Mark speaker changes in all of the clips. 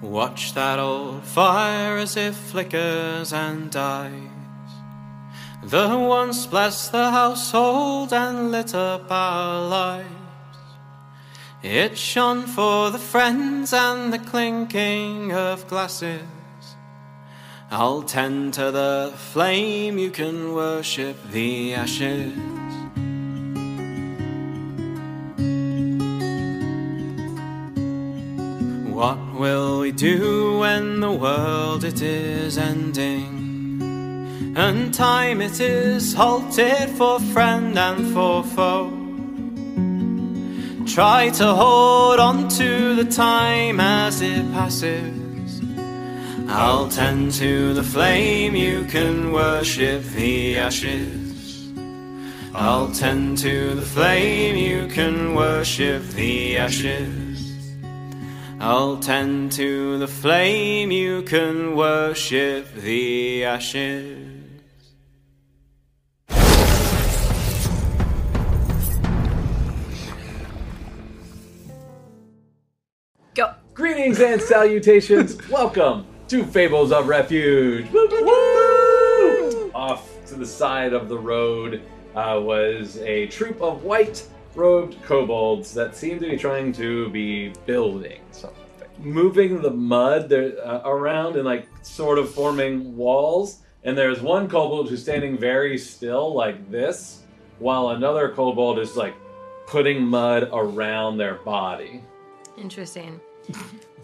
Speaker 1: Watch that old fire as it flickers and dies. The once blessed the household and lit up our lives. It shone for the friends and the clinking of glasses. I'll tend to the flame, you can worship the ashes. What will we do when the world it is ending? And time it is halted for friend and for foe. Try to hold on to the time as it passes. I'll tend to the flame, you can worship the ashes. I'll tend to the flame, you can worship the ashes. I'll tend to the flame, you can worship the ashes.
Speaker 2: Go.
Speaker 3: Greetings and salutations. Welcome to Fables of Refuge. Woo, woo, woo. Off to the side of the road uh, was a troop of white robed kobolds that seemed to be trying to be building something. Moving the mud there, uh, around and like sort of forming walls. And there's one kobold who's standing very still, like this, while another kobold is like putting mud around their body.
Speaker 2: Interesting.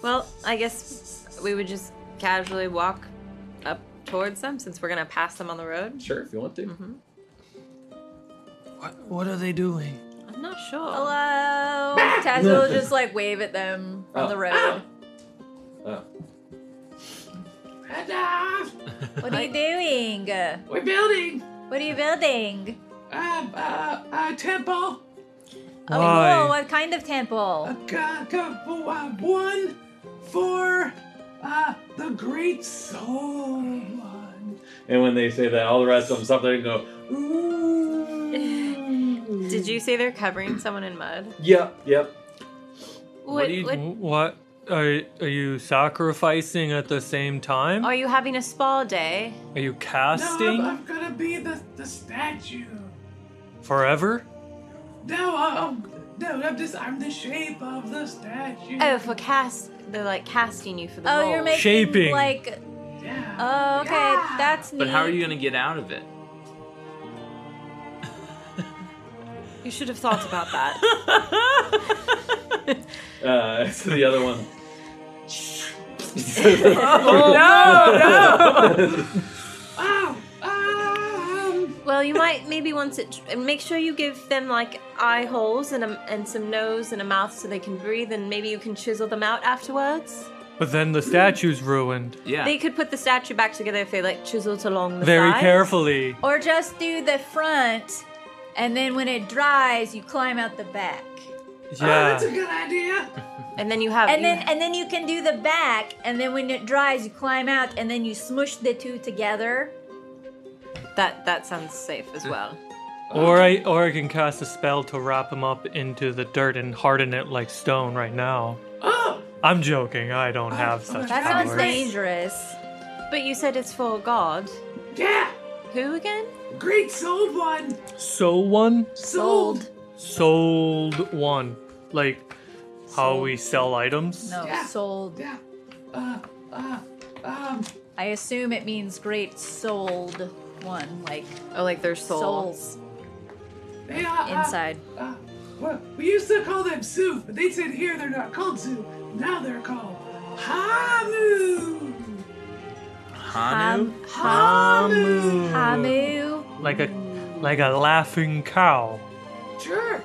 Speaker 2: Well, I guess we would just casually walk up towards them since we're gonna pass them on the road.
Speaker 3: Sure, if you want to.
Speaker 4: What, what are they doing?
Speaker 2: I'm not sure.
Speaker 5: Hello. Taz will just like wave at them from
Speaker 3: Oh.
Speaker 5: the road.
Speaker 2: Ah.
Speaker 3: Oh.
Speaker 5: What are you doing?
Speaker 3: uh, We're building
Speaker 5: What are you building?
Speaker 3: a, a, a temple.
Speaker 5: Oh,
Speaker 4: Why?
Speaker 5: whoa, what kind of temple?
Speaker 3: God, uh, one for uh, the great soul one. And when they say that, all the rest of them stop there and go, ooh.
Speaker 2: Did you say they're covering someone in mud?
Speaker 3: Yep, yep.
Speaker 2: What,
Speaker 4: What, are you,
Speaker 2: what-
Speaker 4: what are, are you sacrificing at the same time?
Speaker 2: are you having a spa day?
Speaker 4: Are you casting
Speaker 3: gonna be the, the statue.
Speaker 4: forever?
Speaker 3: No, I'm, no, I'm just, I'm the shape of the statue.
Speaker 2: Oh, for cast, they're like casting you for the
Speaker 5: Oh,
Speaker 2: role.
Speaker 5: you're making
Speaker 4: Shaping.
Speaker 5: like.
Speaker 3: Yeah.
Speaker 5: Oh, okay, that's neat.
Speaker 6: But how are you gonna get out of it?
Speaker 2: You should have thought about that.
Speaker 3: Uh, so the other one.
Speaker 2: well, you might maybe want to tr- and make sure you give them like eye holes and a, and some nose and a mouth so they can breathe, and maybe you can chisel them out afterwards.
Speaker 4: But then the statue's ruined.
Speaker 6: Yeah.
Speaker 2: They could put the statue back together if they like chiseled along the
Speaker 4: Very
Speaker 2: sides.
Speaker 4: carefully.
Speaker 5: Or just do the front, and then when it dries, you climb out the back.
Speaker 4: Yeah.
Speaker 3: good idea.
Speaker 2: And then you have
Speaker 5: And
Speaker 2: Oh, you-
Speaker 5: then and then you can do the back, and then when it dries, you climb out, and then you smush the two together.
Speaker 2: that that sounds safe as well.
Speaker 4: or I or I can cast a spell to wrap him up into the dirt and harden it like stone right now. I'm joking. I don't have such
Speaker 5: That sounds
Speaker 4: powers.
Speaker 5: dangerous.
Speaker 2: But you said it's for God.
Speaker 3: Yeah,
Speaker 2: Who again?
Speaker 3: great soul one.
Speaker 4: So one
Speaker 5: Sold.
Speaker 4: sold one, like how we sell items.
Speaker 5: No, sold.
Speaker 3: Yeah. Uh, uh, um.
Speaker 5: I assume it means great sold one, like
Speaker 2: Oh, like their soul.
Speaker 5: souls
Speaker 3: They are, uh,
Speaker 5: inside.
Speaker 6: Ah.
Speaker 3: Uh, well, we used to call them Zoo, but they said here they're not called Zoo. Now they're called Hamu.
Speaker 6: Hanu?
Speaker 5: Ham-
Speaker 4: Hamu.
Speaker 5: Hamu.
Speaker 4: Like a like a laughing cow.
Speaker 3: Sure.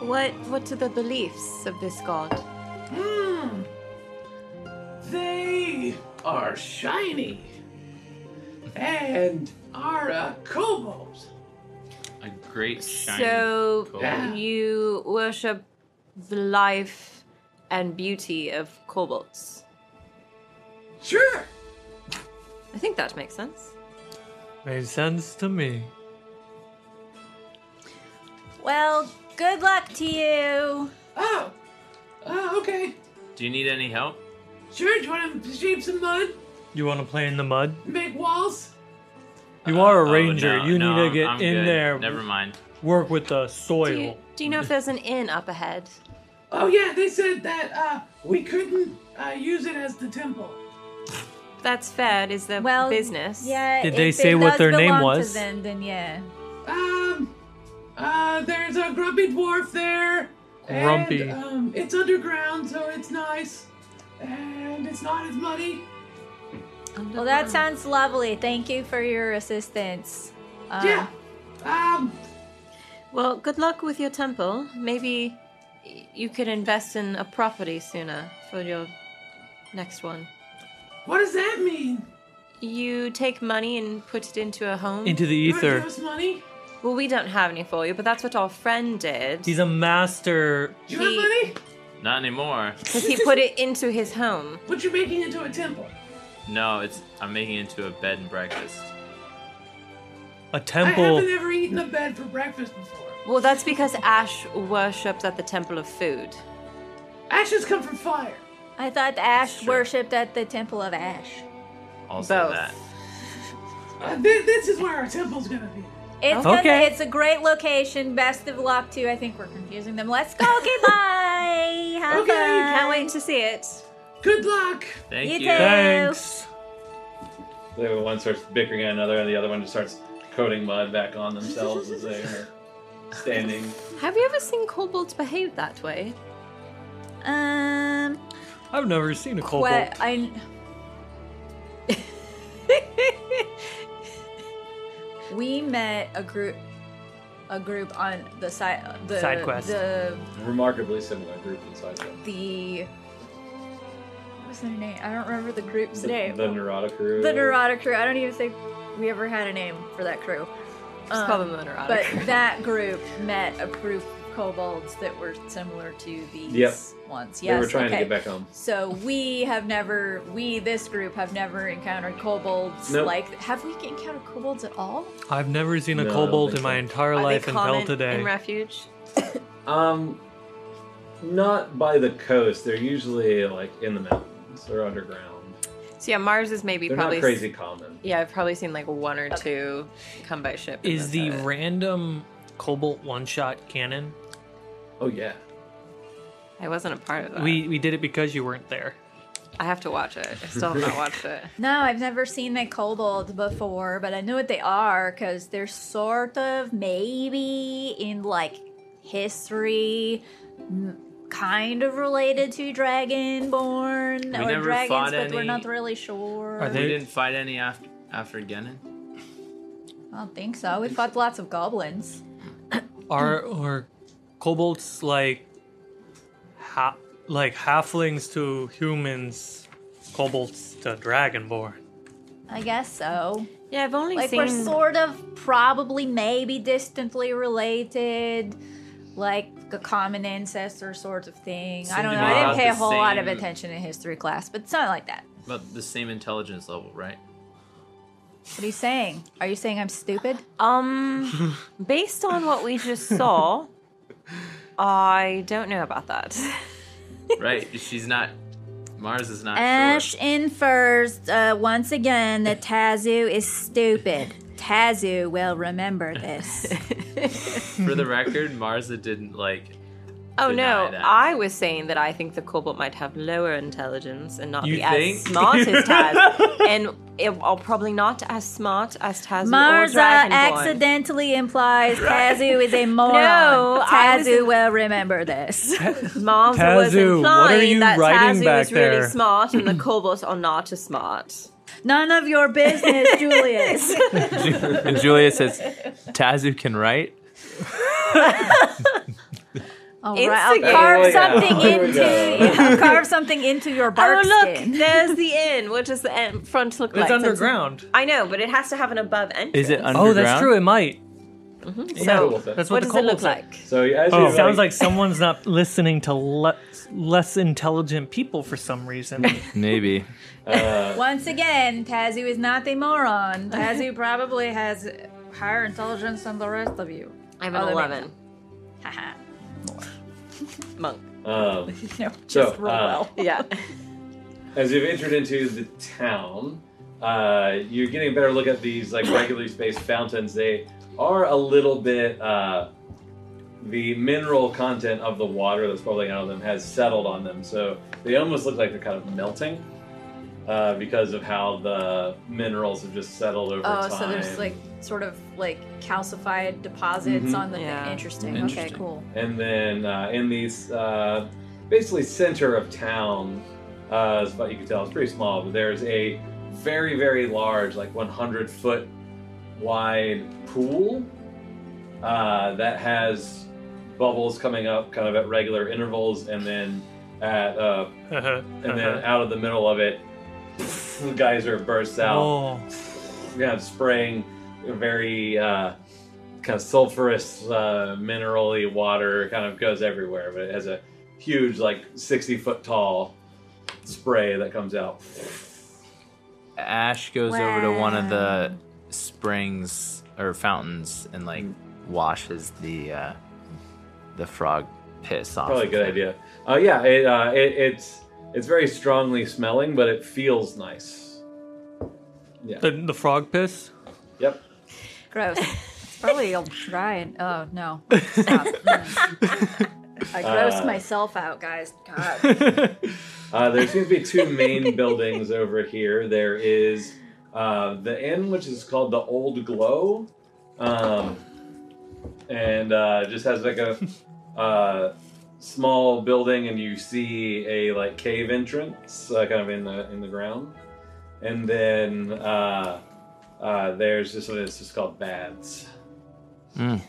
Speaker 2: What what are the beliefs of this God?
Speaker 3: Hmm. They are shiny and are a kobold.
Speaker 6: a great shiny.
Speaker 2: so
Speaker 3: Yeah.
Speaker 2: you worship the life and beauty of kobolds.
Speaker 3: Sure.
Speaker 2: I think that makes sense.
Speaker 4: Made sense to me.
Speaker 5: Well, good luck to you.
Speaker 3: Oh.
Speaker 6: Ah, okay.
Speaker 7: Do you need any help?
Speaker 6: Sure, do you want to shape some mud?
Speaker 4: You want to play in the mud?
Speaker 6: Make walls?
Speaker 4: You are a
Speaker 7: Oh,
Speaker 4: ranger.
Speaker 7: no,
Speaker 4: you
Speaker 7: no,
Speaker 4: need
Speaker 7: I'm-
Speaker 4: to get
Speaker 7: I'm
Speaker 4: in
Speaker 7: good.
Speaker 4: there,
Speaker 7: Never mind.
Speaker 4: work with the
Speaker 2: Do
Speaker 4: soil.
Speaker 2: you, do you know if there's an inn up ahead?
Speaker 6: Oh, yeah, they said that uh, we couldn't uh, use it as the temple.
Speaker 2: That's fair. It is their
Speaker 5: Well,
Speaker 2: business.
Speaker 5: Yeah.
Speaker 4: Did
Speaker 5: if
Speaker 4: they
Speaker 5: it
Speaker 4: say what
Speaker 5: does
Speaker 4: their name
Speaker 5: belong to
Speaker 4: was?
Speaker 5: them, then yeah.
Speaker 6: Um, uh, there's a grumpy dwarf there.
Speaker 4: Grumpy.
Speaker 6: And, um, it's underground, so it's nice. And it's not as muddy.
Speaker 5: Well,
Speaker 2: Mm.
Speaker 5: that sounds lovely. Thank you for your assistance. Uh,
Speaker 6: yeah. Um,
Speaker 2: Well, good luck with your temple. Maybe y- you could invest in a property sooner for your next one.
Speaker 6: what does that mean?
Speaker 2: You take money and put it into a home.
Speaker 4: Into the
Speaker 6: You wanna
Speaker 4: ether.
Speaker 6: give us money?
Speaker 2: well, we don't have any for you, but that's what our friend did.
Speaker 4: He's a master.
Speaker 6: Do you have money?
Speaker 7: Not anymore.
Speaker 2: Because he put it into his home.
Speaker 6: What you're making into a temple?
Speaker 7: No, it's I'm making it into a bed and breakfast.
Speaker 4: A
Speaker 6: I haven't
Speaker 4: temple.
Speaker 6: ever eaten a bed for breakfast before.
Speaker 2: Well, that's because Ash worships at the Temple of Food.
Speaker 6: Ashes come from fire.
Speaker 5: I thought Ash
Speaker 7: Sure.
Speaker 5: worshipped at the Temple of Ash.
Speaker 7: Also
Speaker 2: Both.
Speaker 7: that.
Speaker 6: Uh, thi- this is where our temple's gonna be.
Speaker 5: It's
Speaker 4: Okay.
Speaker 5: gonna, it's a great location. Best of luck to. I think we're confusing them. Let's go. Goodbye. Have fun.
Speaker 6: Okay,
Speaker 2: Can't wait to see it.
Speaker 6: Good luck.
Speaker 7: Thank
Speaker 5: You
Speaker 7: you.
Speaker 5: too.
Speaker 4: Thanks.
Speaker 6: The one starts bickering at another, and the other one just starts coating mud back on themselves as they are standing.
Speaker 2: Have you ever seen kobolds behave that way?
Speaker 5: Um.
Speaker 4: I've never seen a kobold.
Speaker 5: What I. we met a group, a group on the side, the
Speaker 4: Side quest.
Speaker 5: the
Speaker 6: Remarkably similar group inside them.
Speaker 5: the. What was their name? I don't remember the group's name.
Speaker 6: The Narada crew.
Speaker 5: the Narada crew. I don't even think we ever had a name for that crew.
Speaker 2: Just
Speaker 5: Um,
Speaker 2: call them the Narada.
Speaker 5: But that group met a group of kobolds that were similar to these
Speaker 6: Yep.
Speaker 5: ones.
Speaker 6: They
Speaker 5: Yes.
Speaker 6: were trying
Speaker 5: okay.
Speaker 6: to get back home.
Speaker 5: So we have never, we this group have never encountered kobolds.
Speaker 6: Nope.
Speaker 5: Like, have we encountered kobolds at all?
Speaker 4: I've never seen a
Speaker 6: No, I don't
Speaker 4: kobold
Speaker 6: think
Speaker 4: in my
Speaker 6: so.
Speaker 4: entire
Speaker 2: Are they
Speaker 4: life until
Speaker 2: common
Speaker 4: today.
Speaker 2: In refuge.
Speaker 6: Um, not by the coast. They're usually like in the mountains. They're underground.
Speaker 2: So yeah, Mars is maybe
Speaker 6: They're
Speaker 2: probably
Speaker 6: not crazy common.
Speaker 2: Yeah, I've probably seen like one or two come by ship. and
Speaker 4: Is
Speaker 2: that's
Speaker 4: the
Speaker 2: about it.
Speaker 4: random kobold one shot canon?
Speaker 6: Oh yeah.
Speaker 2: I wasn't a part of that.
Speaker 4: We we did it because you weren't there.
Speaker 2: I have to watch it. I still have not watched it.
Speaker 5: No, I've never seen a kobold before, but I know what they are because they're sort of maybe in like history, m- kind of related to dragonborn
Speaker 7: We
Speaker 5: or
Speaker 7: never
Speaker 5: dragons,
Speaker 7: fought
Speaker 5: but we're
Speaker 7: any-
Speaker 5: not really sure.
Speaker 4: Are
Speaker 7: We
Speaker 4: They-
Speaker 7: didn't fight any after after Genin.
Speaker 5: I don't think so. We fought lots of goblins.
Speaker 4: Are
Speaker 2: Hmm.
Speaker 4: or kobolds like ha- like halflings to humans, kobolds to dragonborn?
Speaker 5: I guess so.
Speaker 2: Yeah, I've only
Speaker 5: Like
Speaker 2: seen.
Speaker 5: we're sort of probably maybe distantly related, like a common ancestor sort of thing. I
Speaker 7: Seem
Speaker 5: don't
Speaker 7: to
Speaker 5: know.
Speaker 7: be
Speaker 5: I didn't
Speaker 7: about
Speaker 5: pay a
Speaker 7: the
Speaker 5: whole lot of
Speaker 7: same-
Speaker 5: attention in history class, but it's not like that.
Speaker 7: About the same intelligence level, right?
Speaker 5: What are you saying? Are you saying I'm stupid?
Speaker 2: Um, based on what we just saw, I don't know about that.
Speaker 7: Right. She's not. Mars is not.
Speaker 5: Ash
Speaker 7: Sure.
Speaker 5: infers uh, once again that Tazu is stupid. Tazu will remember this.
Speaker 7: For the record, Marza didn't like.
Speaker 2: Oh
Speaker 7: Deny
Speaker 2: no,
Speaker 7: that.
Speaker 2: I was saying that I think the kobold might have lower intelligence and not
Speaker 7: You
Speaker 2: be
Speaker 7: think?
Speaker 2: as smart as Taz, and it, or probably not as smart as Taz or
Speaker 5: Marza
Speaker 2: Dragonborn.
Speaker 5: accidentally implies Tazu is a moron.
Speaker 2: No, I was
Speaker 5: Tazu
Speaker 2: in-
Speaker 5: will remember this.
Speaker 2: Mars was
Speaker 4: Tazu,
Speaker 2: implying
Speaker 4: what are you
Speaker 2: that
Speaker 4: writing
Speaker 2: Tazu
Speaker 4: back
Speaker 2: is really
Speaker 4: there?
Speaker 2: smart and the kobolds are not as smart.
Speaker 5: None of your business, Julius.
Speaker 7: and Julia says, "Tazu can write."
Speaker 5: All
Speaker 2: It's
Speaker 5: right, I'll
Speaker 2: a
Speaker 5: carve
Speaker 6: game.
Speaker 5: something
Speaker 6: Here we
Speaker 5: into
Speaker 6: go.
Speaker 5: I'll carve something into your
Speaker 2: Oh
Speaker 5: bark
Speaker 2: look,
Speaker 5: skin.
Speaker 2: there's the inn. What does the en- front look like?
Speaker 4: it's underground.
Speaker 2: I know, but it has to have an above entrance.
Speaker 7: Is it underground?
Speaker 4: Oh, that's true. It might.
Speaker 2: Mm-hmm. So, what
Speaker 4: That's what, the
Speaker 2: does it look
Speaker 4: kobolds are.
Speaker 2: like?
Speaker 6: So as
Speaker 4: Oh.
Speaker 6: you
Speaker 4: Sounds like someone's not listening to le- less intelligent people for some reason.
Speaker 7: Maybe.
Speaker 6: uh,
Speaker 5: Once again, Tazu is not a moron. Tazu probably has higher intelligence than the rest of you.
Speaker 2: I'm an
Speaker 5: Oh, that makes
Speaker 2: eleven
Speaker 5: Haha.
Speaker 2: monk.
Speaker 3: Um,
Speaker 5: No, just
Speaker 3: So,
Speaker 5: roll
Speaker 3: uh,
Speaker 5: well.
Speaker 6: Yeah.
Speaker 3: as you've entered into the town, uh, you're getting a better look at these like regularly spaced fountains. They are a little bit uh, the mineral content of the water that's bubbling out of them has settled on them, so they almost look like they're kind of melting uh, because of how the minerals have just settled over
Speaker 5: Oh,
Speaker 3: time.
Speaker 5: so there's like sort of like calcified deposits
Speaker 3: Mhm.
Speaker 5: on the
Speaker 6: Yeah.
Speaker 5: thing. Interesting. Okay,
Speaker 7: Interesting.
Speaker 5: cool.
Speaker 3: And then uh, in these, uh, basically center of town, uh, as what you can tell, it's pretty small, but there's a very, very large, like 100 foot wide pool uh, that has bubbles coming up kind of at regular intervals, and then at uh,
Speaker 4: Uh-huh,
Speaker 3: and then out of the middle of it, the geyser bursts out
Speaker 4: oh,
Speaker 3: kind of spraying very uh, kind of sulfurous, uh, minerally water kind of goes everywhere, but it has a huge, like 60 foot tall spray that comes out.
Speaker 7: Ash goes over to one of the
Speaker 5: Wow.
Speaker 7: springs or fountains and like washes the uh, the frog piss off.
Speaker 3: Probably a
Speaker 7: of
Speaker 3: good
Speaker 7: it.
Speaker 3: idea. Uh, yeah, it, uh, it, it's it's very strongly smelling, but it feels nice.
Speaker 4: the, the frog piss.
Speaker 3: Yep.
Speaker 5: Gross. It's probably a dry and oh no. Stop. I grossed
Speaker 3: Uh,
Speaker 5: myself out, guys. God.
Speaker 3: Uh, there seems to be two main buildings over here. There is uh, the inn, which is called the Old Glow, um, and uh, just has like a uh, small building, and you see a like cave entrance, uh, kind of in the in the ground. And then uh, uh, there's this one that's just called Baths.
Speaker 7: Mm,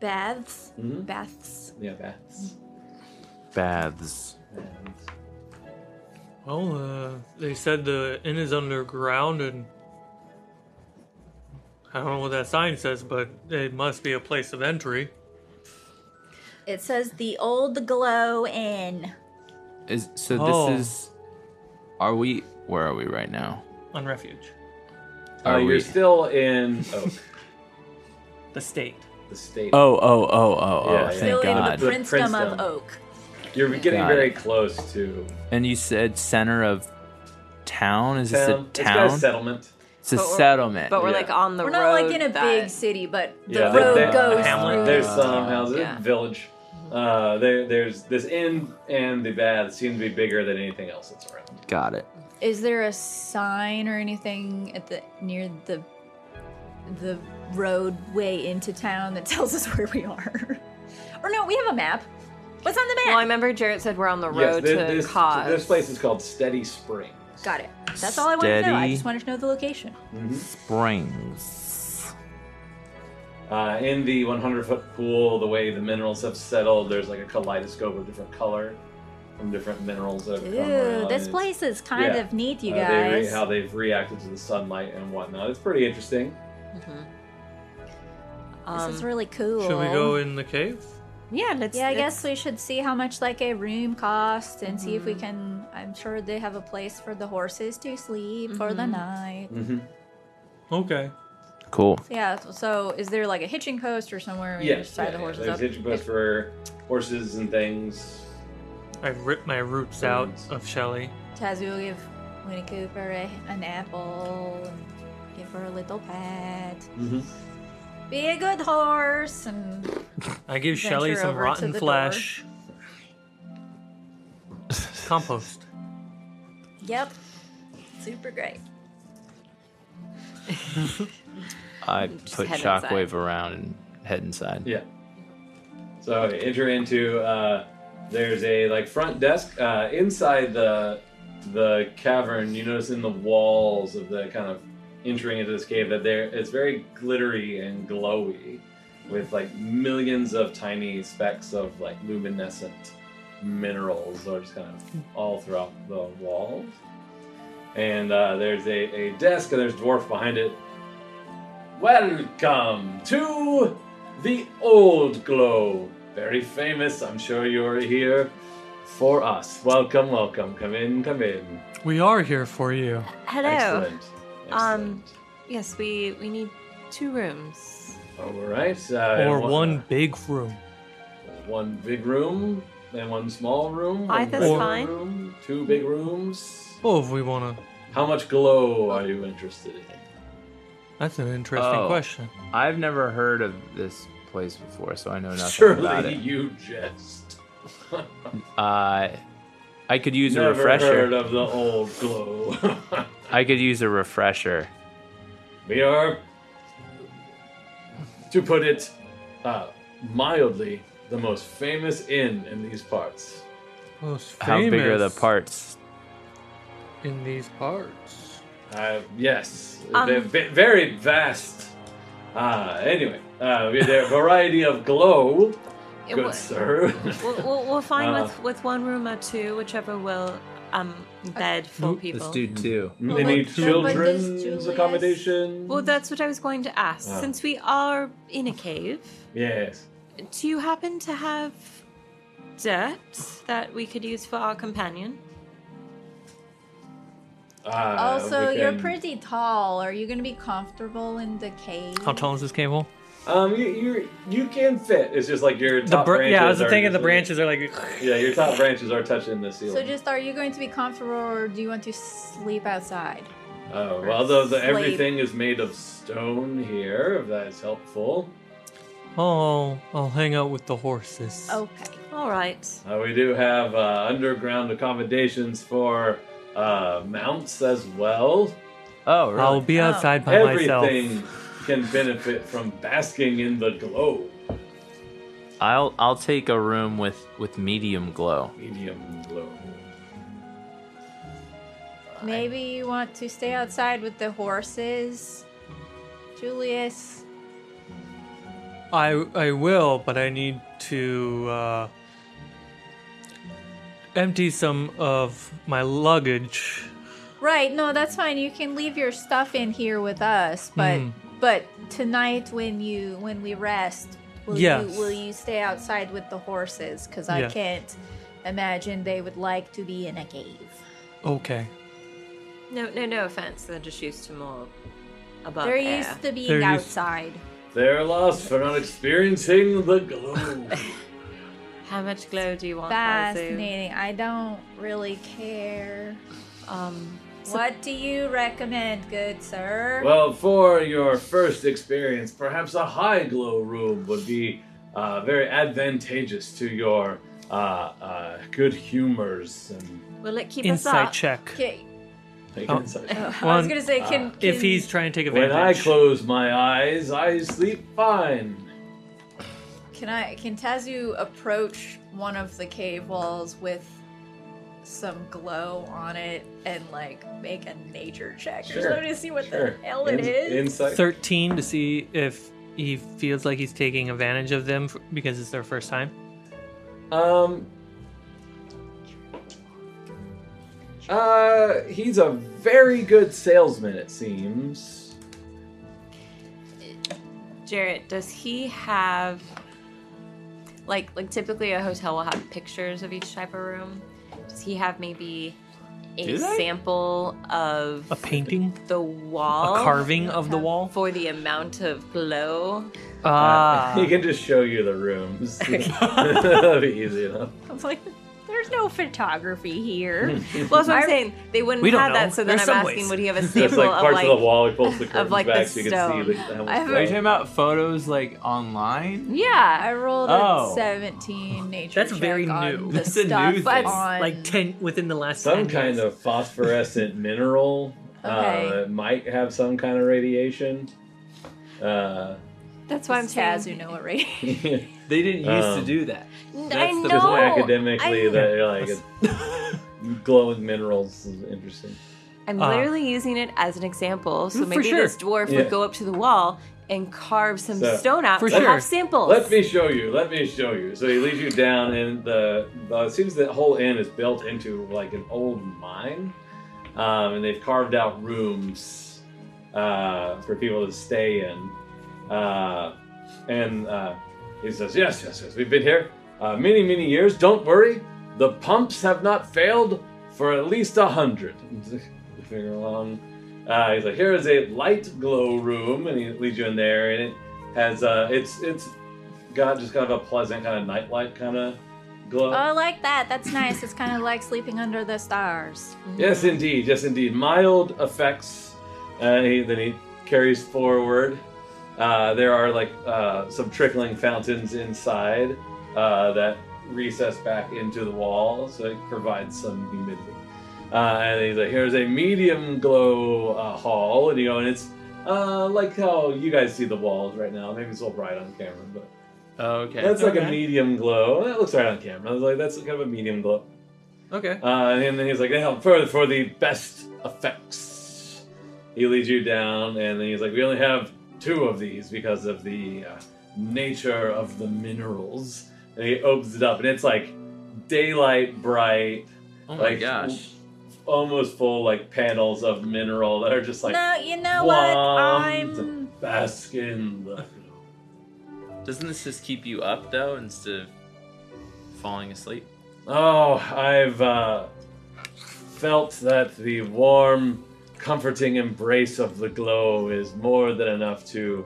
Speaker 5: Baths.
Speaker 3: Mhm.
Speaker 5: Baths.
Speaker 3: Yeah, Baths.
Speaker 7: baths.
Speaker 3: Baths.
Speaker 4: Well, uh, they said the inn is underground, and I don't know what that sign says, but it must be a place of entry.
Speaker 5: It says the old glow inn.
Speaker 7: Is so
Speaker 4: Oh.
Speaker 7: this is are we where are we right now?
Speaker 4: On refuge,
Speaker 3: Uh,
Speaker 7: Are
Speaker 3: you're
Speaker 7: we-
Speaker 3: still in Oak,
Speaker 4: the state.
Speaker 3: the state.
Speaker 7: Oh, oh, oh, oh, oh,
Speaker 3: Yeah, yeah.
Speaker 7: thank
Speaker 5: Still
Speaker 7: God.
Speaker 5: in the princedom of
Speaker 3: princedom.
Speaker 5: oak.
Speaker 3: You're getting
Speaker 7: Got
Speaker 3: very
Speaker 7: it.
Speaker 3: close to
Speaker 7: and you said center of town? Is this
Speaker 3: town.
Speaker 7: a
Speaker 3: It's got a
Speaker 7: town?
Speaker 3: settlement.
Speaker 7: It's a
Speaker 6: But we're-
Speaker 7: settlement.
Speaker 6: But we're
Speaker 3: Yeah.
Speaker 6: like on the
Speaker 5: We're
Speaker 6: road.
Speaker 5: not like in a
Speaker 6: that-
Speaker 5: big city, but the
Speaker 3: Yeah,
Speaker 5: road
Speaker 3: there-
Speaker 5: goes
Speaker 4: Hamlet.
Speaker 5: through. Mm-hmm.
Speaker 3: There's some houses,
Speaker 6: yeah.
Speaker 3: village. Uh, there, there's this inn and the baths seem to be bigger than anything else that's around.
Speaker 7: Got it.
Speaker 5: Is there a sign or anything at the near the the roadway into town that tells us where we are? or no, we have a map. What's on the map?
Speaker 6: Well, I remember Jarrett said we're on the road
Speaker 3: thi-
Speaker 6: to
Speaker 3: this,
Speaker 6: cause.
Speaker 3: this place is called Steady Spring.
Speaker 5: Got it. That's all I wanted to know. I
Speaker 7: Steady.
Speaker 5: just wanted to know the location.
Speaker 7: Springs.
Speaker 3: Uh, in the 100 foot pool, the way the minerals have settled, there's like a kaleidoscope of different color from different minerals that have come
Speaker 5: Ooh,
Speaker 3: around.
Speaker 5: this
Speaker 3: It's-
Speaker 5: place is kind
Speaker 3: yeah.
Speaker 5: of neat, you
Speaker 3: uh, they re-
Speaker 5: guys.
Speaker 3: how they've reacted to the sunlight and whatnot. It's pretty interesting.
Speaker 5: this is really cool.
Speaker 4: Should we go in the cave?
Speaker 6: yeah, let's.
Speaker 5: Yeah, I
Speaker 6: let's-
Speaker 5: guess we should see how much like a room costs and see if
Speaker 3: Mm-hmm.
Speaker 5: we can. I'm sure they have a place for the horses to sleep for the night.
Speaker 3: Mm-hmm.
Speaker 4: Okay.
Speaker 7: Cool.
Speaker 5: Yeah. so- So, is there like a hitching post or somewhere we
Speaker 3: Yes,
Speaker 5: just tie
Speaker 3: yeah,
Speaker 5: the
Speaker 3: yeah.
Speaker 5: horses
Speaker 3: there's
Speaker 5: up?
Speaker 3: hitching posts for horses and things.
Speaker 4: I ripped my roots out of Shelly.
Speaker 5: Tazzy will give Winnie Cooper a, an apple and give her a little pat.
Speaker 3: Mm-hmm.
Speaker 5: Be a good horse and
Speaker 4: I give
Speaker 5: Venture
Speaker 4: Shelly some
Speaker 5: over to
Speaker 4: rotten
Speaker 5: the
Speaker 4: flesh. Compost.
Speaker 5: yep, super great.
Speaker 7: I put
Speaker 6: head
Speaker 7: shockwave
Speaker 6: inside.
Speaker 7: around and head inside.
Speaker 3: Yeah. So enter into uh, there's a like front desk uh, inside the the cavern. You notice in the walls of the kind of entering into this cave that there it's very glittery and glowy with like millions of tiny specks of like luminescent minerals that are just kind of all throughout the walls. And uh, there's a, a desk and there's dwarf behind it. Welcome to the Old Glow. Very famous. I'm sure you're here for us. Welcome, welcome. Come in, come in.
Speaker 4: We are here for you.
Speaker 6: Hello.
Speaker 3: Excellent.
Speaker 6: Um,
Speaker 3: Excellent.
Speaker 6: Yes, we we need two rooms.
Speaker 3: All right. Uh,
Speaker 4: or one big room.
Speaker 3: One big room. and one small room.
Speaker 6: I
Speaker 3: one
Speaker 6: think
Speaker 3: regular
Speaker 6: fine.
Speaker 3: Room, two big rooms.
Speaker 4: Oh, if we want to.
Speaker 3: How much glow are you interested in?
Speaker 4: That's an interesting
Speaker 7: Oh.
Speaker 4: question.
Speaker 7: I've never heard of this place before, so I know nothing about
Speaker 3: Surely
Speaker 7: it.
Speaker 3: you just
Speaker 7: Uh, I could use a
Speaker 3: never heard
Speaker 7: refresher.
Speaker 3: of the old glow.
Speaker 7: I could use a refresher.
Speaker 3: we are, to put it uh, mildly, the most famous inn in these parts.
Speaker 4: Most
Speaker 7: How big are the
Speaker 4: famous
Speaker 7: parts?
Speaker 4: in these parts?
Speaker 3: Uh, yes,
Speaker 6: Um.
Speaker 3: they're ve- very vast. Uh, anyway, uh, we- there are a variety of glow.
Speaker 6: It
Speaker 3: Good
Speaker 6: wa-
Speaker 3: sir.
Speaker 5: Oh,
Speaker 6: We'll, we'll, we'll find
Speaker 3: Uh.
Speaker 6: with, with one room or two, whichever will um bed for
Speaker 4: Let's
Speaker 6: people.
Speaker 7: Let's do two.
Speaker 3: they need
Speaker 5: but does
Speaker 3: children's
Speaker 5: Julius-
Speaker 3: accommodation.
Speaker 6: Well, that's what I was going to ask.
Speaker 3: Ah.
Speaker 6: Since we are in a cave,
Speaker 3: yes.
Speaker 6: do you happen to have dirt that we could use for our companion?
Speaker 3: Uh,
Speaker 5: also,
Speaker 3: we
Speaker 5: you're
Speaker 3: can-
Speaker 5: pretty tall. Are you gonna be comfortable in the cave?
Speaker 4: How tall is this cable?
Speaker 3: Um, you you you can fit. It's just like your
Speaker 4: The
Speaker 3: top
Speaker 4: br-
Speaker 3: branches.
Speaker 4: yeah, I was
Speaker 3: are
Speaker 4: thinking the
Speaker 3: usually-
Speaker 4: branches are like.
Speaker 3: Yeah, your top branches are touching the ceiling.
Speaker 5: So, just are you going to be comfortable, or do you want to sleep outside?
Speaker 3: Oh, well, though the,
Speaker 5: Slate.
Speaker 3: everything is made of stone here, if that is helpful.
Speaker 4: Oh, I'll hang out with the horses.
Speaker 5: Okay.
Speaker 6: All right.
Speaker 3: Uh, we do have uh, underground accommodations for uh, mounts as well.
Speaker 7: Oh,
Speaker 4: I'll
Speaker 7: really?
Speaker 4: be
Speaker 5: Oh.
Speaker 4: outside by
Speaker 3: everything
Speaker 4: myself.
Speaker 3: can benefit from basking in the glow.
Speaker 7: I'll I'll take a room with with medium glow.
Speaker 3: Medium glow.
Speaker 5: Maybe you want to stay outside with the horses, Julius.
Speaker 4: I I will, but I need to uh, empty some of my luggage.
Speaker 5: Right? No, that's fine. You can leave your stuff in here with us, but
Speaker 4: Mm.
Speaker 5: but tonight when you when we rest, will
Speaker 4: Yes.
Speaker 5: you will you stay outside with the horses? Because I
Speaker 4: Yes.
Speaker 5: can't imagine they would like to be in a cave.
Speaker 4: Okay.
Speaker 6: No, no, no offense. They're just used to more above
Speaker 5: They're
Speaker 6: air.
Speaker 5: used to being
Speaker 4: They're used-
Speaker 5: outside.
Speaker 3: They're lost for not experiencing the glow.
Speaker 6: How much glow do you want, Bazu?
Speaker 5: Fascinating. I don't really care.
Speaker 6: Um,
Speaker 5: What do you recommend, good sir?
Speaker 3: Well, for your first experience, perhaps a high glow room would be uh, very advantageous to your uh, uh, good humors and
Speaker 6: will it keep us
Speaker 4: Insight
Speaker 6: up?
Speaker 4: check.
Speaker 5: Okay.
Speaker 4: Oh.
Speaker 5: I was
Speaker 4: One-
Speaker 5: gonna
Speaker 3: Uh,
Speaker 5: say, can, can
Speaker 4: If he's trying to take advantage.
Speaker 3: When I close my eyes, I sleep fine.
Speaker 5: can I can Tazu approach one of the cave walls with some glow on it and like make a nature check or
Speaker 3: Sure,
Speaker 5: something to see what
Speaker 3: Sure.
Speaker 5: the hell it
Speaker 3: In-
Speaker 5: is?
Speaker 3: Insight.
Speaker 4: 13 to see if he feels like he's taking advantage of them f because it's their first time.
Speaker 3: Um. Uh, he's a very good salesman, it seems.
Speaker 6: Jarrett, does he have like like typically a hotel will have pictures of each type of room? Does he have maybe a
Speaker 7: Do they?
Speaker 6: sample of
Speaker 4: A painting?
Speaker 6: the
Speaker 5: Oh.
Speaker 6: wall?
Speaker 4: A carving of the wall?
Speaker 6: for the amount of glow.
Speaker 4: Ah.
Speaker 3: he can just show you the rooms. That'd be easy enough.
Speaker 5: I was like, there's no photography here.
Speaker 3: Hmm.
Speaker 6: Well, that's what I'm
Speaker 5: I-
Speaker 6: saying. They wouldn't
Speaker 4: We don't
Speaker 6: have
Speaker 4: know.
Speaker 6: that, so then
Speaker 4: There's
Speaker 6: I'm
Speaker 4: some
Speaker 6: asking,
Speaker 4: ways.
Speaker 6: would he have a
Speaker 3: There's
Speaker 6: sample
Speaker 3: like
Speaker 2: uh,
Speaker 6: of
Speaker 3: parts
Speaker 6: like?
Speaker 3: of the wall. He pulls the curtains
Speaker 6: like, the
Speaker 3: back so you can
Speaker 6: stone.
Speaker 3: see the, how much
Speaker 5: I haven't-
Speaker 7: Are
Speaker 3: glow.
Speaker 7: you talking about photos like online?
Speaker 5: I
Speaker 6: Yeah,
Speaker 5: rolled
Speaker 7: Oh.
Speaker 5: a 17 nature
Speaker 4: That's
Speaker 5: check
Speaker 4: very
Speaker 5: on
Speaker 4: new.
Speaker 5: the
Speaker 7: That's a new
Speaker 5: stuff
Speaker 7: thing.
Speaker 5: on
Speaker 7: That's
Speaker 4: Like 10 within the last
Speaker 3: some
Speaker 4: 10
Speaker 3: kind
Speaker 4: years.
Speaker 3: of phosphorescent mineral
Speaker 5: Okay.
Speaker 3: uh, that might have some kind of radiation. Uh,
Speaker 6: that's why I'm
Speaker 5: Does Tazu
Speaker 6: saying.
Speaker 5: know what rate?
Speaker 7: They didn't used to
Speaker 3: Um,
Speaker 7: do that.
Speaker 6: I
Speaker 7: That's the-
Speaker 6: know.
Speaker 3: There's one academically
Speaker 6: I'm,
Speaker 3: that you're like it's- glowing minerals is interesting.
Speaker 6: I'm
Speaker 4: Uh,
Speaker 6: literally using it as an example, so
Speaker 4: For
Speaker 6: maybe
Speaker 4: sure.
Speaker 6: this dwarf
Speaker 3: Yeah.
Speaker 6: would go up to the wall and carve some
Speaker 3: So-
Speaker 6: stone out
Speaker 4: For
Speaker 6: to
Speaker 4: sure.
Speaker 6: have samples.
Speaker 3: Let me show you. Let me show you. So he leads you down, and the uh, it seems that whole inn is built into like an old mine, um, and they've carved out rooms uh, for people to stay in. Uh, and uh, he says, "Yes, yes, yes. We've been here uh, many, many years. Don't worry. The pumps have not failed for at least a hundred. Finger along. Uh, he's like, here is a light glow room, and he leads you in there, and it has uh, it's it's got just kind of a pleasant kind of nightlight kind of glow.
Speaker 5: Oh, I like that. That's nice. It's kind of like sleeping under the stars.
Speaker 3: Yes, indeed. Yes, indeed. Mild effects. Uh, he, then he carries forward. Uh, there are like uh, some trickling fountains inside uh, that recess back into the wall, so it provides some humidity. Uh, and he's like, "Here's a medium glow uh, hall," and you know, and it's uh, like how you guys see the walls right now. Maybe it's a little bright on camera, but
Speaker 7: Okay.
Speaker 3: that's like a
Speaker 1: Okay.
Speaker 3: medium glow. That looks right on camera. I was like, "That's kind of a medium glow."
Speaker 7: okay.
Speaker 3: Uh, and then he's like, now further for the best effects. He leads you down, and then he's like, we only have two of these because of the uh, nature of the minerals. And he opens it up, and it's like daylight bright,
Speaker 7: Oh my
Speaker 3: like
Speaker 7: gosh.
Speaker 3: almost full like panels of mineral that are just like
Speaker 5: no, you know what?
Speaker 3: "Plum to
Speaker 5: I'm.
Speaker 3: bask in the-"
Speaker 7: Doesn't this just keep you up though instead of falling asleep?
Speaker 3: Oh, I've uh, felt that the warm, comforting embrace of the glow is more than enough to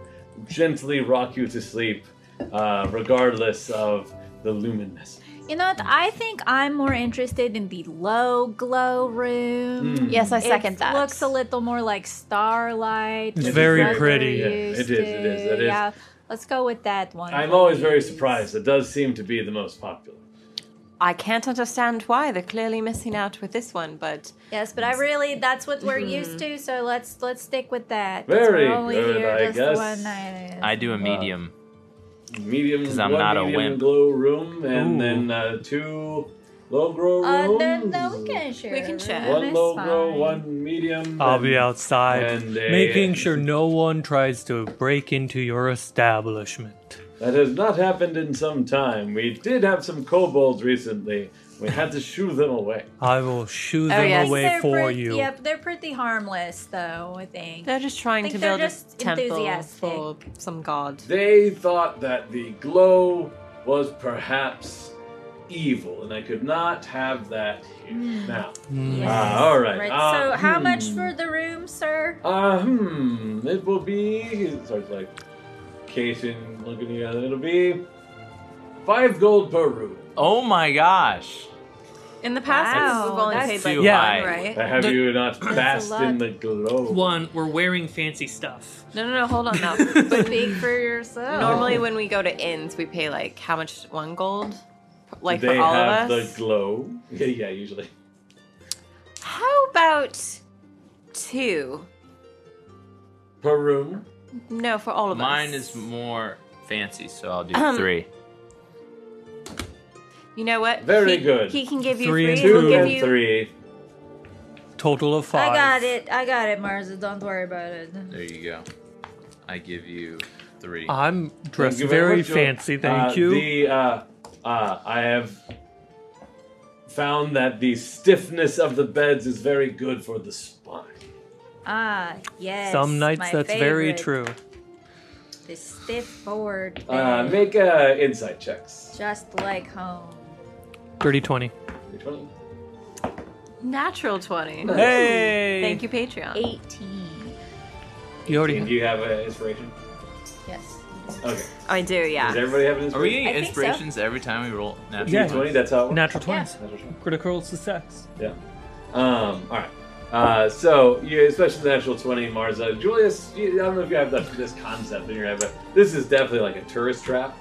Speaker 3: gently rock you to sleep, uh, regardless of the luminousness.
Speaker 5: You know what? I think I'm more interested in the low glow room.
Speaker 3: Mm.
Speaker 8: Yes, I
Speaker 5: It
Speaker 8: second that.
Speaker 5: Looks a little more like starlight.
Speaker 4: It's
Speaker 5: which
Speaker 4: very
Speaker 5: is what
Speaker 4: pretty.
Speaker 5: we're
Speaker 3: Yeah, it
Speaker 5: used
Speaker 3: is, it is, it
Speaker 5: to.
Speaker 3: is.
Speaker 5: Yeah, let's go with that one.
Speaker 3: I'm always very
Speaker 5: please.
Speaker 3: surprised. It does seem to be the most popular.
Speaker 6: I can't understand why they're clearly missing out with this one, but
Speaker 5: Yes, but I really that's what we're
Speaker 8: Mm-hmm.
Speaker 5: used to, so let's let's stick with that. 'cause
Speaker 3: Very
Speaker 5: we're only
Speaker 3: good,
Speaker 5: here
Speaker 3: I
Speaker 5: just
Speaker 3: guess.
Speaker 5: one night.
Speaker 7: I do a medium.
Speaker 3: Medium,
Speaker 7: 'Cause I'm
Speaker 3: one
Speaker 7: not a
Speaker 3: medium
Speaker 7: wimp.
Speaker 3: glow room, and
Speaker 4: Ooh.
Speaker 3: then uh, two low glow
Speaker 5: uh,
Speaker 3: rooms.
Speaker 5: no, no, we can share.
Speaker 6: We can
Speaker 5: a
Speaker 6: share.
Speaker 5: room,
Speaker 3: One
Speaker 5: it's
Speaker 3: low glow,
Speaker 5: fine.
Speaker 3: one medium.
Speaker 4: I'll
Speaker 3: and-
Speaker 4: be outside,
Speaker 3: and a-
Speaker 4: making sure no one tries to break into your establishment.
Speaker 3: That has not happened in some time. We did have some kobolds recently. We had to shoo them away.
Speaker 4: I will shoo
Speaker 6: Oh,
Speaker 4: them
Speaker 6: yes.
Speaker 4: away
Speaker 5: They're
Speaker 4: for
Speaker 5: pretty-
Speaker 4: you.
Speaker 5: Yep, they're pretty harmless though. I think.
Speaker 6: they're just trying
Speaker 5: Think
Speaker 6: to
Speaker 5: they're
Speaker 6: build
Speaker 5: just
Speaker 6: a temple
Speaker 5: enthusiastic.
Speaker 6: for some god.
Speaker 3: They thought that the glow was perhaps evil, and I could not have that here now.
Speaker 5: Yes.
Speaker 3: Ah, all right.
Speaker 5: so,
Speaker 3: Ah,
Speaker 5: how much
Speaker 3: hmm.
Speaker 5: for the room, sir?
Speaker 3: Uh, hmm, it will be. He starts like casing, looking together. It'll be five gold per room.
Speaker 7: Oh my gosh.
Speaker 6: In the past,
Speaker 5: Wow,
Speaker 6: we've only
Speaker 5: that's
Speaker 6: paid
Speaker 7: too
Speaker 6: like
Speaker 7: Yeah.
Speaker 6: one, right?
Speaker 3: I have
Speaker 4: The-
Speaker 3: you not basked in
Speaker 5: lot.
Speaker 3: the glow.
Speaker 4: One, we're wearing fancy stuff.
Speaker 6: No, no, no. Hold on now.
Speaker 5: Speak for yourself.
Speaker 6: Normally, when we go to inns, we pay like how much? One gold, like
Speaker 3: they
Speaker 6: for all
Speaker 3: have
Speaker 6: of us.
Speaker 3: the glow. Yeah, yeah, usually.
Speaker 6: How about two?
Speaker 3: Per room.
Speaker 6: No, for all of us.
Speaker 7: Mine is more fancy, so I'll do
Speaker 6: Um,
Speaker 7: three.
Speaker 6: You know what?
Speaker 3: Very
Speaker 6: He-
Speaker 3: good.
Speaker 6: He can give you
Speaker 4: Three
Speaker 6: three.
Speaker 4: and
Speaker 6: he'll
Speaker 4: two.
Speaker 6: give
Speaker 3: and
Speaker 6: you-
Speaker 3: three.
Speaker 4: Total of five.
Speaker 5: I got it. I got it, Marza. Don't worry about it.
Speaker 7: There you go. I give you three.
Speaker 4: I'm dressed
Speaker 3: Thank you
Speaker 4: very
Speaker 3: much, Joe.
Speaker 4: fancy, thank
Speaker 3: Uh,
Speaker 4: you.
Speaker 3: The uh, uh, I have found that the stiffness of the beds is very good for the spine.
Speaker 5: Ah, yes.
Speaker 4: Some
Speaker 5: my
Speaker 4: nights that's very
Speaker 5: favorite.
Speaker 4: true.
Speaker 5: The stiff forward. Thing,
Speaker 3: Uh, make uh, insight checks.
Speaker 5: just like home.
Speaker 4: Dirty 20.
Speaker 3: Which one?
Speaker 6: Natural twenty.
Speaker 4: Hey!
Speaker 6: Thank you, Patreon.
Speaker 5: 18.
Speaker 4: You already
Speaker 3: And do you have an inspiration?
Speaker 5: Yes.
Speaker 3: Okay.
Speaker 6: I do,
Speaker 3: Does
Speaker 6: yeah.
Speaker 3: everybody have an
Speaker 7: Are
Speaker 3: inspiration?
Speaker 7: we
Speaker 5: I
Speaker 7: getting
Speaker 5: think so.
Speaker 7: inspirations every time we roll? Natural
Speaker 4: Yeah.
Speaker 7: 20?
Speaker 3: Twenty. That's how. it works.
Speaker 4: Natural 20s.
Speaker 3: Natural 20.
Speaker 4: Critical success.
Speaker 3: Yeah. Um. All right. Uh, so, you, especially the natural 20, Marza. Julius, you, I don't know if you have that, this concept in your head, but this is definitely like a tourist trap.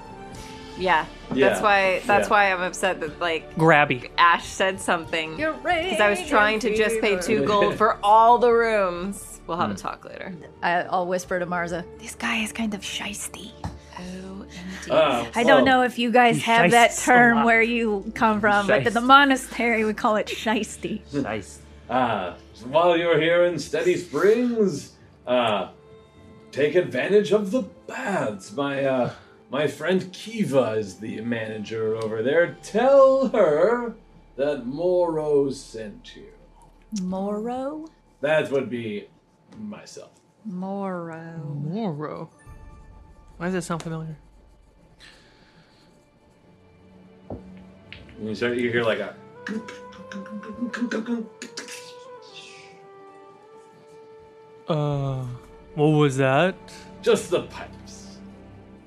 Speaker 6: Yeah.
Speaker 3: Yeah.
Speaker 6: That's why. That's
Speaker 3: Yeah.
Speaker 6: why I'm upset that like
Speaker 4: Grabby.
Speaker 6: Ash said something.
Speaker 5: You're right.
Speaker 6: Because I was trying to just pay two gold for all the rooms. We'll
Speaker 3: Hmm.
Speaker 6: have a talk later.
Speaker 5: I, I'll whisper to Marza.
Speaker 8: This guy is kind of shisty.
Speaker 6: Oh,
Speaker 3: Uh,
Speaker 5: I don't
Speaker 3: oh.
Speaker 5: know if you guys
Speaker 4: He's
Speaker 5: have that
Speaker 4: shiesty a
Speaker 5: term
Speaker 4: lot.
Speaker 5: where you come from, but in the
Speaker 7: Shiesty.
Speaker 5: monastery we call it shisty.
Speaker 7: Nice.
Speaker 3: Uh, while you're here in Steady Springs, uh, take advantage of the baths. My uh, my friend Kiva is the manager over there. Tell her that Moro sent you.
Speaker 5: Moro?
Speaker 3: That would be myself.
Speaker 5: Moro.
Speaker 4: Moro. Why does that sound familiar?
Speaker 3: And you start you hear like a.
Speaker 4: Uh, what was that?
Speaker 3: Just the pipes.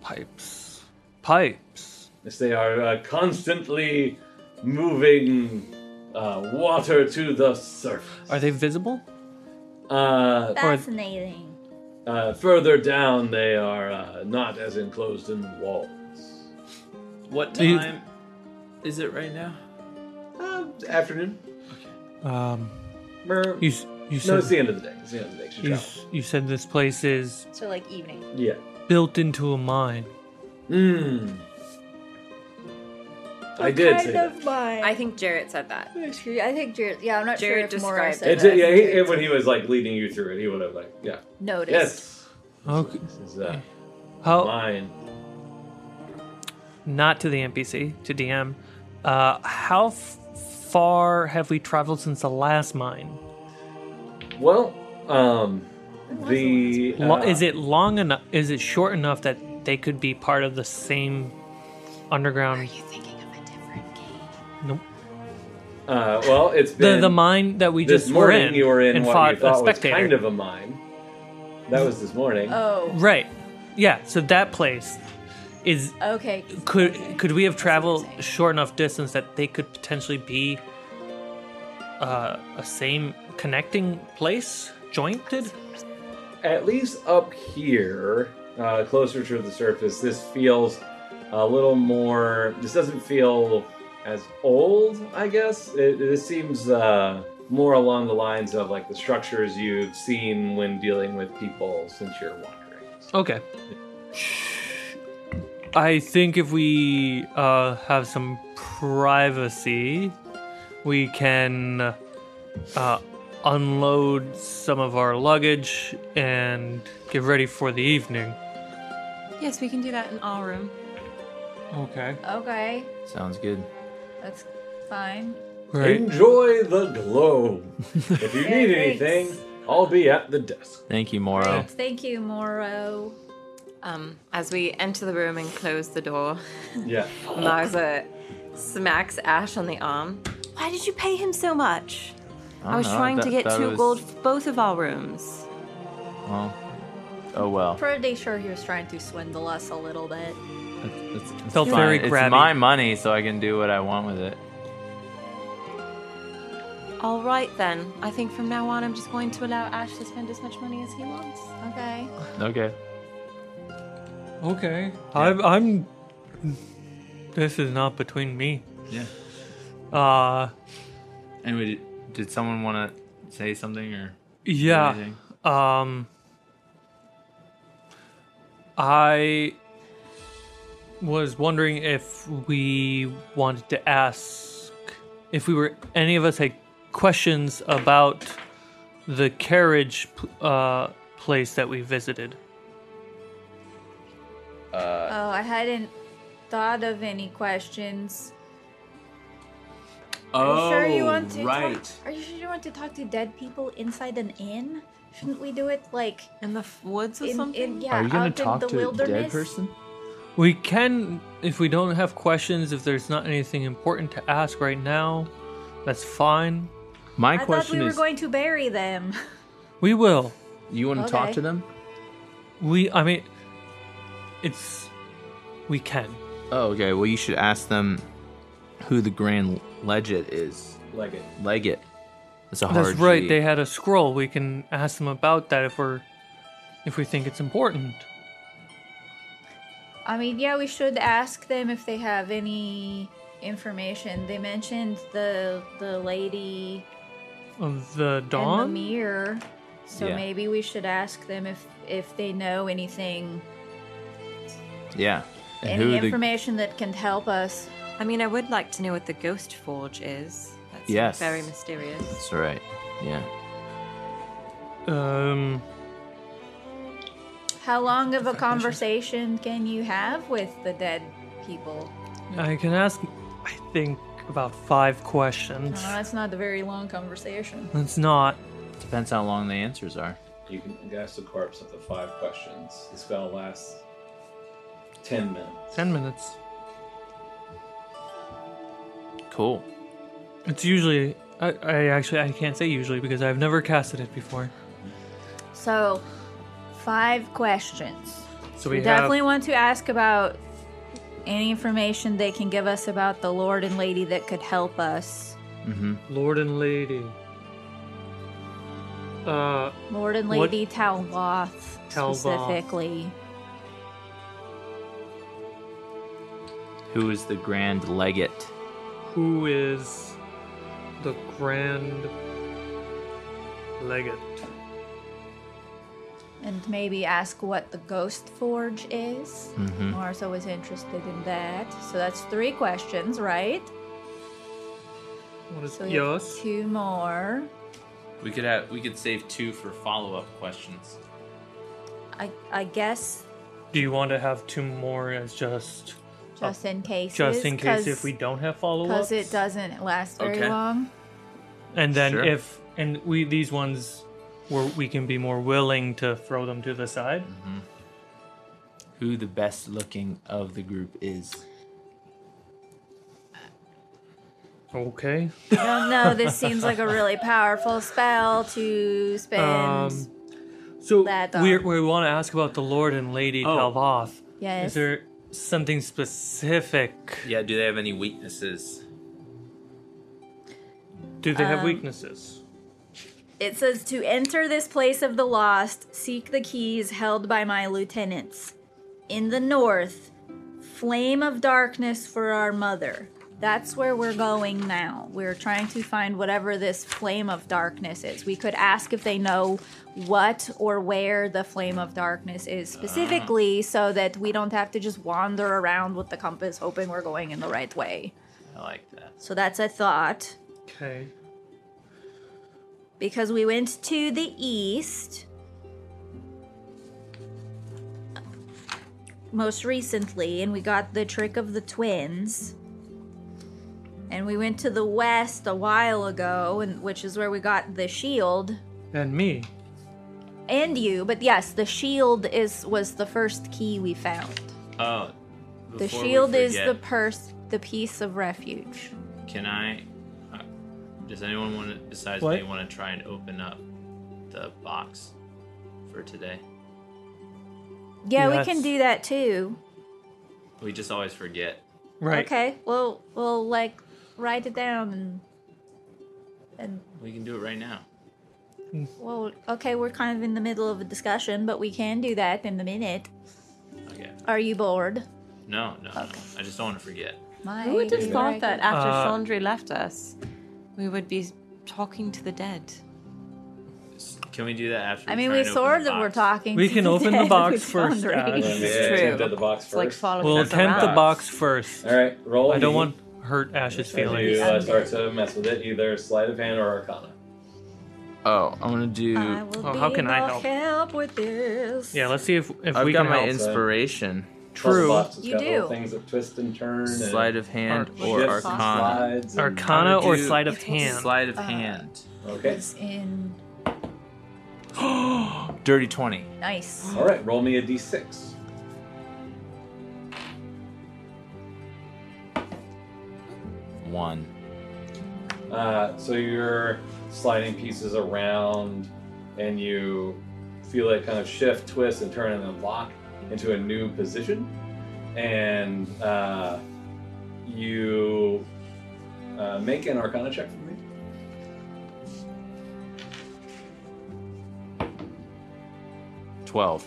Speaker 4: Pipes. Pipes.
Speaker 3: Yes, they are uh, constantly moving uh, water to the surface.
Speaker 2: Are they visible?
Speaker 3: Uh,
Speaker 5: Fascinating.
Speaker 3: uh, further down, they are uh, not as enclosed in the walls.
Speaker 7: What
Speaker 2: Do you-
Speaker 7: time is it right now?
Speaker 3: Uh, afternoon.
Speaker 4: Um,
Speaker 3: Mer-
Speaker 4: you s-
Speaker 3: no,
Speaker 4: you said
Speaker 3: it's the end of the day. It's the end of the day. She
Speaker 4: you,
Speaker 3: travels.
Speaker 4: s- you said this place is
Speaker 6: So like evening.
Speaker 3: Yeah.
Speaker 4: built into a mine.
Speaker 3: Mmm. I did say
Speaker 5: Kind
Speaker 3: that.
Speaker 5: of mine.
Speaker 6: I think Jarrett said that.
Speaker 5: I think Jared. Yeah, I'm not
Speaker 6: Jared
Speaker 5: sure if Mora
Speaker 6: described
Speaker 5: said
Speaker 3: It's,
Speaker 5: that.
Speaker 3: yeah, he, it- when he was like leading you through it, he would have like, yeah,
Speaker 5: noticed.
Speaker 3: yes,
Speaker 4: Okay.
Speaker 3: this is uh,
Speaker 4: How?
Speaker 3: mine.
Speaker 4: Not to the NPC, to DM. Uh, how f- far have we traveled since the last mine?
Speaker 3: Well, um, the
Speaker 4: Lo-
Speaker 3: uh,
Speaker 4: is it long enough? Is it short enough that they could be part of the same
Speaker 8: Are
Speaker 4: underground?
Speaker 8: you thinking of a different game?
Speaker 4: Nope.
Speaker 3: Uh, well, it's
Speaker 4: The
Speaker 3: been
Speaker 4: the mine that we
Speaker 3: this
Speaker 4: just
Speaker 3: morning.
Speaker 4: were in.
Speaker 3: you were in
Speaker 4: and
Speaker 3: what
Speaker 4: fought
Speaker 3: you thought
Speaker 4: a
Speaker 3: was
Speaker 4: spectator.
Speaker 3: kind of a mine. That was this morning.
Speaker 5: Oh,
Speaker 4: right. Yeah. So that place is
Speaker 5: okay.
Speaker 4: could could we have traveled short enough distance that they could potentially be uh, a same connecting place jointed
Speaker 3: At least up here, uh, closer to the surface, this feels a little more. This doesn't feel as old, I guess. It, this seems uh, more along the lines of like the structures you've seen when dealing with people since you're wandering.
Speaker 4: okay i think if we uh, have some privacy we can uh, unload some of our luggage and get ready for the evening
Speaker 6: Yes, we can do that in our room.
Speaker 4: okay
Speaker 5: Okay.
Speaker 7: Sounds good.
Speaker 5: That's fine.
Speaker 4: right
Speaker 3: Enjoy the glow. if you need
Speaker 5: Yeah, thanks.
Speaker 3: anything, I'll be at the desk.
Speaker 7: Thank you,
Speaker 3: Oh.
Speaker 7: Moro.
Speaker 5: Thank you, Moro.
Speaker 6: Um, as we enter the room and close the door,
Speaker 3: Yeah.
Speaker 6: Marza smacks Ash on the arm. Why did you pay him so much? I, was
Speaker 7: dunno,
Speaker 6: trying
Speaker 7: that-
Speaker 6: to get
Speaker 7: that
Speaker 6: two
Speaker 7: was-
Speaker 6: gold for both of our rooms.
Speaker 7: Well, oh well.
Speaker 5: Pretty sure he was trying to swindle us a little bit.
Speaker 7: It's, it's
Speaker 4: Felt
Speaker 7: fine.
Speaker 4: very
Speaker 7: It's
Speaker 4: grabby.
Speaker 7: my money, so I can do what I want with it.
Speaker 6: All right then. I think from now on, I'm just going to allow Ash to spend as much money as he wants.
Speaker 5: Okay.
Speaker 7: Okay.
Speaker 4: Okay. I'm, I'm. This is not between me.
Speaker 7: Yeah.
Speaker 4: Uh,
Speaker 7: Anyway, did, did someone want to say something or
Speaker 4: yeah.
Speaker 7: anything?
Speaker 4: Um, I was wondering if we wanted to ask if we were any of us had questions about the carriage pl- uh, place that we visited.
Speaker 5: Oh, I hadn't thought of any questions. Are you sure you
Speaker 3: Oh,
Speaker 5: want to talk? Are you sure you want to talk to dead people inside an inn? Shouldn't we do it like
Speaker 6: In the f- woods or
Speaker 5: in,
Speaker 6: something?
Speaker 5: in yeah, out in the wilderness?
Speaker 4: We can, if we don't have questions, if there's not anything important to ask right now, that's fine.
Speaker 7: My
Speaker 5: I thought we
Speaker 7: question
Speaker 5: were
Speaker 7: is,
Speaker 5: going to bury them.
Speaker 4: We will.
Speaker 7: you want to
Speaker 5: Okay.
Speaker 7: talk to them?
Speaker 4: We, I mean, it's. We can.
Speaker 7: Oh, okay. Well, you should ask them who the Grand Legate is.
Speaker 3: Like it.
Speaker 7: Legate. It's a hard
Speaker 4: That's right.
Speaker 7: G.
Speaker 4: They had a scroll. We can ask them about that if we're, if we think it's important.
Speaker 5: I mean, yeah, we should ask them if they have any information. They mentioned the the lady
Speaker 4: Of the
Speaker 5: in the
Speaker 4: dawn.
Speaker 5: mirror, so
Speaker 7: Yeah.
Speaker 5: maybe we should ask them if if they know anything,
Speaker 7: Yeah. And
Speaker 5: any
Speaker 7: who the
Speaker 5: information that can help us.
Speaker 6: I mean, I would like to know what the Ghost Forge is. That's
Speaker 7: Yes.
Speaker 6: very mysterious.
Speaker 7: That's right. Yeah.
Speaker 4: Um.
Speaker 5: How long of a conversation can you have with the dead people?
Speaker 4: I can ask. I think about five questions.
Speaker 5: Well, that's not a very long conversation.
Speaker 4: It's not.
Speaker 7: Depends how long the answers are.
Speaker 3: You can ask the corpse up to five questions. The spell lasts ten minutes.
Speaker 4: Ten minutes.
Speaker 7: Cool.
Speaker 4: It's usually. I, I actually I can't say usually because I've never casted it before.
Speaker 5: So, five questions.
Speaker 4: So
Speaker 5: We
Speaker 4: we have
Speaker 5: definitely want to ask about any information they can give us about the Lord and Lady that could help us.
Speaker 4: Lord and Lady. Uh,
Speaker 5: Lord and
Speaker 4: What-
Speaker 5: Lady Talvoth,
Speaker 4: Talvoth.
Speaker 5: specifically.
Speaker 7: Who is the Grand Legate?
Speaker 4: who is the Grand Legate?
Speaker 5: And maybe ask what the Ghost Forge is.
Speaker 4: Mm-hmm.
Speaker 5: Marzo is interested in that. So that's three questions, right?
Speaker 4: What is
Speaker 5: So we have
Speaker 4: yours?
Speaker 5: two more.
Speaker 7: We could have we could save two for follow up questions.
Speaker 5: I, I guess
Speaker 4: Do you want to have two more as just
Speaker 5: just in case.
Speaker 4: Oh, just in case if we don't have follow ups?
Speaker 5: Because it doesn't last very
Speaker 7: Okay.
Speaker 5: long.
Speaker 4: And then
Speaker 7: Sure.
Speaker 4: if and we these ones where we can be more willing to throw them to the side.
Speaker 7: Who the best looking of the group is? Mm-hmm.
Speaker 4: Okay.
Speaker 5: I don't know. This seems like a really powerful spell to spend.
Speaker 4: Um, so
Speaker 5: That, uh,
Speaker 4: we we want to ask about the Lord and Lady
Speaker 7: Oh.
Speaker 4: Talvoth.
Speaker 5: Yes.
Speaker 4: Is there something specific?
Speaker 7: Yeah, do they have any weaknesses?
Speaker 4: Do they
Speaker 5: Um,
Speaker 4: have weaknesses?
Speaker 5: It says to enter this place of the lost, seek the keys held by my lieutenants. In the north, flame of darkness for our mother. That's where we're going now. We're trying to find whatever this flame of darkness is. We could ask if they know what or where the flame of darkness is specifically so that we don't have to just wander around with the compass hoping we're going in the right way.
Speaker 7: I like that.
Speaker 5: So that's a thought
Speaker 4: Okay.
Speaker 5: because we went to the east most recently and we got the trick of the twins and we went to the west a while ago and which is where we got the shield
Speaker 4: And me.
Speaker 5: and you but yes the shield is was the first key we found
Speaker 7: Oh,
Speaker 5: the shield is the purse the piece of refuge
Speaker 7: Can I? Uh, does anyone want to, besides
Speaker 4: What?
Speaker 7: me, want to try and open up the box for today?
Speaker 5: yeah we
Speaker 4: Yes.
Speaker 5: can do that too
Speaker 7: We just always forget.
Speaker 4: Right.
Speaker 5: okay well we'll like write it down and and
Speaker 7: We can do it right now.
Speaker 5: Well, okay, we're kind of in the middle of a discussion, but we can do that in a minute.
Speaker 7: Okay.
Speaker 5: Are you bored?
Speaker 7: No, no, no. I just don't want to forget.
Speaker 5: My
Speaker 6: Who would have thought that after
Speaker 4: Uh,
Speaker 6: Chandri left us, we would be talking to the dead?
Speaker 7: S- Can we do that after?
Speaker 5: I mean,
Speaker 7: try
Speaker 5: we
Speaker 7: and open
Speaker 5: sort
Speaker 7: the
Speaker 5: of were
Speaker 7: box?
Speaker 5: talking.
Speaker 4: We
Speaker 5: to
Speaker 4: can
Speaker 5: the
Speaker 4: open the
Speaker 5: dead
Speaker 4: box
Speaker 5: with
Speaker 4: first,
Speaker 5: Chandra.
Speaker 4: Ash.
Speaker 3: Yeah,
Speaker 6: true.
Speaker 3: attempt at the box
Speaker 6: It's like
Speaker 3: first.
Speaker 6: following
Speaker 4: We'll
Speaker 6: us
Speaker 4: attempt the
Speaker 6: around.
Speaker 4: box first.
Speaker 3: All right, roll.
Speaker 4: I don't
Speaker 3: me.
Speaker 4: want hurt Ash's
Speaker 3: If
Speaker 4: feelings.
Speaker 3: You uh, start to mess with it, either sleight of hand or arcana.
Speaker 7: Oh, I'm gonna do.
Speaker 5: I will
Speaker 4: Oh,
Speaker 5: be
Speaker 4: how can I
Speaker 5: of
Speaker 4: help?
Speaker 5: help with this.
Speaker 4: Yeah, let's see if if
Speaker 7: I've
Speaker 4: we
Speaker 7: got
Speaker 4: can
Speaker 7: my
Speaker 4: help.
Speaker 3: ins-
Speaker 7: inspiration,
Speaker 4: True.
Speaker 3: Puzzle box, it's
Speaker 5: You
Speaker 3: got
Speaker 5: do.
Speaker 3: little Things that twist and turn.
Speaker 7: sleight of hand,
Speaker 4: Arc-
Speaker 3: shifts
Speaker 7: or
Speaker 3: and
Speaker 7: arcana.
Speaker 3: slides and-
Speaker 4: Arcana
Speaker 7: I would
Speaker 4: or
Speaker 7: do-
Speaker 4: sleight of
Speaker 5: It's also
Speaker 4: hand.
Speaker 7: Sleight
Speaker 5: Uh,
Speaker 7: of hand.
Speaker 3: Okay.
Speaker 5: It's in
Speaker 7: Dirty twenty.
Speaker 5: nice.
Speaker 3: All right, roll me a d6.
Speaker 7: One.
Speaker 3: Uh, so you're sliding pieces around, and you feel it kind of shift, twist, and turn, and then lock into a new position. And uh, you uh, make an Arcana check for me.
Speaker 7: Twelve.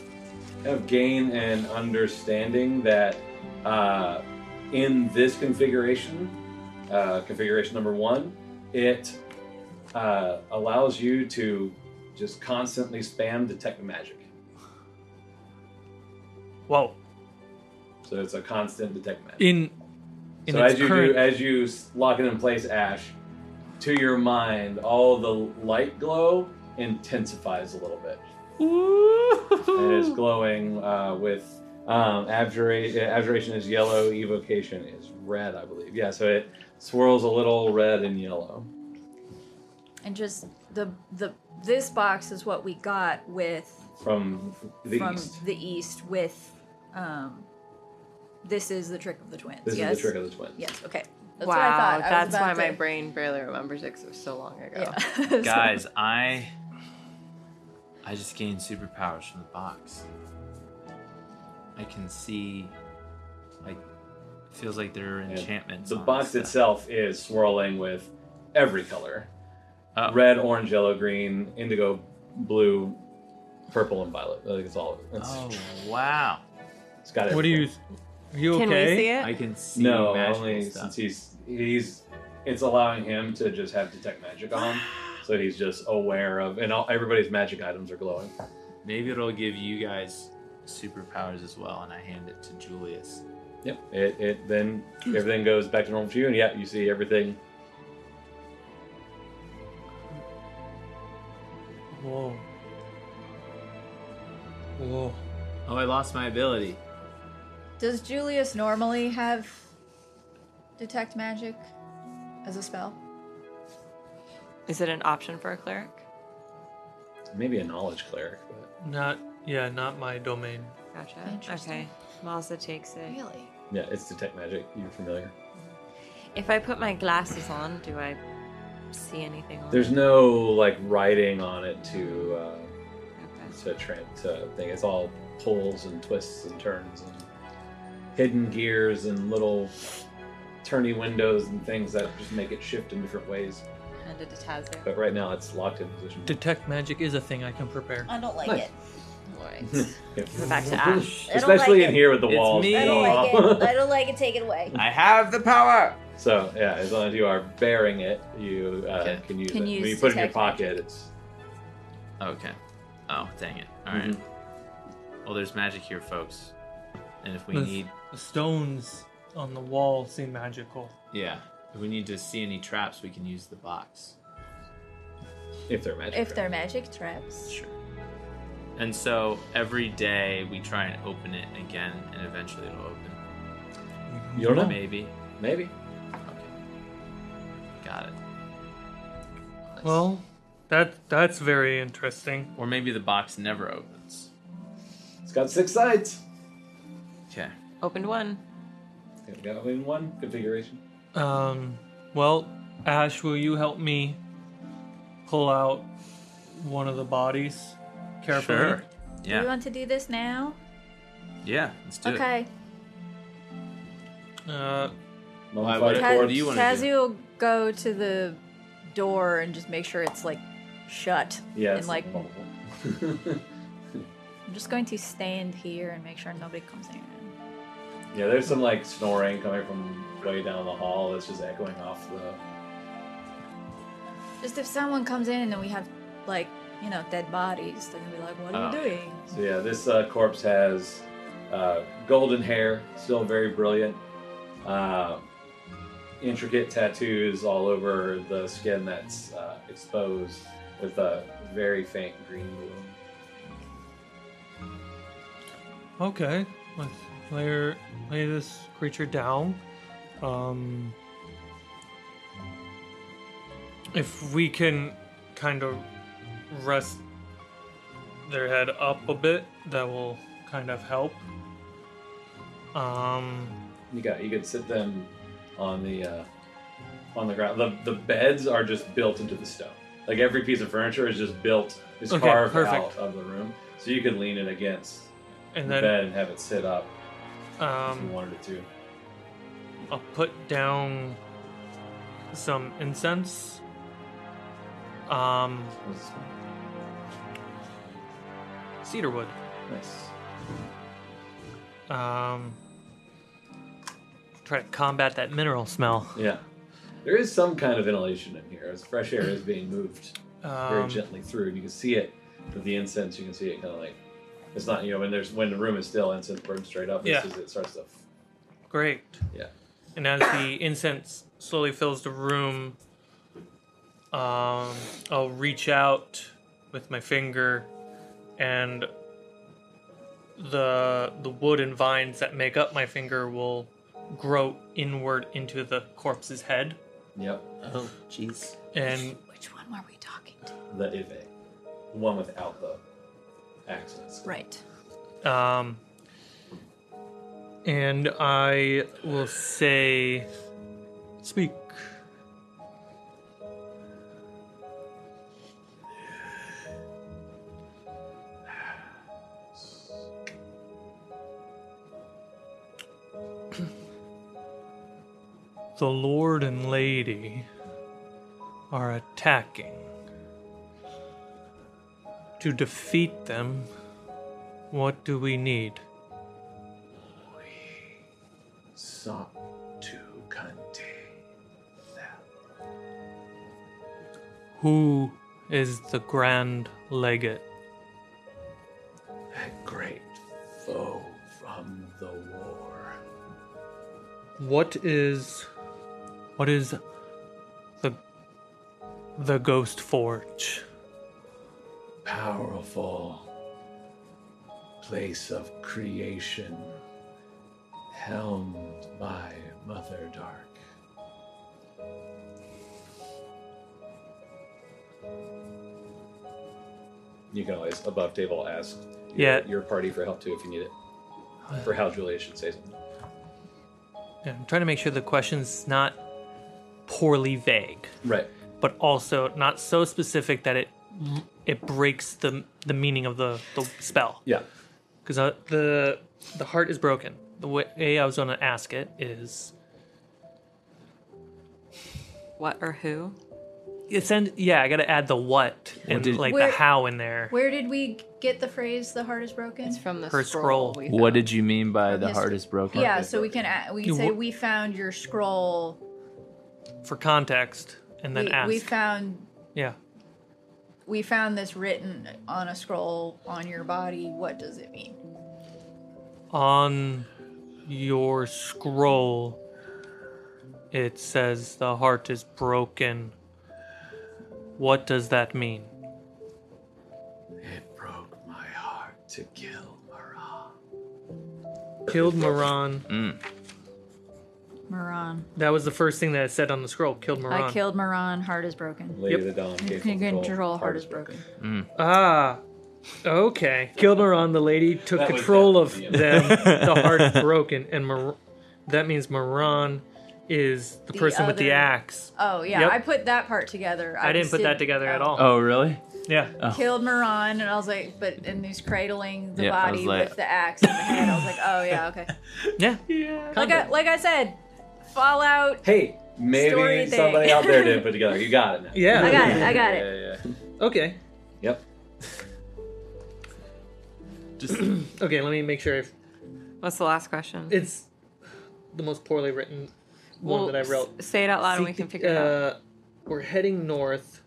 Speaker 3: kind of gain an understanding that uh, in this configuration, uh, configuration number one, it uh, allows you to just constantly spam detect magic.
Speaker 4: Whoa.
Speaker 3: So it's a constant detect magic.
Speaker 4: In in
Speaker 3: so
Speaker 4: its
Speaker 3: as you
Speaker 4: current
Speaker 3: do, as you s- lock it in place, Ash, to your mind, all the light glow intensifies a little bit. And it's glowing uh, with um, abjura- uh, abjuration is yellow, evocation is red, I believe. Yeah, so it swirls a little red and yellow.
Speaker 5: And just the the this box is what we got with
Speaker 3: From the
Speaker 5: from
Speaker 3: east.
Speaker 5: the east with um this is the trick of the twins.
Speaker 3: This
Speaker 5: yes.
Speaker 3: is the trick of the twins.
Speaker 5: Yes, okay. That's
Speaker 6: wow,
Speaker 5: what I thought. I was
Speaker 6: that's
Speaker 5: about
Speaker 6: why
Speaker 5: to-
Speaker 6: my brain barely remembers it because it was so long ago.
Speaker 5: Yeah. So-
Speaker 7: Guys, I I just gained superpowers from the box. I can see like Feels like there are
Speaker 3: Yeah.
Speaker 7: enchantments.
Speaker 3: The
Speaker 7: on
Speaker 3: box
Speaker 7: this stuff.
Speaker 3: itself is swirling with every color
Speaker 7: Oh.
Speaker 3: red, orange, yellow, green, indigo, blue, purple, and violet. I think it's all. It's,
Speaker 7: Oh wow!
Speaker 3: it's got
Speaker 4: What do you?
Speaker 3: everything.
Speaker 4: Are you okay?
Speaker 6: Can we see it?
Speaker 7: I can see
Speaker 3: No,
Speaker 7: magical
Speaker 3: only
Speaker 7: stuff.
Speaker 3: since he's he's it's allowing him to just have detect magic on, him, so he's just aware of, and all, everybody's magic items are glowing.
Speaker 7: Maybe it'll give you guys superpowers as well, and I hand it to Julius.
Speaker 3: Yep. It it then everything goes back to normal for you, and yeah, you see everything.
Speaker 4: Whoa. Whoa.
Speaker 7: Oh, I lost my ability.
Speaker 5: Does Julius normally have detect magic as a spell?
Speaker 6: Is it an option for a cleric?
Speaker 3: Maybe a knowledge cleric, but
Speaker 4: Not yeah, not my domain.
Speaker 6: Gotcha. Okay.
Speaker 5: Interesting.
Speaker 6: Mazda takes it.
Speaker 5: Really?
Speaker 3: yeah, it's detect magic. You're familiar.
Speaker 6: If I put my glasses on, do I see anything on
Speaker 3: There's
Speaker 6: it?
Speaker 3: no like writing on it to uh,
Speaker 6: Okay.
Speaker 3: to, tra- to thing. It's all pulls and twists and turns and hidden gears and little turny windows and things that just make it shift in different ways.
Speaker 6: Handed to Tazza.
Speaker 3: But right now it's locked in position.
Speaker 4: Detect magic is a thing I can prepare.
Speaker 5: I don't like
Speaker 3: Nice.
Speaker 5: it.
Speaker 3: Yeah.
Speaker 6: We're back to Ash.
Speaker 5: I don't
Speaker 3: Especially
Speaker 5: like
Speaker 3: in
Speaker 5: it.
Speaker 3: here with the
Speaker 7: It's
Speaker 3: walls.
Speaker 7: me.
Speaker 5: I don't like it. I don't like it. Take it away.
Speaker 7: I have the power.
Speaker 3: so yeah, as long as you are bearing it, you uh,
Speaker 7: Okay.
Speaker 3: can use
Speaker 5: Can
Speaker 3: it.
Speaker 5: use
Speaker 3: when you put it in your
Speaker 5: detect
Speaker 3: pocket, it's
Speaker 7: Okay. Oh, dang it! All right.
Speaker 3: Mm-hmm.
Speaker 7: Well, there's magic here, folks, and if we
Speaker 4: Let's-
Speaker 7: need,
Speaker 4: The stones on the wall seem magical.
Speaker 7: yeah, if we need to see any traps, we can use the box.
Speaker 3: if they're magic.
Speaker 5: If they're magic traps.
Speaker 7: Sure. And so every day we try and open it again, and eventually it'll open.
Speaker 3: you don't know. Maybe.
Speaker 7: Maybe.
Speaker 3: Maybe.
Speaker 7: Okay. Got it.
Speaker 4: Well, that that's very interesting.
Speaker 7: Or maybe the box never opens.
Speaker 3: It's got six sides.
Speaker 7: Okay.
Speaker 6: Opened one.
Speaker 3: It's got only one configuration.
Speaker 4: Um, well, Ash, will you help me pull out one of the bodies carefully?
Speaker 7: Sure.
Speaker 5: Do you
Speaker 7: Yeah.
Speaker 5: want to do this now?
Speaker 7: Yeah. Let's do it.
Speaker 5: okay.
Speaker 4: Uh,
Speaker 7: Why
Speaker 3: Mummified
Speaker 7: would it-
Speaker 5: Taz,
Speaker 7: Or
Speaker 3: corpse.
Speaker 7: do you wanna
Speaker 5: Tazzy
Speaker 7: do-
Speaker 5: will go to the door and just make sure it's like shut.
Speaker 3: Yeah,
Speaker 5: And
Speaker 3: it's
Speaker 5: like,
Speaker 3: multiple.
Speaker 5: I'm just going to stand here and make sure nobody comes in.
Speaker 3: yeah, there's some like snoring coming from way down the hall. It's just echoing off the.
Speaker 5: Just if someone comes in and we have like, you know, dead bodies, they're gonna be like, what are
Speaker 7: Oh,
Speaker 5: you
Speaker 7: yeah.
Speaker 5: doing?
Speaker 3: So yeah, this uh, corpse has uh, golden hair, still very brilliant. Uh, intricate tattoos all over the skin that's uh, exposed, with a very faint green glow.
Speaker 4: okay. Let's lay, lay this creature down. Um, if we can kind of rest their head up a bit, that will kind of help. Um,
Speaker 3: You got you could sit them on the uh, on the ground. The the beds are just built into the stone. Like every piece of furniture is just built, is
Speaker 4: Okay,
Speaker 3: carved out
Speaker 4: perfect.
Speaker 3: of the room. So you could lean it against
Speaker 4: and
Speaker 3: the
Speaker 4: then
Speaker 3: bed and have it sit up if you
Speaker 4: um,
Speaker 3: wanted it to.
Speaker 4: I'll put down some incense. Um,
Speaker 3: What's this one?
Speaker 4: cedarwood.
Speaker 3: Nice.
Speaker 4: Um, try to combat that mineral smell.
Speaker 3: Yeah. There is some kind of ventilation in here as fresh air is being moved very
Speaker 4: Um,
Speaker 3: gently through. And you can see it with the incense. You can see it kind of like it's not you know when there's when the room is still incense burns straight up.
Speaker 4: Yeah.
Speaker 3: This is it starts to
Speaker 4: great.
Speaker 3: yeah.
Speaker 4: And as the incense slowly fills the room, um, I'll reach out with my finger, and the the wood and vines that make up my finger will grow inward into the corpse's head.
Speaker 3: Yep.
Speaker 7: Oh, jeez.
Speaker 4: And
Speaker 5: Which one were we talking to?
Speaker 3: The Ive, the one without the accents.
Speaker 5: Right.
Speaker 4: Um, and I will say, speak. the Lord and Lady are attacking. To defeat them, what do we need?
Speaker 3: sought to contain them.
Speaker 4: Who is the Grand Legate?
Speaker 3: That great foe from the war.
Speaker 4: What is what is the the Ghost Forge?
Speaker 3: Powerful place of creation, helmed by Mother Dark. You can always above table ask your,
Speaker 4: Yeah.
Speaker 3: your party for help too if you need it.
Speaker 4: uh,
Speaker 3: For how Julia should say something.
Speaker 4: Yeah, I'm trying to make sure the question's not poorly vague,
Speaker 3: Right.
Speaker 4: but also not so specific that it it breaks the the meaning of the, the spell.
Speaker 3: Yeah.
Speaker 4: because uh, the the heart is broken. The way I was going to ask it is,
Speaker 2: What or who?
Speaker 4: it's end. Yeah, I got to add the what and
Speaker 7: did-
Speaker 4: like
Speaker 5: Where-
Speaker 4: the how in there.
Speaker 5: Where did we get the phrase "the heart is broken"?
Speaker 2: It's from the
Speaker 4: Her
Speaker 2: scroll. we
Speaker 4: scroll.
Speaker 2: found.
Speaker 7: What did you mean by the heart
Speaker 5: history.
Speaker 7: is broken?
Speaker 5: yeah, so we can a- we can
Speaker 4: You
Speaker 5: say
Speaker 4: wh-
Speaker 5: we found your scroll.
Speaker 4: For context, and then
Speaker 5: we,
Speaker 4: ask.
Speaker 5: we found
Speaker 4: yeah,
Speaker 5: we found this written on a scroll on your body. What does it mean?
Speaker 4: on your scroll, it says the heart is broken. What does that mean?
Speaker 3: It broke my heart to kill Marat.
Speaker 4: Killed Moran.
Speaker 5: Moran.
Speaker 4: That was the first thing that it said on the scroll. Killed Moran.
Speaker 5: I killed Moran. Heart is broken.
Speaker 3: Lady
Speaker 4: Yep.
Speaker 3: of the Dawn
Speaker 5: You
Speaker 3: gave
Speaker 5: can
Speaker 3: control.
Speaker 5: control. Heart is broken.
Speaker 4: Ah, okay. Killed Moran, the lady, took
Speaker 3: That was
Speaker 4: control of
Speaker 3: definitely
Speaker 4: them. the heart broken, and Mar- that means Moran is the,
Speaker 5: The
Speaker 4: person with the
Speaker 5: other-
Speaker 4: axe.
Speaker 5: Oh yeah,
Speaker 4: Yep.
Speaker 5: I put that part together.
Speaker 4: I didn't
Speaker 5: just
Speaker 4: put that together at
Speaker 5: oh.
Speaker 4: all.
Speaker 7: Oh, really?
Speaker 4: Yeah,
Speaker 3: Oh.
Speaker 5: Killed Moran, and I was like, but and he's cradling the
Speaker 7: Yeah, I
Speaker 5: body
Speaker 7: was like-
Speaker 5: with the axe in the head. I was like, oh yeah, okay.
Speaker 4: yeah.
Speaker 5: Like I, like I said, Fallout.
Speaker 3: Hey,
Speaker 5: Story
Speaker 3: maybe
Speaker 5: thing.
Speaker 3: somebody out there did put together. You got it now.
Speaker 4: Yeah.
Speaker 5: I got it. I got it.
Speaker 7: Yeah, yeah.
Speaker 4: Okay.
Speaker 3: Yep.
Speaker 7: Just
Speaker 4: Okay. Let me make sure. If
Speaker 2: What's the last question?
Speaker 4: it's the most poorly written one
Speaker 2: Well,
Speaker 4: that I wrote.
Speaker 2: s- Say it out loud and we can figure it out.
Speaker 4: uh, We're heading north.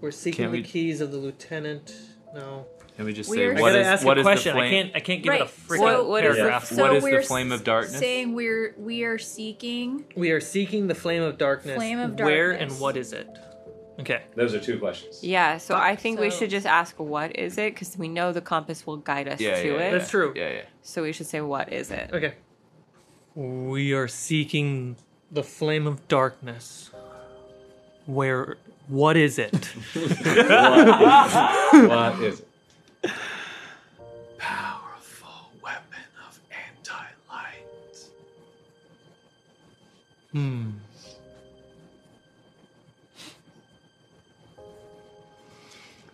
Speaker 4: We're seeking
Speaker 7: Can't
Speaker 4: the
Speaker 7: we-
Speaker 4: keys of the lieutenant. No.
Speaker 7: can we just
Speaker 5: We
Speaker 7: say
Speaker 5: are-
Speaker 4: I
Speaker 7: what
Speaker 4: gotta
Speaker 7: is
Speaker 4: ask
Speaker 7: what
Speaker 4: a
Speaker 7: is
Speaker 4: question.
Speaker 7: the flame?
Speaker 4: I can't. I can't give it a
Speaker 5: Right,
Speaker 4: freaking
Speaker 5: so
Speaker 2: what is the-
Speaker 4: paragraph.
Speaker 5: So
Speaker 7: What is the
Speaker 5: we're
Speaker 7: flame of
Speaker 5: s-
Speaker 7: darkness?
Speaker 5: Saying we're we are seeking.
Speaker 4: We are seeking the flame of darkness.
Speaker 5: Flame of
Speaker 4: Where
Speaker 5: darkness.
Speaker 4: and what is it? Okay.
Speaker 3: Those are two questions.
Speaker 2: Yeah, so I think we
Speaker 5: So-
Speaker 2: should just ask what is it because we know the compass will guide us
Speaker 7: Yeah,
Speaker 2: to
Speaker 7: yeah,
Speaker 2: it.
Speaker 7: yeah.
Speaker 4: That's true.
Speaker 7: Yeah, yeah.
Speaker 2: So we should say what is it?
Speaker 4: Okay. We are seeking the flame of darkness. Where? What is it?
Speaker 3: what is it? Powerful weapon of anti light.
Speaker 4: hmm.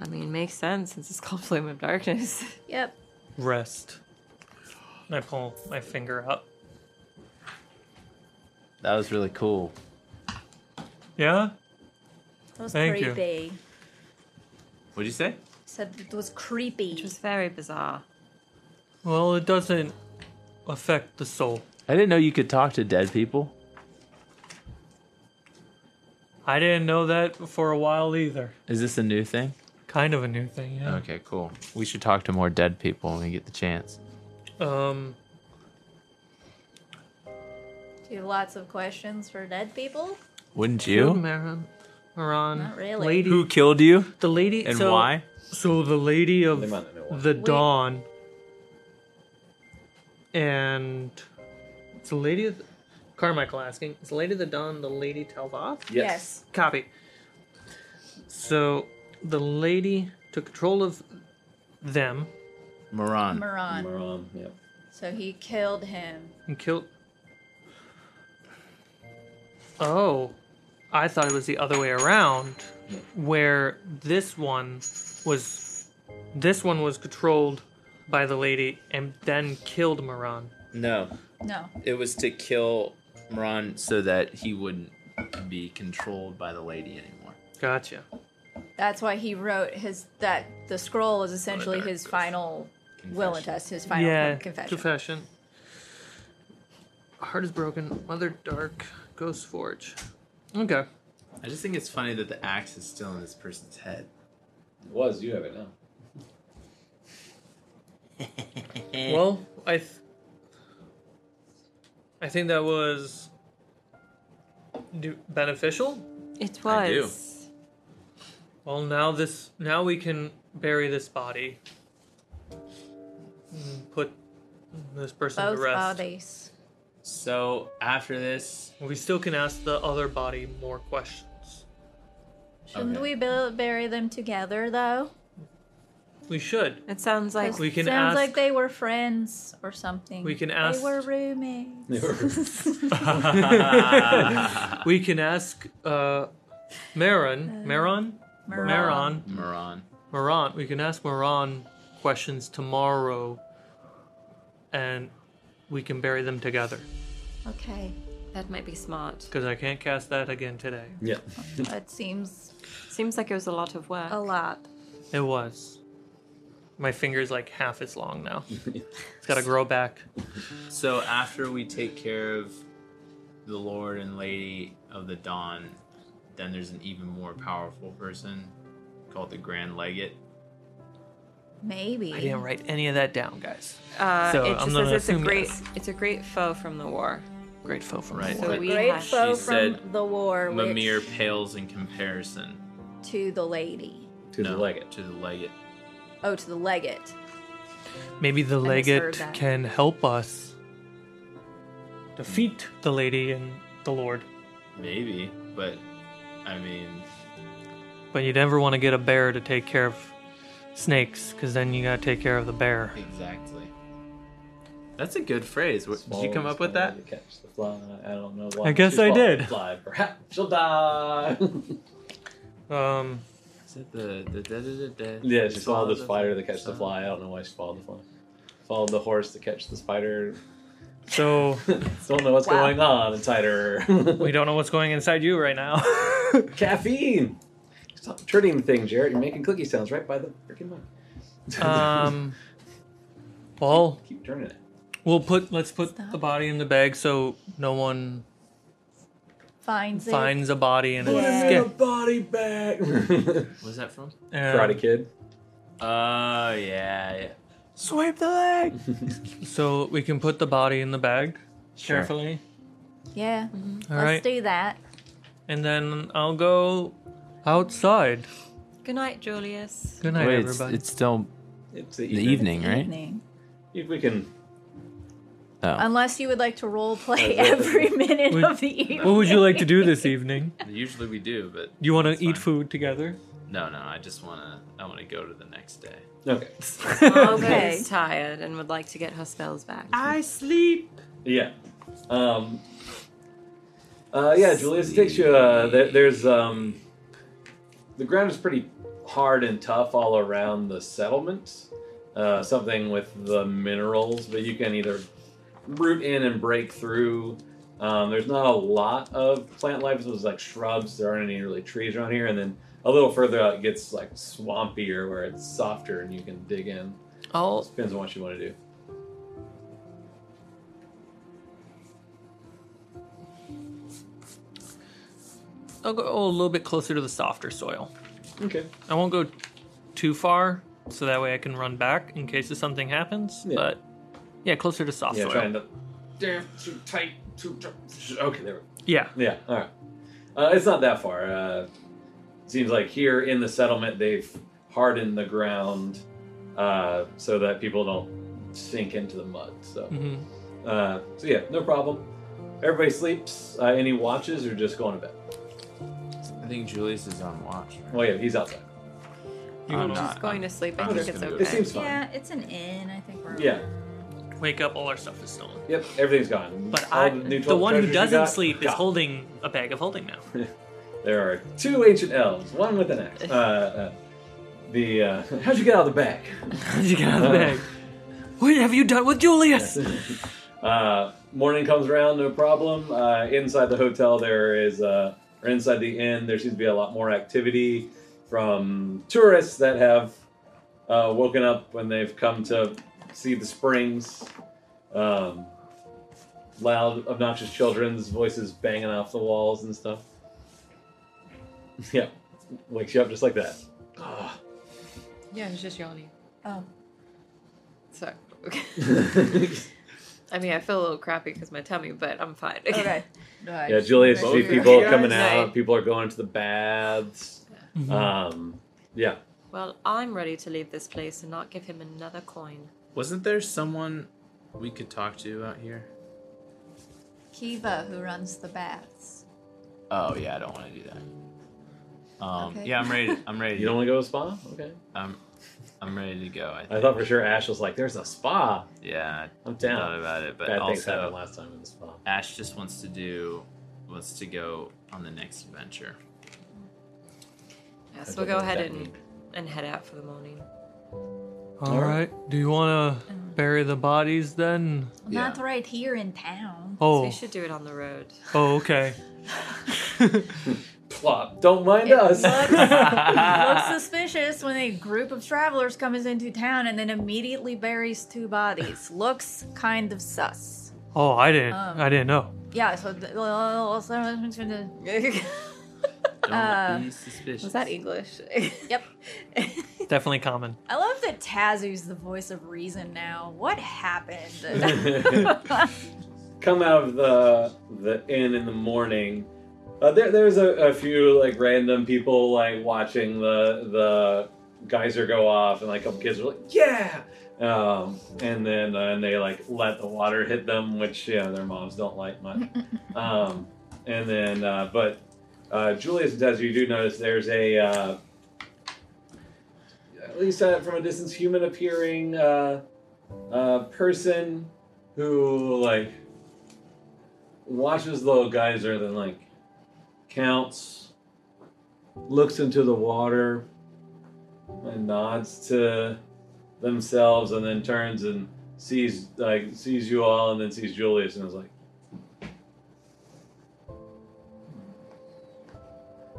Speaker 2: I mean, makes sense since it's called Flame of Darkness.
Speaker 5: Yep.
Speaker 4: Rest. And I pull my finger up.
Speaker 7: That was really cool.
Speaker 4: Yeah.
Speaker 5: That was
Speaker 4: Thank you.
Speaker 5: creepy.
Speaker 7: What'd you say?
Speaker 5: Said it was creepy.
Speaker 2: Which was very bizarre.
Speaker 4: Well, it doesn't affect the soul.
Speaker 7: I didn't know you could talk to dead people.
Speaker 4: I didn't know that for a while either.
Speaker 7: Is this a new thing?
Speaker 4: Kind of a new thing. Yeah.
Speaker 7: Okay, cool. We should talk to more dead people when we get the chance. Uh,
Speaker 4: Um.
Speaker 5: Do you have lots of questions for dead people?
Speaker 7: Wouldn't
Speaker 4: Killed
Speaker 7: you?
Speaker 4: Maron. Maron.
Speaker 5: Not really.
Speaker 4: Lady.
Speaker 7: Who killed you
Speaker 4: the lady.
Speaker 7: and
Speaker 4: so-
Speaker 7: why?
Speaker 4: So the lady of
Speaker 3: They might not know why.
Speaker 4: the dawn, and it's the lady of the, Carmichael asking. Is the lady of the dawn the lady Telvoth?
Speaker 3: Yes.
Speaker 4: Copy. So the lady took control of them
Speaker 7: Moran.
Speaker 5: Moran.
Speaker 3: Moran, yep.
Speaker 5: So he killed him.
Speaker 4: and killed. Oh, I thought it was the other way around, where this one was, this one was controlled by the lady and then killed Moran.
Speaker 7: No,
Speaker 5: No.
Speaker 7: it was to kill Moran so that he wouldn't be controlled by the lady anymore.
Speaker 4: Gotcha.
Speaker 5: That's why he wrote his that the scroll was essentially his final will and
Speaker 7: Confession.
Speaker 5: test, his final
Speaker 4: yeah.
Speaker 5: confession.
Speaker 4: Confession. Heart is broken. Mother dark. Ghost forge. Okay.
Speaker 7: I just think it's funny that the axe is still in this person's head.
Speaker 3: It was. You have it now.
Speaker 4: Well, I. Th- I think that was do- beneficial.
Speaker 2: It was.
Speaker 7: I do.
Speaker 4: Well, now this now we can bury this body. And Put this person
Speaker 5: Both
Speaker 4: to rest.
Speaker 5: bodies.
Speaker 7: So after this,
Speaker 4: We still can ask the other body more questions.
Speaker 5: Shouldn't
Speaker 7: Okay.
Speaker 5: we bu- bury them together though?
Speaker 4: We should.
Speaker 2: It sounds like
Speaker 5: 'Cause
Speaker 4: We can
Speaker 5: sounds
Speaker 4: ask-
Speaker 5: like they were friends or something.
Speaker 4: We can
Speaker 5: They
Speaker 4: ask-
Speaker 5: were roommates.
Speaker 3: They were-
Speaker 4: We can ask uh
Speaker 5: Uh,
Speaker 4: Maron, Maron, Maron,
Speaker 7: Moran.
Speaker 4: Maron. We can ask Maron questions tomorrow and we can bury them together
Speaker 5: Okay,
Speaker 2: that might be smart.
Speaker 4: because I can't cast that again today.
Speaker 3: yeah.
Speaker 5: that seems
Speaker 2: Seems like it was a lot of work.
Speaker 5: a lot.
Speaker 4: It was. My finger's like half as long now. it's got to grow back.
Speaker 7: So after we take care of the Lord and Lady of the Dawn, then there's an even more powerful person called the Grand Legate.
Speaker 5: Maybe.
Speaker 4: I didn't write any of that down, guys.
Speaker 2: Uh,
Speaker 4: So,
Speaker 2: it
Speaker 4: I'm
Speaker 2: just
Speaker 4: gonna
Speaker 2: says it's a
Speaker 4: assume
Speaker 2: great
Speaker 4: yes.
Speaker 2: it's a great foe from the war.
Speaker 4: Great foe for
Speaker 7: Right.
Speaker 4: right.
Speaker 2: So
Speaker 7: but
Speaker 2: we
Speaker 5: Great
Speaker 2: have
Speaker 5: foe
Speaker 7: She
Speaker 5: from
Speaker 7: said
Speaker 5: the war which-
Speaker 7: Mimir pales in comparison.
Speaker 5: to the lady.
Speaker 3: To the
Speaker 7: No,
Speaker 3: legate.
Speaker 7: To the Legate.
Speaker 5: Oh, to the legate.
Speaker 4: Maybe the
Speaker 5: misheard
Speaker 4: legate
Speaker 5: that.
Speaker 4: can help us defeat the lady and the lord.
Speaker 7: Maybe, but I mean,
Speaker 4: But you never want to get a bear to take care of snakes, because then you gotta take care of the bear.
Speaker 7: exactly. That's a good phrase. Wh- Did you
Speaker 3: Small
Speaker 7: come
Speaker 3: is
Speaker 7: up with
Speaker 3: small
Speaker 7: that?
Speaker 3: to Catch the fly. I don't know why.
Speaker 4: I guess
Speaker 3: She's
Speaker 4: I
Speaker 3: small to
Speaker 4: did.
Speaker 3: Fly, perhaps she'll die.
Speaker 4: Um,
Speaker 7: Is it the the da da da da?
Speaker 3: yeah, she swallowed the spider to catch the fly. I don't know why she swallowed the fly. Followed the horse to catch the spider.
Speaker 4: so
Speaker 3: don't know what's going on inside her.
Speaker 4: we don't know what's going inside you right now.
Speaker 3: Caffeine. Stop turning the thing, Jarrett. You're making cookie sounds right by the freaking mic.
Speaker 4: um, well,
Speaker 3: Keep turning it.
Speaker 4: we'll put let's put the body in the bag so no one
Speaker 5: Finds it.
Speaker 4: finds a body and
Speaker 5: Put
Speaker 4: it's
Speaker 5: him
Speaker 3: In a
Speaker 4: skin.
Speaker 3: body bag. Karate
Speaker 7: What's that from?
Speaker 3: Kid.
Speaker 7: Oh uh, yeah, yeah.
Speaker 4: Swipe the leg. so we can put the body in the bag carefully.
Speaker 5: Yeah.
Speaker 4: All
Speaker 5: Let's
Speaker 4: right,
Speaker 5: do that.
Speaker 4: and then I'll go outside.
Speaker 2: Good night, Julius.
Speaker 4: Good night,
Speaker 7: Wait, it's,
Speaker 4: everybody.
Speaker 7: it's still
Speaker 3: It's the
Speaker 7: the
Speaker 3: evening.
Speaker 7: evening, right?
Speaker 5: Evening.
Speaker 3: If we can.
Speaker 7: Oh.
Speaker 5: Unless you would like to role play
Speaker 3: Uh,
Speaker 5: every minute
Speaker 4: Would-
Speaker 5: of the evening.
Speaker 4: what would you like to do this evening?
Speaker 7: Usually we do, but
Speaker 4: You want to
Speaker 7: fine.
Speaker 4: eat food together?
Speaker 7: no, no. I just wanna, I wanna go to the next day.
Speaker 3: Okay.
Speaker 2: Olga
Speaker 5: Okay.
Speaker 2: is tired and would like to get her spells back.
Speaker 7: I sleep.
Speaker 3: Yeah. Um, uh, yeah, Julius, it takes you. Uh, there, there's um, the ground is pretty hard and tough all around the settlement. Uh, something with the minerals, but you can either root in and break through. Um, there's not a lot of plant life. So there's like shrubs. There aren't any really trees around here. And then a little further out, it gets like swampier, where it's softer and you can dig in.
Speaker 4: I'll
Speaker 3: Depends on what you want to do.
Speaker 4: I'll go a little bit closer to the softer soil.
Speaker 3: Okay.
Speaker 4: I won't go too far, so that way I can run back in case if something happens.
Speaker 3: Yeah.
Speaker 4: But yeah, closer to soft
Speaker 3: Yeah,
Speaker 4: soil.
Speaker 3: trying to. Damn, too tight, too tight. Okay, there we go.
Speaker 4: Yeah,
Speaker 3: Yeah, all right. Uh, it's not that far. Uh, seems like here in the settlement, they've hardened the ground uh, so that people don't sink into the mud. So,
Speaker 4: hmm
Speaker 3: uh, so yeah, no problem. Everybody sleeps. Uh, any watches or just going to bed?
Speaker 7: I think Julius is on watch.
Speaker 3: Well, yeah, he's outside.
Speaker 7: I'm
Speaker 2: She's
Speaker 7: not.
Speaker 2: going to sleep. I
Speaker 7: I'm
Speaker 2: think
Speaker 7: just
Speaker 2: it's
Speaker 7: gonna
Speaker 2: okay.
Speaker 7: do
Speaker 3: It seems fine.
Speaker 5: Yeah, it's an inn. I think we're.
Speaker 3: Yeah.
Speaker 4: wake up. All our stuff is stolen.
Speaker 3: Yep, everything's gone.
Speaker 4: But
Speaker 3: All
Speaker 4: I,
Speaker 3: the new
Speaker 4: the
Speaker 3: toilet
Speaker 4: one who
Speaker 3: treasures you
Speaker 4: doesn't
Speaker 3: got,
Speaker 4: sleep is
Speaker 3: gone.
Speaker 4: holding a bag of holding now.
Speaker 3: There are two ancient elves, one with an axe. Uh, uh, the uh, how'd you get out of the back? Uh-huh.
Speaker 4: How'd you get out of the bag? What have you done with Julius?
Speaker 3: Uh, morning comes around, no problem. Uh, inside the hotel, there is, uh, or inside the inn, there seems to be a lot more activity from tourists that have uh, woken up when they've come to see the springs. Um, loud, obnoxious children's voices banging off the walls and stuff. yeah, wakes you up just like that. Ah.
Speaker 2: Yeah, he's just yawning.
Speaker 5: Oh.
Speaker 2: So, okay. I mean, I feel a little crappy because my tummy, but I'm fine.
Speaker 5: Okay.
Speaker 3: Yeah, Julia used to see
Speaker 2: Both
Speaker 3: people
Speaker 2: of you.
Speaker 3: coming
Speaker 2: Right.
Speaker 3: out. People are going to the baths. Um, yeah.
Speaker 2: Well, I'm ready to leave this place and not give him another coin.
Speaker 7: Wasn't there someone we could talk to out here?
Speaker 5: Kiva, who runs the baths.
Speaker 7: Oh yeah, I don't want to do that. Um,
Speaker 5: Okay.
Speaker 7: Yeah, I'm ready. I'm ready.
Speaker 3: You don't want to go to a spa? Okay.
Speaker 7: I'm, I'm ready to go. I think.
Speaker 3: I thought for sure Ash was like, "There's a spa."
Speaker 7: yeah,
Speaker 3: I'm
Speaker 7: I thought
Speaker 3: down.
Speaker 7: about it, but
Speaker 3: Bad things happened
Speaker 7: also
Speaker 3: last time in the spa.
Speaker 7: Ash just wants to do, wants to go on the next adventure.
Speaker 2: Yeah,
Speaker 3: I
Speaker 2: so
Speaker 3: don't
Speaker 2: we'll
Speaker 3: know
Speaker 2: go
Speaker 3: what
Speaker 2: ahead
Speaker 3: that
Speaker 2: and,
Speaker 3: means.
Speaker 2: and head out for the morning.
Speaker 4: All right. Do you want to
Speaker 2: Um.
Speaker 4: bury the bodies then?
Speaker 5: Well, Not right here in town.
Speaker 2: So
Speaker 4: Oh.
Speaker 2: we should do it on the road.
Speaker 4: Oh, okay.
Speaker 3: plop. Don't mind us.
Speaker 5: Looks suspicious when a group of travelers comes into town and then immediately buries two bodies. Looks kind of sus.
Speaker 4: Oh, I didn't.
Speaker 5: Um.
Speaker 4: I didn't know.
Speaker 5: Yeah, so. th- Was
Speaker 7: Don't
Speaker 5: Uh,
Speaker 7: be suspicious.
Speaker 2: Was that English?
Speaker 5: Yep.
Speaker 4: Definitely common.
Speaker 5: I love that Tazu's the voice of reason now. What happened?
Speaker 3: Come out of the the inn in the morning. Uh, there, there's a, a few like random people like watching the the geyser go off, and like a couple kids were like, "Yeah!" Um, and then uh, and they like let the water hit them, which you know their moms don't like much. Um, and then, uh, but uh, Julius and Tazu, you do notice there's a uh, at least uh, from a distance human appearing uh, uh, person who like watches the little geyser, then like counts, looks into the water, and nods to themselves, and then turns and sees like sees you all, and then sees Julius, and is like,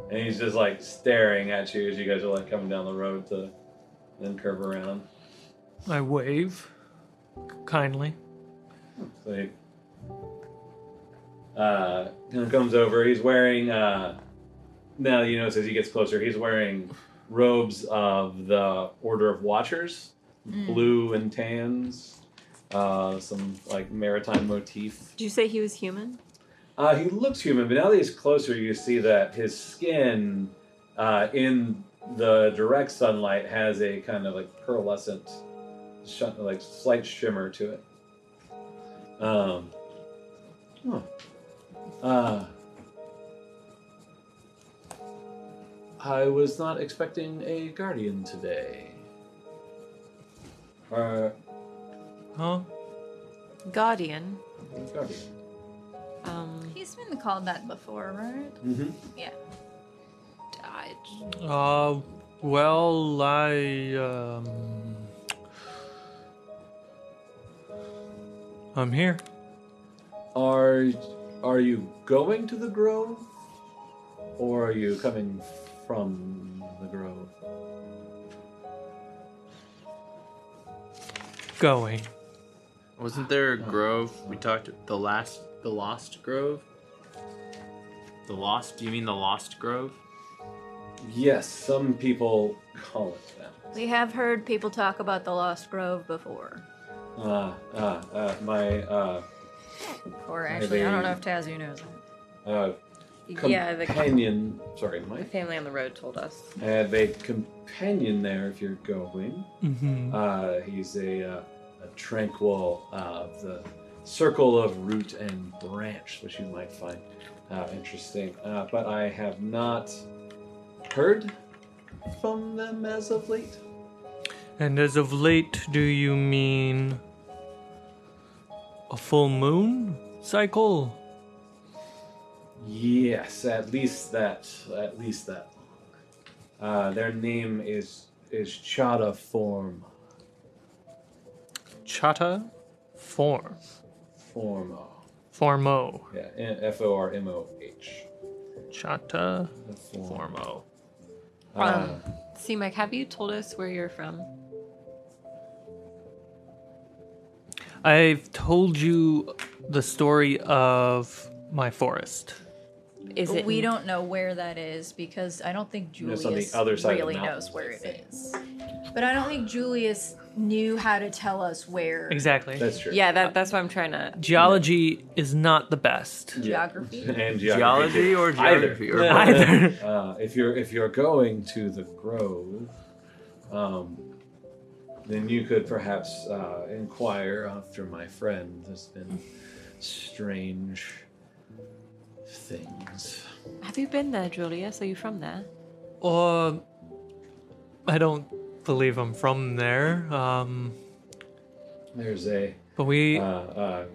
Speaker 3: and he's just like staring at you as you guys are like coming down the road to then curve around.
Speaker 4: I wave kindly.
Speaker 3: So he uh, kind of comes over. He's wearing, uh, now you notice as he gets closer, he's wearing robes of the Order of Watchers, blue and tans, uh, some like maritime motif.
Speaker 2: Did you say he was human?
Speaker 3: Uh, he looks human, but now that he's closer, you see that his skin uh, in the direct sunlight has a kind of like pearlescent, sh- like slight shimmer to it. Um, huh. uh, I was not expecting a guardian today. Uh,
Speaker 4: Huh?
Speaker 2: Guardian.
Speaker 3: guardian.
Speaker 2: Um,
Speaker 5: He's been called that before, right?
Speaker 3: Mm-hmm.
Speaker 2: died.
Speaker 4: Uh, well, I um, I'm here.
Speaker 3: Are are you going to the grove, or are you coming from the grove?
Speaker 4: Going.
Speaker 7: Wasn't there a grove we talked the last the lost grove? The lost? Do you mean the lost grove?
Speaker 3: Yes, some people call it that.
Speaker 5: We have heard people talk about the Lost Grove before.
Speaker 3: Uh, uh, uh, my uh,
Speaker 5: Or
Speaker 3: Maybe-
Speaker 5: actually, I don't know if Tazu knows. that.
Speaker 3: uh,
Speaker 2: Yeah, the
Speaker 3: companion. Sorry, my
Speaker 2: family on the road told us.
Speaker 3: I Uh, have a companion there if you're going.
Speaker 4: Mm-hmm.
Speaker 3: Uh, he's a, uh, a tranquil uh, of the circle of root and branch, which you might find uh, interesting. Uh, but I have not heard from them as of late.
Speaker 4: And as of late, do you mean a full moon cycle?
Speaker 3: Yes, at least that. At least that. Uh, their name is is Chada Form.
Speaker 4: Chata form.
Speaker 3: Formo.
Speaker 4: Formo.
Speaker 3: Yeah, F O R M O H.
Speaker 4: Chata.
Speaker 3: Formo.
Speaker 4: Formo.
Speaker 3: Uh,
Speaker 2: Um, See, Mike, have you told us where you're from?
Speaker 4: I've told you the story of my forest.
Speaker 2: Is it?
Speaker 5: we don't know where that is because I don't think
Speaker 3: It's
Speaker 5: Julius
Speaker 3: on the other side of the
Speaker 5: really
Speaker 3: mountains,
Speaker 5: knows where
Speaker 3: I
Speaker 5: it
Speaker 3: think.
Speaker 5: is. But I don't think Julius knew how to tell us where
Speaker 4: Exactly.
Speaker 3: that's true.
Speaker 2: Yeah, that, that's what I'm trying to.
Speaker 4: Geology is not the best.
Speaker 5: geography.
Speaker 3: And
Speaker 7: Geology or
Speaker 3: Either.
Speaker 7: geography or
Speaker 4: Yeah. Either.
Speaker 3: Uh, if you're if you're going to the grove, um, then you could perhaps uh, inquire after my friend. There's been strange things.
Speaker 2: Have you been there, Julius? Are you from there?
Speaker 4: Um, I don't believe I'm from there. Um,
Speaker 3: There's a
Speaker 4: but we
Speaker 3: uh, uh,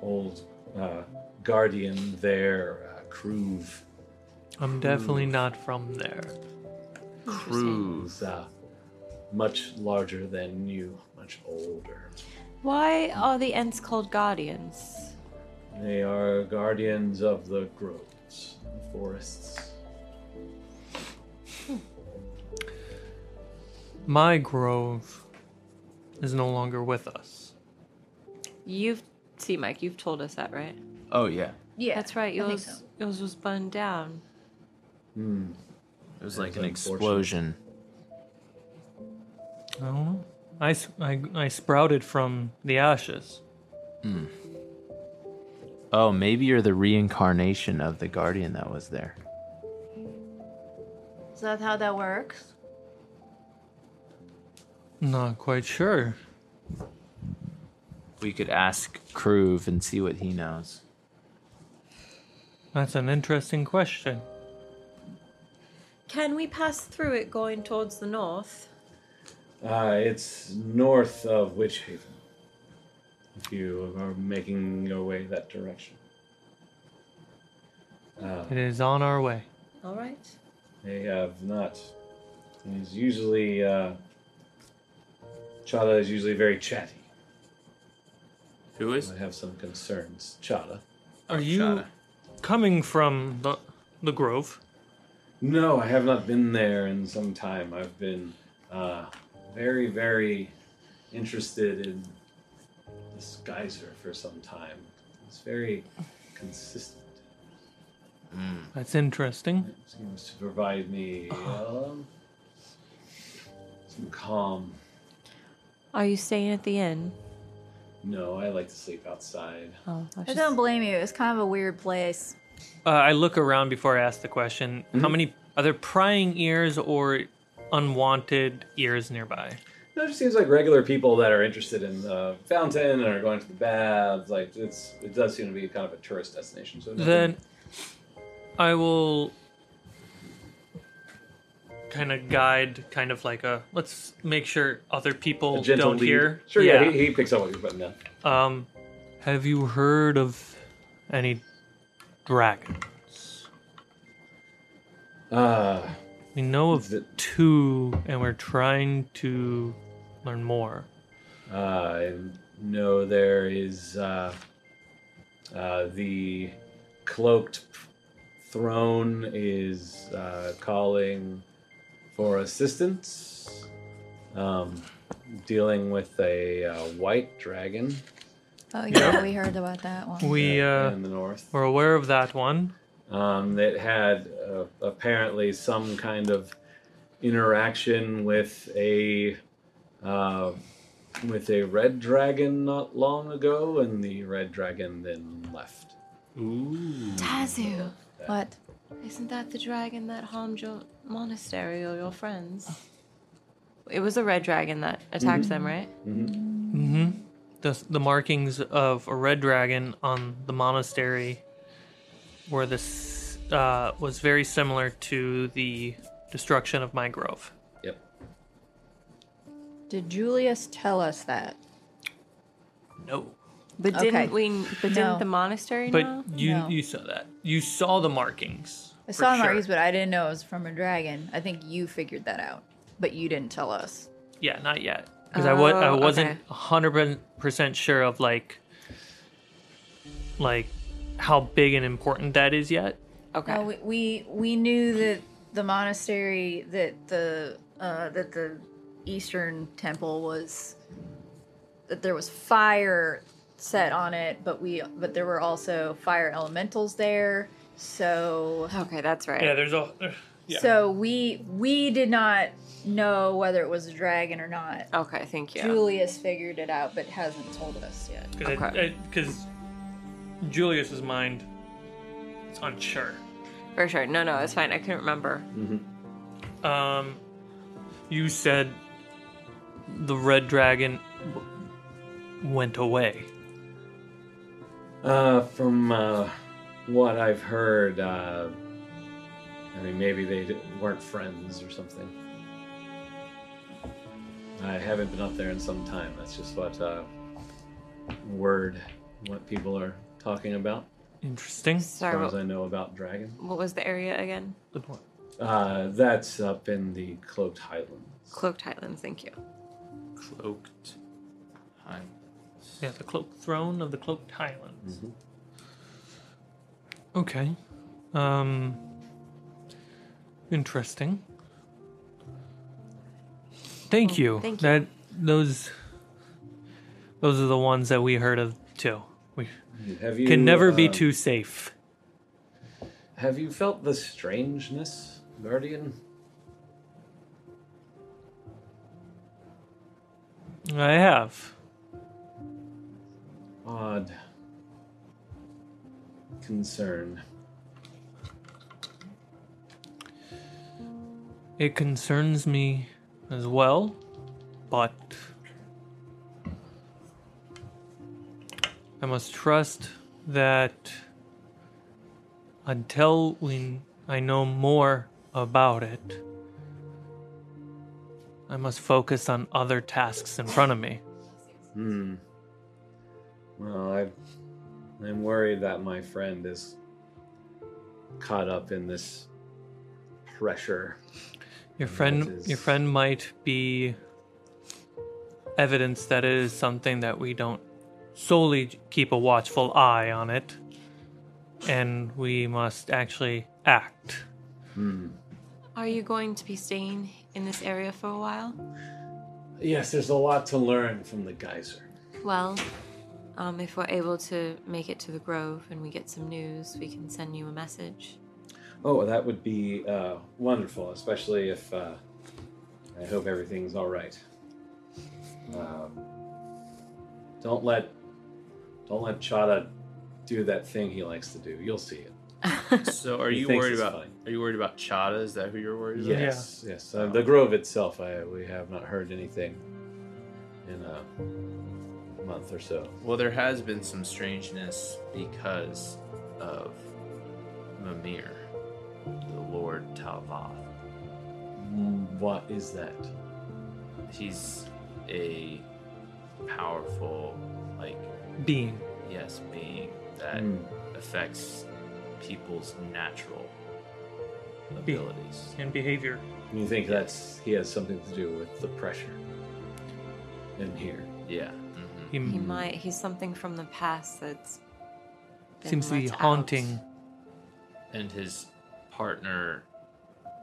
Speaker 3: old uh, guardian there, uh, Kroof.
Speaker 4: I'm definitely not from there.
Speaker 3: who's uh, much larger than you, much older.
Speaker 2: Why are the Ents called guardians?
Speaker 3: They are guardians of the groves, the forests.
Speaker 4: My grove is no longer with us.
Speaker 2: You've see, Mike, you've told us that, right?
Speaker 7: Oh yeah,
Speaker 5: Yeah,
Speaker 2: That's right.
Speaker 5: I think
Speaker 2: Yours,
Speaker 5: so.
Speaker 2: yours was burned down.
Speaker 3: Hmm.
Speaker 7: it was like
Speaker 3: That's
Speaker 7: an
Speaker 3: unfortunate.
Speaker 7: explosion.
Speaker 4: I don't know. I, s- I- I sprouted from the ashes.
Speaker 7: Oh, maybe you're the reincarnation of the guardian that was there.
Speaker 5: Is that how that works?
Speaker 4: Not quite sure.
Speaker 7: We could ask Kroof and see what he knows.
Speaker 4: That's an interesting question.
Speaker 6: Can we pass through it going towards the north?
Speaker 3: Uh, it's north of Witchhaven. If you are making your way that direction, uh,
Speaker 4: It is on our way.
Speaker 6: All right.
Speaker 3: they have not. He's usually uh, Chada is usually very chatty.
Speaker 7: Who is?
Speaker 3: I have some concerns, Chada.
Speaker 4: Are you coming from the the grove?
Speaker 3: No, I have not been there in some time. I've been uh, very, very interested in this geyser for some time. It's very consistent.
Speaker 4: That's interesting.
Speaker 3: It seems to provide me um, some calm.
Speaker 2: Are you staying at the inn?
Speaker 3: No, I like to sleep outside.
Speaker 2: Oh, I was
Speaker 5: I
Speaker 2: just-
Speaker 5: don't blame you. It's kind of a weird place.
Speaker 4: Uh, I look around before I ask the question.
Speaker 3: Mm-hmm.
Speaker 4: How many are there prying ears or unwanted ears nearby?
Speaker 3: No, It just seems like regular people that are interested in the fountain and are going to the baths. Like it's, it does seem to be kind of a tourist destination. So nothing-
Speaker 4: Then I will kind of guide, kind of like a let's make sure other people
Speaker 3: a gentle
Speaker 4: don't
Speaker 3: lead.
Speaker 4: hear.
Speaker 3: Sure, yeah, he, he picks up what you're putting down.
Speaker 4: Um, have you heard of any dragons?
Speaker 3: Uh,
Speaker 4: We know of
Speaker 3: The-
Speaker 4: two, and we're trying to learn more.
Speaker 3: Uh, no, there is uh, uh, the cloaked throne is uh, calling for assistance, um, dealing with a uh, white dragon
Speaker 5: Oh yeah, we heard about that one.
Speaker 4: We uh,
Speaker 3: in the north.
Speaker 4: were aware of that one.
Speaker 3: um, that had uh, apparently some kind of interaction with a uh, with a red dragon not long ago, and the red dragon then left.
Speaker 2: Tazu,
Speaker 5: What?
Speaker 2: isn't that the dragon that harmed your monastery or your friends? Oh. It was a red dragon that attacked
Speaker 5: Mm-hmm.
Speaker 2: them, right?
Speaker 4: hmm The, the markings of a red dragon on the monastery were this uh, was very similar to the destruction of my grove.
Speaker 3: Yep.
Speaker 5: Did Julius tell us that?
Speaker 4: No,
Speaker 2: But
Speaker 5: Okay.
Speaker 2: didn't we? But
Speaker 5: No.
Speaker 2: didn't the monastery
Speaker 4: but
Speaker 2: know?
Speaker 4: you
Speaker 5: No.
Speaker 4: you saw that you saw the markings.
Speaker 5: I
Speaker 4: for
Speaker 5: saw
Speaker 4: sure.
Speaker 5: Marie's, but I didn't know it was from a dragon. I think you figured that out, but you didn't tell us.
Speaker 4: Yeah, not yet. Because I, wa- I
Speaker 2: Oh,
Speaker 4: wasn't
Speaker 2: okay.
Speaker 4: 100% sure of like like how big and important that is yet.
Speaker 2: Okay.
Speaker 5: No, Oh, we, we we knew that the monastery that the uh, that the eastern temple was that there was fire set on it, but we but there were also fire elementals there. So
Speaker 2: okay, that's right.
Speaker 4: there's a uh,
Speaker 5: so we we did not know whether it was a dragon or not.
Speaker 2: Okay, thank you.
Speaker 5: Julius figured it out, but hasn't told us yet.
Speaker 4: because
Speaker 2: Okay.
Speaker 4: Julius's mind is unsure.
Speaker 2: For sure. No, no, it's fine. I couldn't remember.
Speaker 4: Um, you said the red dragon w- went away.
Speaker 3: Uh, from uh, what I've heard, uh, I mean, maybe they d- weren't friends or something. I haven't been up there in some time. That's just what uh, word, what people are talking about.
Speaker 4: Interesting.
Speaker 3: As
Speaker 2: Sorry,
Speaker 3: far as
Speaker 2: what,
Speaker 3: I know about dragon,
Speaker 2: what was the area again?
Speaker 4: Good one.
Speaker 3: uh, that's up in the cloaked highlands.
Speaker 2: Cloaked Highlands, thank you.
Speaker 7: Cloaked. Hi.
Speaker 4: Yeah, the cloaked throne of the cloaked highlands. Mm-hmm. Okay. Um. Interesting. Thank you.
Speaker 2: thank you.
Speaker 4: That those those are the ones that we heard of too. We
Speaker 3: Have you
Speaker 4: can never be
Speaker 3: uh,
Speaker 4: too safe.
Speaker 3: Have you felt the strangeness, Guardian?
Speaker 4: I have.
Speaker 3: Odd concern.
Speaker 4: It concerns me as well, but I must trust that until we, I know more about it, I must focus on other tasks in front of me.
Speaker 3: Hmm. Well, I, I'm worried that my friend is caught up in this pressure.
Speaker 4: Your
Speaker 3: That
Speaker 4: friend, your
Speaker 3: is-
Speaker 4: friend might be evidence that it is something that we don't solely keep a watchful eye on it, and we must actually act.
Speaker 2: Are you going to be staying in this area for a while?
Speaker 3: Yes, there's a lot to learn from the geyser.
Speaker 2: Well, um, if we're able to make it to the Grove and we get some news, we can send you a message.
Speaker 3: Oh, that would be uh, wonderful, especially if uh, I hope everything's all right. Um, don't let don't let Chada do that thing he likes to do. You'll see it.
Speaker 7: So are
Speaker 3: He
Speaker 7: you
Speaker 3: thinks
Speaker 7: worried
Speaker 3: it's
Speaker 7: about
Speaker 3: fine.
Speaker 7: are you worried about Chada? Is that who you're worried about?
Speaker 3: Yes, yes. Uh, the grove itself, I, we have not heard anything in a month or so.
Speaker 7: Well, there has been some strangeness because of Mimir, the Lord Talvath.
Speaker 3: Mm, What is that?
Speaker 7: He's a powerful, like,
Speaker 4: Being
Speaker 7: yes, being that
Speaker 3: Mm,
Speaker 7: affects people's natural
Speaker 4: Be-
Speaker 7: abilities.
Speaker 4: and behavior.
Speaker 3: You think that's he has something to do with the pressure in here?
Speaker 7: Yeah. mhm.
Speaker 4: He
Speaker 2: He
Speaker 4: m-
Speaker 2: might, he's something from the past that's. been
Speaker 4: seems to be
Speaker 2: let out.
Speaker 4: haunting.
Speaker 7: And his partner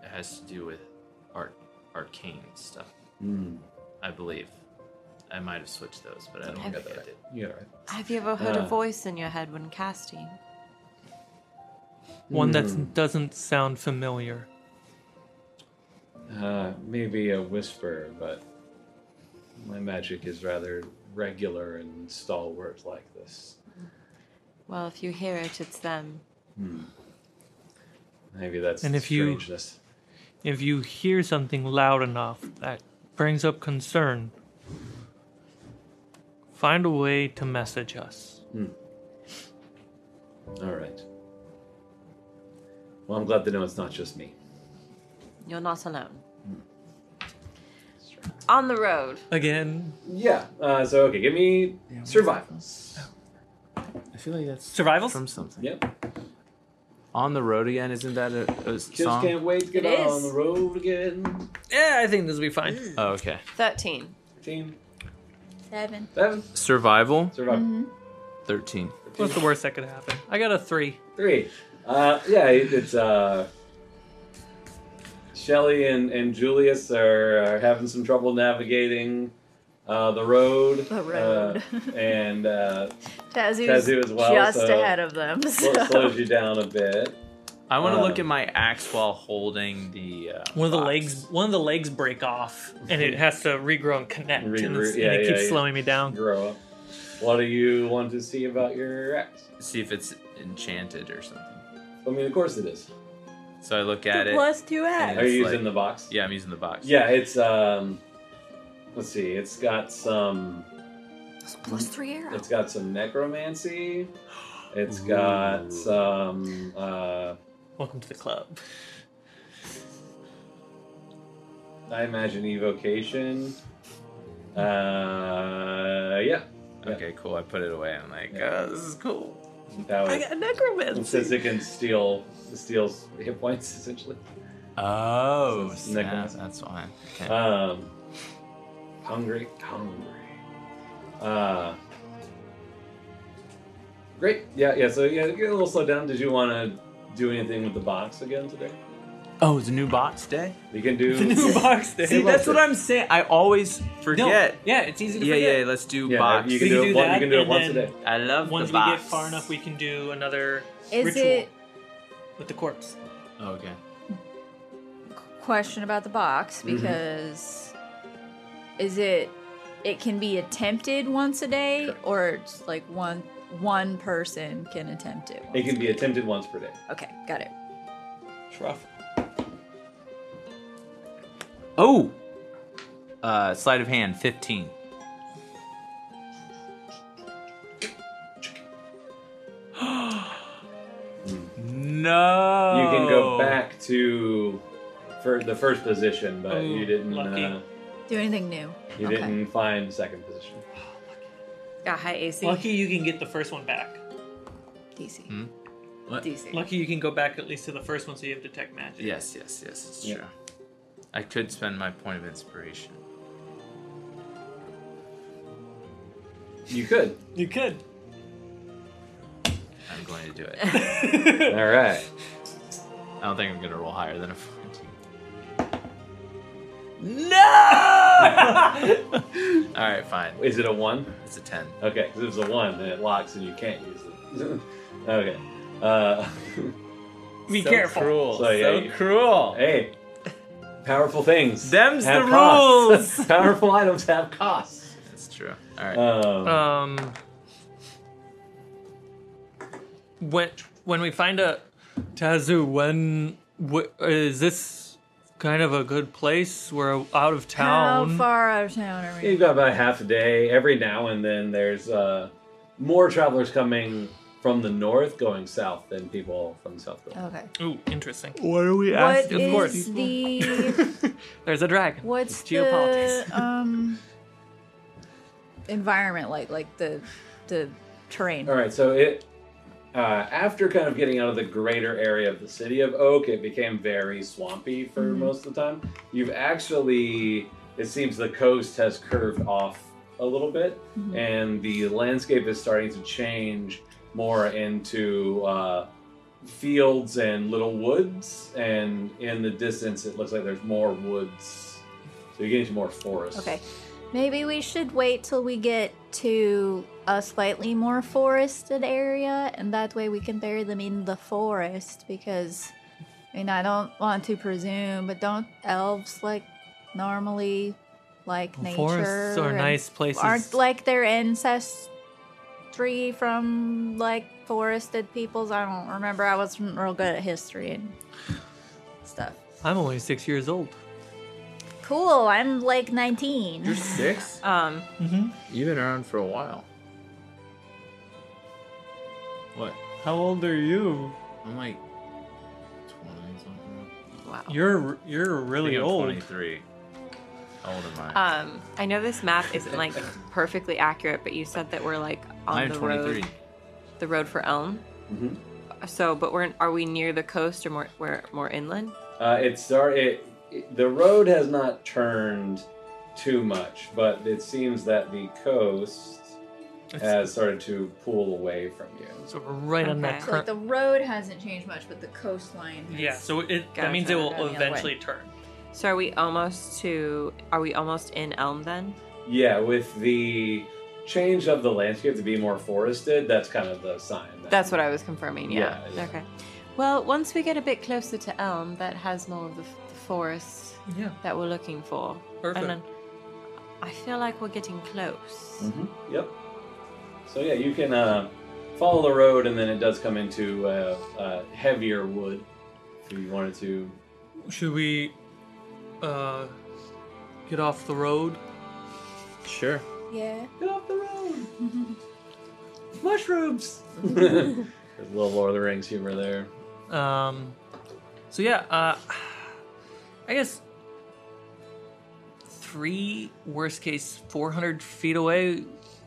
Speaker 7: has to do with art, arcane stuff, Hmm.
Speaker 3: Mm,
Speaker 7: I believe. I might have switched those, but I don't
Speaker 2: Have-
Speaker 7: think I did.
Speaker 3: you're right.
Speaker 2: Have you ever heard
Speaker 3: Uh.
Speaker 2: a voice in your head when casting?
Speaker 4: One
Speaker 3: Mm.
Speaker 4: that doesn't sound familiar.
Speaker 3: Uh, maybe a whisper, but my magic is rather regular and stalwart like this.
Speaker 2: Well, if you hear it, it's them.
Speaker 3: Maybe that's
Speaker 4: And
Speaker 3: the
Speaker 4: if you-
Speaker 3: strangeness.
Speaker 4: If you hear something loud enough that brings up concern, find a way to message us.
Speaker 3: All right. Well, I'm glad to know it's not just me.
Speaker 2: You're not alone.
Speaker 5: Hmm.
Speaker 2: On the road.
Speaker 4: Again,
Speaker 3: Yeah. Uh, so okay, give me survival.
Speaker 7: I feel like that's
Speaker 4: survival.
Speaker 7: from something.
Speaker 3: Yep.
Speaker 7: On the road again, isn't that a, a
Speaker 3: Just
Speaker 7: song?
Speaker 3: can't wait to get
Speaker 5: It
Speaker 3: on
Speaker 5: is.
Speaker 3: the road again.
Speaker 4: Yeah, I think this will be fine.
Speaker 3: Hmm.
Speaker 7: Oh, okay.
Speaker 2: 13.
Speaker 3: Fifteen.
Speaker 5: Seven.
Speaker 3: Seven.
Speaker 7: Survival.
Speaker 3: Survival.
Speaker 7: Thirteen.
Speaker 4: What's the worst that could happen? I got a three.
Speaker 3: Three. Uh, yeah, it- it's uh, Shelly and, and Julius are, are having some trouble navigating uh, the road.
Speaker 5: The road.
Speaker 3: Uh, and uh,
Speaker 5: Tazu's
Speaker 3: Tazu as well,
Speaker 5: just
Speaker 3: so-
Speaker 5: ahead of them.
Speaker 3: sl-
Speaker 5: So.
Speaker 3: slows you down a bit.
Speaker 7: I want to
Speaker 3: Uh,
Speaker 7: look at my axe while holding the. Uh,
Speaker 4: One of the
Speaker 7: box.
Speaker 4: legs, one of the legs break off, and it has to regrow and connect,
Speaker 3: Regrew-
Speaker 4: and, it's-
Speaker 3: yeah,
Speaker 4: and it
Speaker 3: yeah,
Speaker 4: keeps
Speaker 3: yeah.
Speaker 4: slowing me down.
Speaker 3: Grow up. What do you want to see about your axe?
Speaker 7: See if it's enchanted or something.
Speaker 3: I mean, of course it is.
Speaker 7: So I look at
Speaker 6: Two
Speaker 7: it.
Speaker 6: plus two
Speaker 7: and
Speaker 6: X.
Speaker 3: Are you
Speaker 7: it's
Speaker 3: using the
Speaker 7: like-
Speaker 3: box?
Speaker 7: Yeah, I'm using the box.
Speaker 3: Yeah, it's um. Let's see. It's got some.
Speaker 8: Those plus three arrows.
Speaker 3: It's got some necromancy. It's
Speaker 7: Ooh.
Speaker 3: got some. Uh,
Speaker 4: Welcome to the club.
Speaker 3: I imagine evocation. Uh, yeah,
Speaker 7: Okay, cool. I put it away. I'm like,
Speaker 3: Yeah.
Speaker 7: uh, this is cool.
Speaker 3: that was.
Speaker 2: got
Speaker 3: It
Speaker 2: necromancy.
Speaker 3: says it can steal steals hit points essentially.
Speaker 7: Oh,
Speaker 3: So it's snap, necklace.
Speaker 7: That's why. Okay.
Speaker 3: Um, hungry, hungry. Uh, great. Yeah, yeah. So yeah, get a little slowed down. Did you want to do anything with the box again today?
Speaker 7: oh, it's a new box day.
Speaker 3: You can do.
Speaker 4: box
Speaker 7: See, that's what I'm saying. I always forget.
Speaker 4: yeah, it's easy to
Speaker 7: yeah,
Speaker 4: forget.
Speaker 7: yeah. Let's do
Speaker 3: yeah,
Speaker 7: box.
Speaker 3: you can
Speaker 4: So you
Speaker 3: do,
Speaker 4: do
Speaker 3: it. one-
Speaker 4: that,
Speaker 3: you can do it
Speaker 4: and
Speaker 3: once a
Speaker 4: then-
Speaker 3: day.
Speaker 7: I love
Speaker 4: Once
Speaker 7: the
Speaker 4: we
Speaker 7: box.
Speaker 4: get far enough, we can do another
Speaker 5: Is
Speaker 4: ritual
Speaker 5: it
Speaker 4: with the corpse.
Speaker 7: Oh, okay.
Speaker 5: question about the box
Speaker 3: Mm-hmm.
Speaker 5: because is it it can be attempted once a day or it's like one one person can attempt it.
Speaker 3: It can be attempted once per day.
Speaker 5: Okay, got it.
Speaker 7: Oh, uh, sleight of hand, fifteen. no.
Speaker 3: You can go
Speaker 7: Oh.
Speaker 3: back to for the first position,
Speaker 7: Oh,
Speaker 3: but
Speaker 4: Ooh,
Speaker 3: you didn't.
Speaker 4: lucky.
Speaker 3: Uh,
Speaker 5: Do anything new.
Speaker 3: you
Speaker 5: okay.
Speaker 3: didn't find second position.
Speaker 2: Got high AC.
Speaker 4: Lucky you can get the first one back.
Speaker 5: DC.
Speaker 4: Hmm?
Speaker 2: DC.
Speaker 4: Lucky you can go back at least to the first one, so you have detect magic.
Speaker 7: Yes, yes, yes. It's
Speaker 3: Yeah.
Speaker 7: true. I could spend my point of inspiration.
Speaker 3: You could.
Speaker 4: You could.
Speaker 7: I'm going to do it. I
Speaker 3: All right.
Speaker 7: don't think I'm going to roll higher than a fourteen. No. All right, fine.
Speaker 3: Is it a one?
Speaker 7: It's a ten.
Speaker 3: Okay, because if it's a one, then it locks and you can't use it. okay. Uh,
Speaker 4: Be
Speaker 7: so
Speaker 4: careful.
Speaker 7: Cruel.
Speaker 3: So,
Speaker 7: So,
Speaker 3: yeah, you-
Speaker 7: cruel.
Speaker 3: hey, powerful things.
Speaker 7: Them's
Speaker 3: have
Speaker 7: the
Speaker 3: costs.
Speaker 7: rules.
Speaker 3: powerful items have costs.
Speaker 7: That's true. All right.
Speaker 3: Um,
Speaker 7: Uh.
Speaker 4: Um. When when we find a Tazu, when wh- is this kind of a good place? We're out of town.
Speaker 5: How far out of town are we?
Speaker 3: You've got about half a day. Every now and then, there's uh, more travelers coming from the north going south than people from the south go.
Speaker 5: Okay.
Speaker 4: Ooh, interesting.
Speaker 7: What are we
Speaker 5: What
Speaker 4: of course.
Speaker 5: is the
Speaker 4: There's a dragon.
Speaker 5: what's the
Speaker 4: Geopolitics.
Speaker 5: um environment like like the the terrain?
Speaker 3: All right, so it uh, after kind of getting out of the greater area of the city of Oak, it became very swampy for most of the time. You've actually, it seems, the coast has curved off a little bit, and the landscape is starting to change more into uh, fields and little woods. And in the distance, it looks like there's more woods, so you're getting to more forest.
Speaker 5: Okay. Maybe we should wait till we get to a slightly more forested area, and that way we can bury them in the forest. Because, I mean, I don't want to presume, but don't elves like normally like nature?
Speaker 4: Forests are
Speaker 5: and
Speaker 4: nice places.
Speaker 5: Aren't like their ancestry from like forested peoples? I don't remember. I wasn't real good at history and stuff.
Speaker 4: I'm only six years old.
Speaker 5: Cool. I'm like 19.
Speaker 7: You're six.
Speaker 2: Um,
Speaker 7: You've been around for a while. What?
Speaker 4: How old are you?
Speaker 7: I'm like twenty something.
Speaker 2: wow.
Speaker 4: You're you're
Speaker 7: I
Speaker 4: really
Speaker 7: think I'm
Speaker 4: old.
Speaker 7: Twenty-three. How old am I?
Speaker 2: Um, I know this map isn't like perfectly accurate, but you said that we're like on
Speaker 7: I'm
Speaker 2: the
Speaker 7: twenty-three.
Speaker 2: road, the road for Elm.
Speaker 3: Mhm.
Speaker 2: So, but we're are we near the coast or more we're more inland?
Speaker 3: Uh, it start it, it- the road has not turned too much, but it seems that the coast has started to pull away from you.
Speaker 4: So we're right on that
Speaker 2: Okay.
Speaker 5: So like
Speaker 4: current.
Speaker 5: the road hasn't changed much, but the coastline. Has.
Speaker 4: yeah, so it that
Speaker 2: Gotcha.
Speaker 4: means it will
Speaker 5: Going the other way.
Speaker 4: eventually turn.
Speaker 2: So are we almost to? Are we almost in Elm then?
Speaker 3: Yeah, with the change of the landscape to be more forested, that's kind of the sign. that-
Speaker 2: That's what I was confirming. Yeah.
Speaker 3: Yeah, yeah.
Speaker 2: Okay. Well, once we get a bit closer to Elm, that has more of the, f- the forest
Speaker 4: Yeah.
Speaker 2: that we're looking for.
Speaker 4: Perfect.
Speaker 2: And then I feel like we're getting close.
Speaker 3: Mhm, Yep. So yeah, you can uh, follow the road, and then it does come into uh, uh, heavier wood. If you wanted to,
Speaker 4: Should we uh get off the road?
Speaker 7: Sure.
Speaker 5: Yeah.
Speaker 3: get off the road. Mushrooms. There's a little Lord of the Rings humor there.
Speaker 4: Um so yeah, uh I guess three worst case four hundred feet away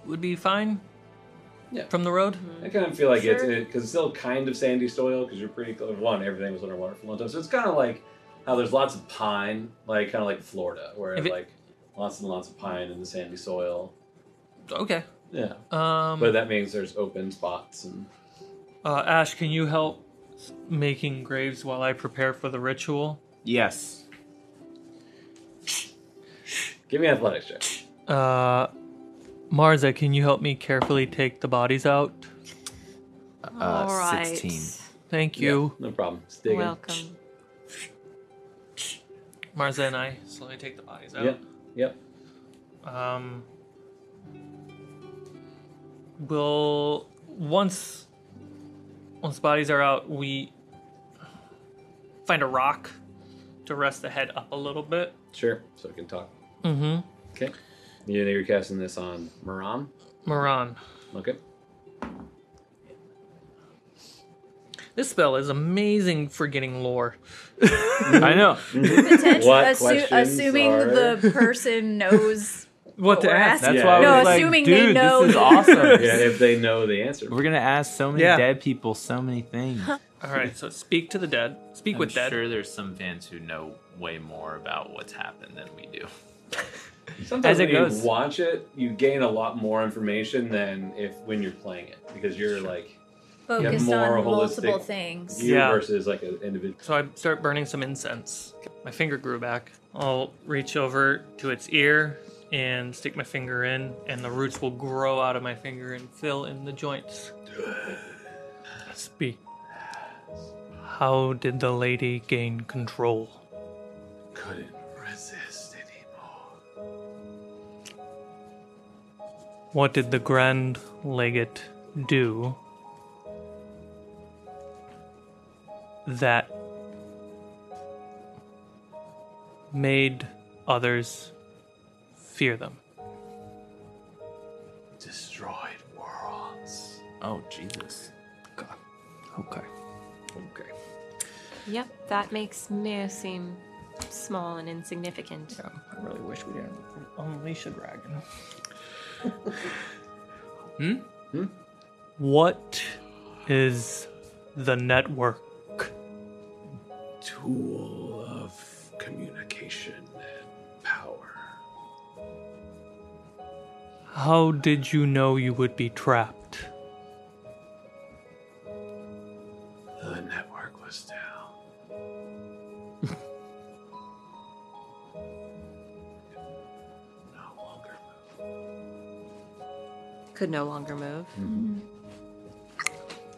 Speaker 4: would be fine.
Speaker 3: Yeah. Mm-hmm.
Speaker 4: From the road?
Speaker 3: I kind of feel like it's
Speaker 6: Sure.
Speaker 3: because it's still kind of sandy soil because you're pretty close. One, everything was underwater for a long time, so it's kind of like how there's lots of pine, like kind of like Florida, where
Speaker 4: If it-
Speaker 3: like lots and lots of pine in the sandy soil.
Speaker 4: Okay.
Speaker 3: Yeah,
Speaker 4: Um
Speaker 3: but that means there's open spots and
Speaker 4: uh, Ash, can you help s- making graves while I prepare for the ritual?
Speaker 7: Yes.
Speaker 3: give me an athletics check.
Speaker 4: Uh Marza, can you help me carefully take the bodies out?
Speaker 7: Uh,
Speaker 2: All right.
Speaker 7: 16.
Speaker 4: Thank you.
Speaker 3: No problem. Just digging.
Speaker 2: Welcome.
Speaker 4: Marza and I slowly take the bodies out.
Speaker 3: Yep. Yep.
Speaker 4: Um, we'll once once bodies are out, we find a rock to rest the head up a little bit.
Speaker 3: Sure. So we can talk.
Speaker 4: Mm-hmm.
Speaker 3: Okay. You know you're casting this on Maram.
Speaker 4: Moran,
Speaker 3: Okay.
Speaker 4: this spell is amazing for getting lore.
Speaker 7: I know.
Speaker 5: Potentially,
Speaker 3: What
Speaker 5: assu-
Speaker 3: questions
Speaker 5: assuming
Speaker 3: are-
Speaker 5: the person knows.
Speaker 4: What to
Speaker 5: We're
Speaker 4: ask?
Speaker 5: asking-
Speaker 7: That's why I was
Speaker 5: No,
Speaker 7: like,
Speaker 5: assuming they
Speaker 7: dude,
Speaker 5: know-
Speaker 7: this is awesome.
Speaker 3: Yeah, if they know the answer.
Speaker 7: We're gonna ask so many
Speaker 4: Yeah.
Speaker 7: dead people so many things.
Speaker 4: All right, so speak to the dead. Speak
Speaker 7: I'm
Speaker 4: with dead.
Speaker 7: sure there's some fans who know way more about what's happened than we do.
Speaker 3: Sometimes
Speaker 7: As it
Speaker 3: when
Speaker 7: goes.
Speaker 3: you watch it, you gain a lot more information than if when you're playing it because you're like
Speaker 5: Focused
Speaker 3: more
Speaker 5: on multiple
Speaker 3: holistic
Speaker 5: things.
Speaker 3: you
Speaker 4: Yeah.
Speaker 3: versus like an individual.
Speaker 4: So I start burning some incense. My finger grew back. I'll reach over to its ear and stick my finger in, and the roots will grow out of my finger and fill in the joints. Speak. How did the lady gain control?
Speaker 3: Couldn't resist anymore.
Speaker 4: What did the Grand Legate do that made others fear them?
Speaker 3: Destroyed worlds.
Speaker 7: Oh Jesus. God. Okay.
Speaker 3: Okay.
Speaker 2: Yep, that makes Mir seem small and insignificant.
Speaker 4: I really wish we didn't unleash a dragon. hmm?
Speaker 3: Hmm?
Speaker 4: What is the network?
Speaker 3: Tool of communication and power.
Speaker 4: How did you know you would be trapped?
Speaker 3: The network was down. no longer
Speaker 2: Could no longer move.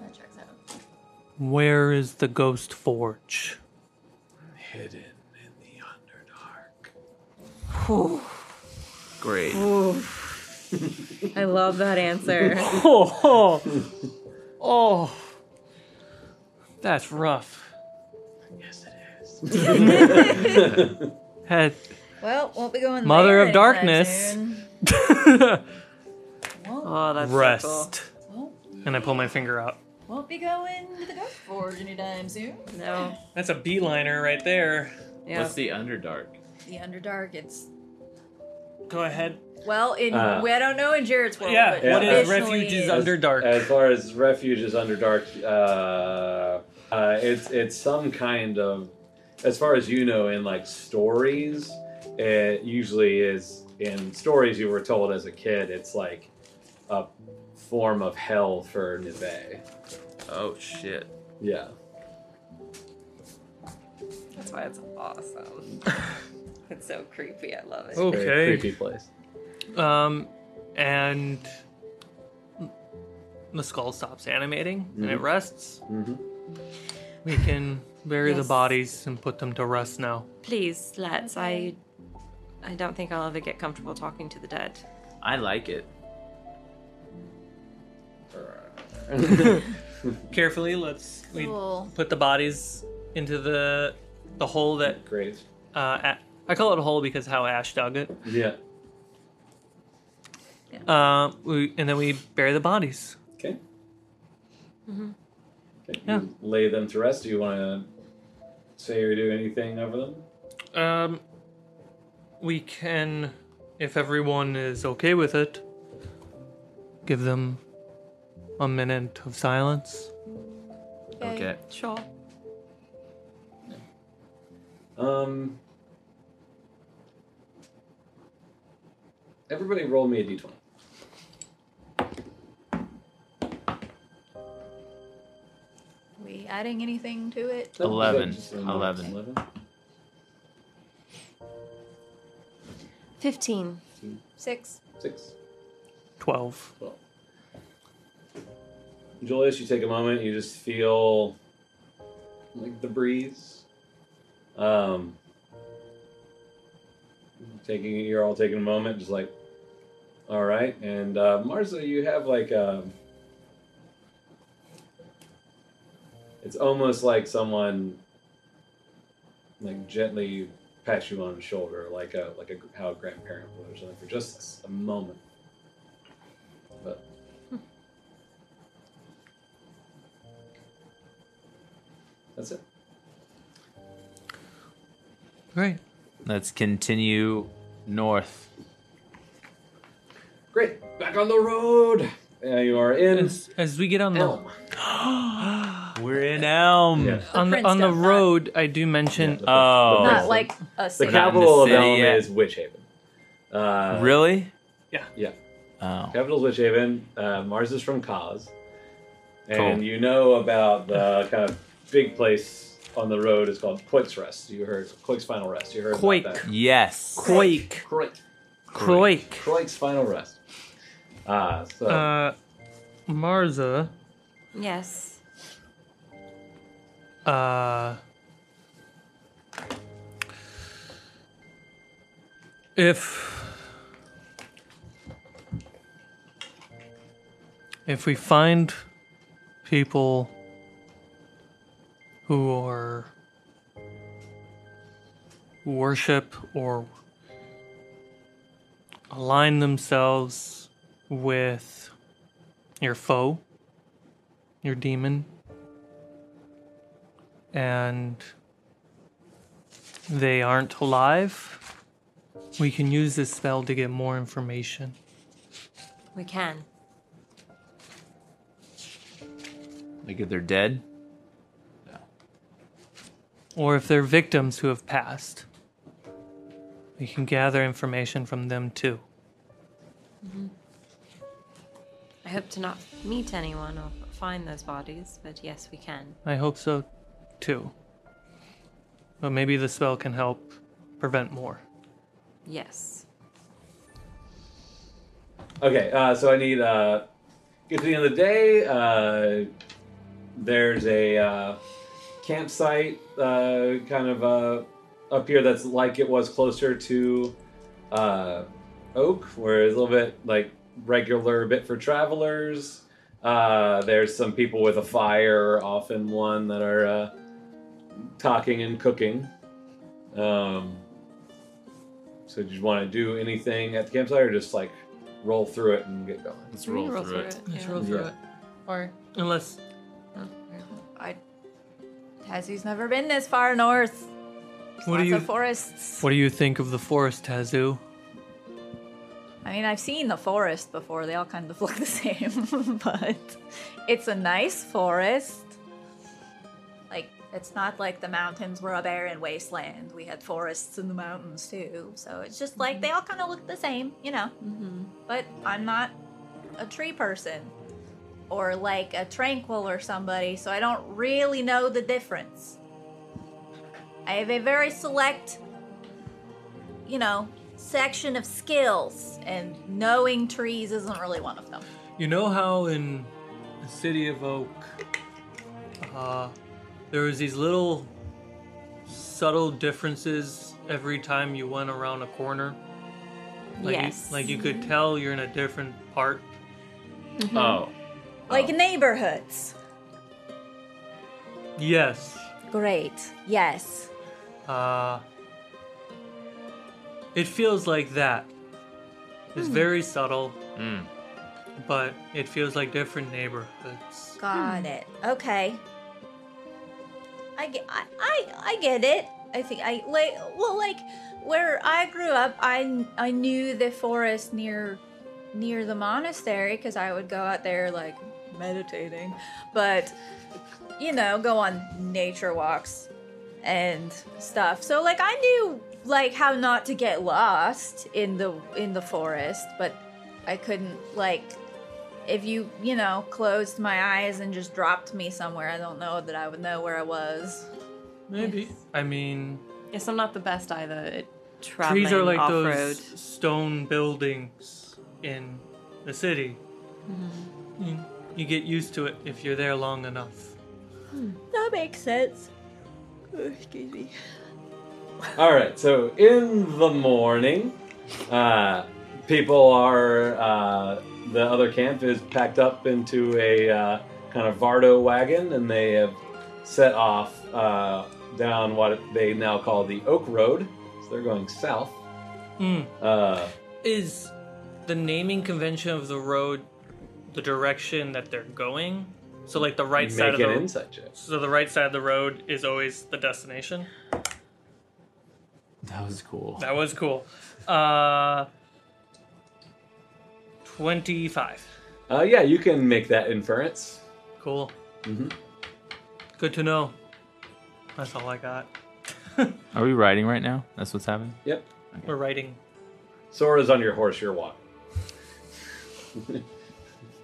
Speaker 5: That checks out.
Speaker 4: Where is the Ghost Forge?
Speaker 3: hidden in the Underdark.
Speaker 7: Great.
Speaker 2: I love that answer.
Speaker 4: Oh, oh, oh. that's rough.
Speaker 3: Yes, it is.
Speaker 4: Had-
Speaker 5: Well, won't be going.
Speaker 4: Mother
Speaker 5: there
Speaker 4: of
Speaker 5: anytime
Speaker 4: darkness.
Speaker 5: soon.
Speaker 2: oh, that's so cool.
Speaker 4: rest.
Speaker 5: Won't,
Speaker 4: And I pull my finger out.
Speaker 5: won't be going to the Ghost Forge anytime soon.
Speaker 2: No.
Speaker 4: That's a beeliner right there.
Speaker 2: Yeah.
Speaker 7: What's the Underdark?
Speaker 5: The Underdark. It's
Speaker 4: Go ahead.
Speaker 5: well in.
Speaker 3: Uh,
Speaker 5: we- I don't know in Jared's world.
Speaker 4: Yeah,
Speaker 5: But
Speaker 4: what is
Speaker 5: traditionally
Speaker 4: Refuge's
Speaker 5: it's-
Speaker 4: Underdark?
Speaker 3: As far as refuges Underdark, uh, uh, it's it's some kind of, as far as you know, in like stories, it usually is in stories you were told as a kid. It's like a form of hell for Neve.
Speaker 7: Oh shit.
Speaker 3: Yeah.
Speaker 2: That's why it's awesome. it's so creepy. I love it.
Speaker 3: Very
Speaker 4: Okay.
Speaker 3: creepy place.
Speaker 4: Um, and the skull stops animating and it rests.
Speaker 3: Mhm.
Speaker 4: We can bury the
Speaker 2: Yes.
Speaker 4: bodies and put them to rest now.
Speaker 2: Please, let's. I, I don't think I'll ever get comfortable talking to the dead.
Speaker 7: I like it.
Speaker 4: Carefully, let's we
Speaker 5: Cool.
Speaker 4: put the bodies into the the hole that
Speaker 3: Great.
Speaker 4: uh, a- I call it a hole because how Ash dug it.
Speaker 3: Yeah.
Speaker 4: Uh, we, and then we bury the bodies.
Speaker 3: Okay. Okay.
Speaker 4: Yeah.
Speaker 3: You lay them to rest. Do you want to say or do anything over them?
Speaker 4: Um, we can, if everyone is okay with it, give them a minute of silence.
Speaker 7: Okay.
Speaker 2: Sure.
Speaker 3: Um. Everybody, roll me a d20.
Speaker 5: we adding anything to it?
Speaker 3: No,
Speaker 7: Eleven.
Speaker 3: just a-
Speaker 7: Eleven.
Speaker 3: Eleven.
Speaker 2: 15.
Speaker 5: Six.
Speaker 3: Six.
Speaker 4: Twelve.
Speaker 3: Twelve. Julius, you take a moment. You just feel like the breeze. Um. Taking you're all taking a moment, just like, all right. And uh, Marza, you have like um It's almost like someone like gently pats you on the shoulder, like a like a how a grandparent would or something for just a moment. But that's it.
Speaker 4: Great.
Speaker 7: Let's continue north.
Speaker 3: Great, back on the road. Uh, you are in
Speaker 4: As, as we get on the
Speaker 3: Elm.
Speaker 7: We're in Elm.
Speaker 3: Yeah.
Speaker 4: on the
Speaker 5: prince
Speaker 4: on the
Speaker 5: does that.
Speaker 4: road, I do mention.
Speaker 3: Yeah,
Speaker 7: Oh.
Speaker 5: Not
Speaker 3: so-
Speaker 5: like a
Speaker 3: The
Speaker 5: city.
Speaker 7: not in the
Speaker 3: capital of
Speaker 7: city
Speaker 3: Elm
Speaker 7: yet.
Speaker 3: is Witch Haven. Uh,
Speaker 7: Really?
Speaker 3: Yeah.
Speaker 7: Oh.
Speaker 3: Capital's Witch Haven. Uh, Mars is from Kaz. And
Speaker 7: Cool.
Speaker 3: you know about the kind of big place on the road is called Quick's Rest. You heard Quick's Final Rest. You heard
Speaker 4: Quake.
Speaker 3: about that.
Speaker 7: Yes.
Speaker 4: Quake.
Speaker 3: Quick.
Speaker 4: Quake.
Speaker 3: Quick's Final Rest. Ah, so
Speaker 4: Uh, Marza.
Speaker 2: Yes.
Speaker 4: Uh, if if we find people who are worship or align themselves with your foe, your demon, and they aren't alive, we can use this spell to get more information.
Speaker 2: We can.
Speaker 7: Like if they're dead.
Speaker 4: Or if they're victims who have passed, we can gather information from them too.
Speaker 2: I hope to not meet anyone or find those bodies, but yes, we can.
Speaker 4: I hope so too. But maybe the spell can help prevent more.
Speaker 2: Yes.
Speaker 3: Okay, uh, so I need uh, get to the end of the day. Uh, there's a uh, campsite uh, kind of uh, up here that's like it was closer to uh, Oak, where it's a little bit like regular bit for travelers. Uh, there's some people with a fire off in one that are uh, talking and cooking. Um, so, do you want to do anything at the campsite, or just like roll through it and get going?
Speaker 7: Let's roll, through, it.
Speaker 3: through Yeah. it.
Speaker 4: Or unless
Speaker 5: I. Tassie's never been this far north.
Speaker 4: what do
Speaker 5: Lots
Speaker 4: you
Speaker 5: of forests.
Speaker 4: what do you think of the forest, Tazu?
Speaker 5: I mean, I've seen the forest before. They all kind of look the same, but it's a nice forest. Like, it's not like the mountains were a barren wasteland. We had forests in the mountains too. So it's just like they all kind of look the same, you know. But I'm not a tree person or like a tranquil or somebody, so I don't really know the difference. I have a very select, you know, section of skills, and knowing trees isn't really one of them.
Speaker 4: You know how in the city of Oak, uh, there was these little subtle differences every time you went around a corner. Like
Speaker 2: yes.
Speaker 4: You, like you could tell you're in a different part.
Speaker 7: Oh,
Speaker 5: Like neighborhoods.
Speaker 4: Yes.
Speaker 5: Great. Yes.
Speaker 4: Uh, it feels like that. It's very subtle,
Speaker 7: Mm.
Speaker 4: but it feels like different neighborhoods.
Speaker 5: Got it. Okay. I get, I, I, I get it. I think I like well like where I grew up, I I knew the forest near near the monastery because I would go out there like meditating, but you know, go on nature walks and stuff. So like I knew like how not to get lost in the in the forest, but I couldn't like if you, you know, closed my eyes and just dropped me somewhere, I don't know that I would know where I was.
Speaker 4: Maybe. I mean,
Speaker 2: Yes, I'm not the best either. It traveling
Speaker 4: trees are like
Speaker 2: off road.
Speaker 4: those stone buildings in the city. You, you get used to it if you're there long enough.
Speaker 5: That makes sense.
Speaker 4: Oh,
Speaker 3: All right. So in the morning, uh, people are uh, the other camp is packed up into a uh, kind of Vardo wagon, and they have set off uh, down what they now call the Oak Road. So they're going south.
Speaker 4: Mm.
Speaker 3: Uh,
Speaker 4: Is the naming convention of the road the direction that they're going? So, like the right
Speaker 3: make
Speaker 4: side of
Speaker 3: an
Speaker 4: the
Speaker 3: insight check.
Speaker 4: so the right side of the road is always the destination.
Speaker 7: that was cool.
Speaker 4: That was cool. Uh, twenty-five.
Speaker 3: Uh, yeah, you can make that inference.
Speaker 4: Cool. Good to know. That's all I got.
Speaker 7: Are we riding right now? That's what's happening.
Speaker 3: Yep.
Speaker 4: We're writing.
Speaker 3: Sora's on your horse. You're walking.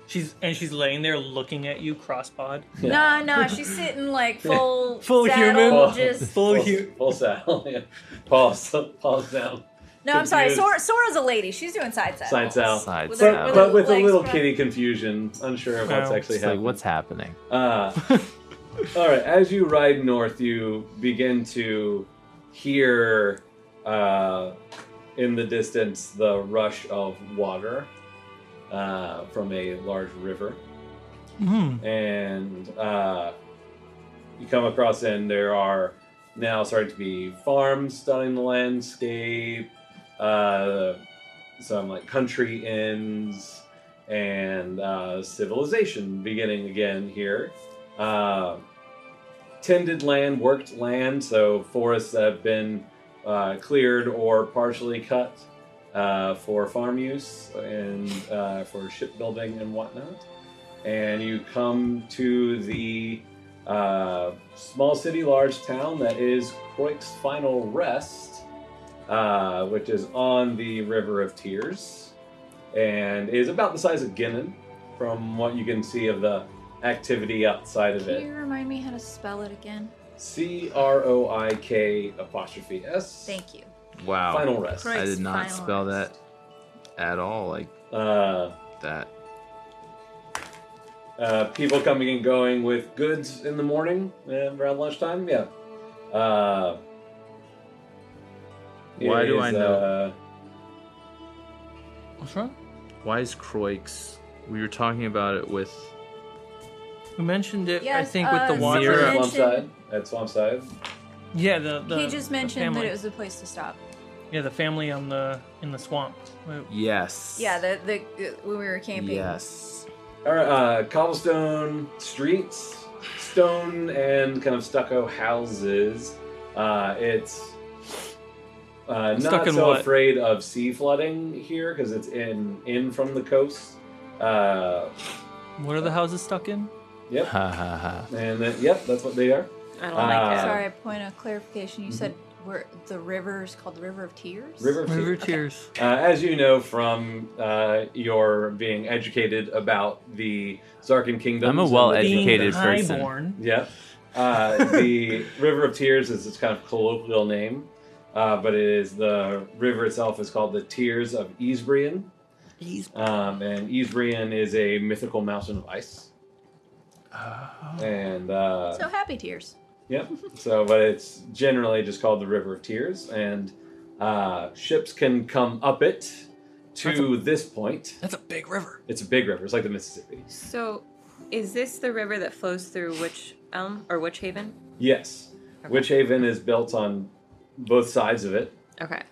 Speaker 4: She's and she's laying there looking at you, cross-pod.
Speaker 5: No, no, she's sitting like full,
Speaker 4: Full
Speaker 5: saddle,
Speaker 4: human.
Speaker 5: Just
Speaker 4: Full
Speaker 3: Full,
Speaker 4: hu-
Speaker 3: full saddle. Yeah. Paul's, Paul's down.
Speaker 5: no. I'm sorry.
Speaker 3: confused.
Speaker 5: Sora, Sora's a lady. She's doing side saddle.
Speaker 3: Side saddle.
Speaker 7: Side
Speaker 5: Was
Speaker 3: but,
Speaker 5: there-
Speaker 7: saddle.
Speaker 3: but with a
Speaker 5: legs
Speaker 3: little
Speaker 5: spread?
Speaker 3: kitty confusion, unsure of what's
Speaker 4: Oh.
Speaker 3: actually
Speaker 7: It's like,
Speaker 3: happening.
Speaker 7: what's happening?
Speaker 3: Uh, all right, as you ride north, you begin to hear uh, in the distance the rush of water uh, from a large river,
Speaker 4: Hmm.
Speaker 3: and uh, you come across and there are now starting to be farms dotting the landscape, uh, some like country inns, and uh, civilization beginning again here. Uh, tended land, worked land, so forests that have been uh, cleared or partially cut uh, for farm use and uh, for shipbuilding and whatnot. And you come to the uh, small city, large town that is Croix's final rest, uh, which is on the River of Tears, and is about the size of Guinan, from what you can see of the activity outside of
Speaker 5: Can
Speaker 3: it.
Speaker 5: you remind me how to spell it again?
Speaker 3: C R O I K apostrophe S.
Speaker 5: Thank you.
Speaker 7: Wow.
Speaker 3: Final rest.
Speaker 5: Christ.
Speaker 7: I did not
Speaker 5: Final
Speaker 7: spell
Speaker 5: rest.
Speaker 7: that at all. Like
Speaker 3: Uh,
Speaker 7: that.
Speaker 3: uh, people coming and going with goods in the morning eh, around lunchtime. Yeah. Uh, it
Speaker 7: Why do
Speaker 3: is,
Speaker 7: I know?
Speaker 3: uh,
Speaker 4: What's wrong?
Speaker 7: Why is Croix? We were talking about it with.
Speaker 4: We mentioned it,
Speaker 5: Yes,
Speaker 4: I think,
Speaker 5: uh,
Speaker 4: with the
Speaker 5: someone
Speaker 4: water.
Speaker 3: Swampside.
Speaker 5: mentioned-
Speaker 3: At Swampside.
Speaker 4: Yeah, the, the
Speaker 5: he just
Speaker 4: the
Speaker 5: mentioned that
Speaker 4: family.
Speaker 5: it was a place to stop.
Speaker 4: yeah the family on the in the swamp. Wait,
Speaker 7: Yes.
Speaker 5: Yeah, the the when we were camping.
Speaker 7: Yes.
Speaker 3: All right, uh, cobblestone streets, stone and kind of stucco houses. Uh, it's uh,
Speaker 4: Stuck
Speaker 3: not
Speaker 4: in
Speaker 3: so
Speaker 4: what?
Speaker 3: afraid of sea flooding here because it's in in from the coast. Uh,
Speaker 4: What are the houses stuck in?
Speaker 3: yep,
Speaker 7: Ha ha ha.
Speaker 3: and then, yep, that's what they are.
Speaker 2: I don't
Speaker 3: Uh,
Speaker 5: Ah.
Speaker 2: like
Speaker 5: Sorry, point of clarification. You said where the river's called the River of Tears.
Speaker 3: River of
Speaker 4: River Tears.
Speaker 3: Uh, as you know from uh, your being educated about the Zarkan Kingdom,
Speaker 7: I'm a well-educated
Speaker 9: Being
Speaker 7: person.
Speaker 9: highborn.
Speaker 3: Yeah. Uh, the River of Tears is its kind of colloquial name, uh, but it is the river itself is called the Tears of Esbrian. Um, and Esbrian is a mythical mountain of ice. And uh,
Speaker 5: So happy tears.
Speaker 3: Yep. So, but it's generally just called the River of Tears, and uh, ships can come up it to this point.
Speaker 9: That's a big river.
Speaker 3: It's a big river. It's like the Mississippi.
Speaker 2: So, is this the river that flows through Witch Elm or Witch Haven?
Speaker 3: Yes. Witch Haven is built on both sides of it,
Speaker 2: Okay.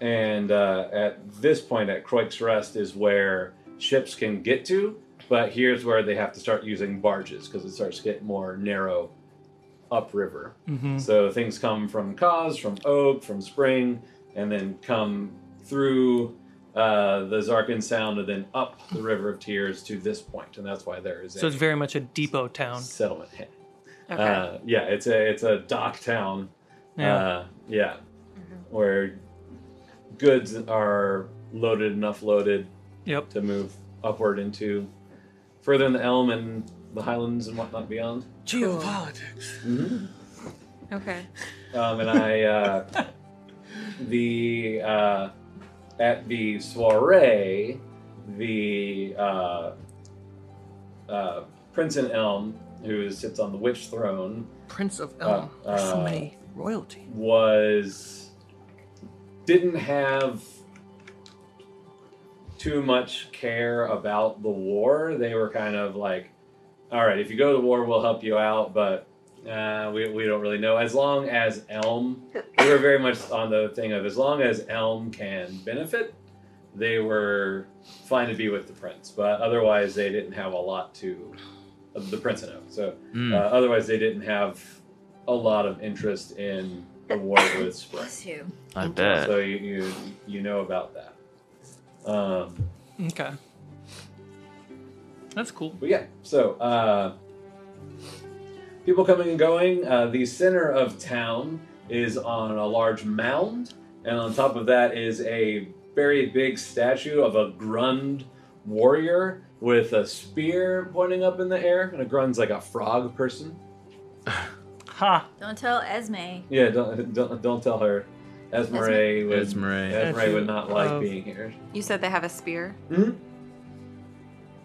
Speaker 3: and uh, at this point, at Croix's Rest is where ships can get to. But here's where they have to start using barges because it starts to get more narrow upriver.
Speaker 4: Mm-hmm.
Speaker 3: So things come from Cause, from Oak, from Spring, and then come through uh, the Zarkan Sound and then up the River of Tears to this point, and that's why there is
Speaker 4: So
Speaker 3: a
Speaker 4: it's very much a depot town.
Speaker 3: settlement. here.
Speaker 2: Okay.
Speaker 3: Uh, yeah, it's a it's a dock town.
Speaker 4: Yeah.
Speaker 3: uh, yeah, where goods are loaded enough loaded
Speaker 4: yep.
Speaker 3: to move upward into further in the Elm and the Highlands and whatnot beyond.
Speaker 9: Geopolitics.
Speaker 2: Okay.
Speaker 3: um, and I uh, the uh, at the soiree, the uh, uh, Prince in Elm, who sits on the witch throne,
Speaker 9: Prince of Elm. There's so
Speaker 3: uh,
Speaker 9: many royalty.
Speaker 3: was didn't have too much care about the war. They were kind of like, "All right, if you go to war, we'll help you out," but uh, we we don't really know. As long as Elm, they were very much on the thing of as long as Elm can benefit, they were fine to be with the prince. But otherwise, they didn't have a lot to of the prince and Elm. So uh, otherwise, they didn't have a lot of interest in the war with Spring.
Speaker 5: you.
Speaker 7: I bet.
Speaker 3: So you, you you know about that. Um,
Speaker 4: Okay. That's cool.
Speaker 3: but yeah, so uh, people coming and going. Uh, the center of town is on a large mound, and on top of that is a very big statue of a Grund warrior with a spear pointing up in the air. And a Grund's like a frog person.
Speaker 4: Ha.
Speaker 5: Don't tell Esme.
Speaker 3: Yeah, don't don't, don't tell her. Esmeray would
Speaker 7: Esmeray.
Speaker 3: Esmeray would not like
Speaker 4: Of-
Speaker 3: being here.
Speaker 2: You said they have a spear.
Speaker 3: hmm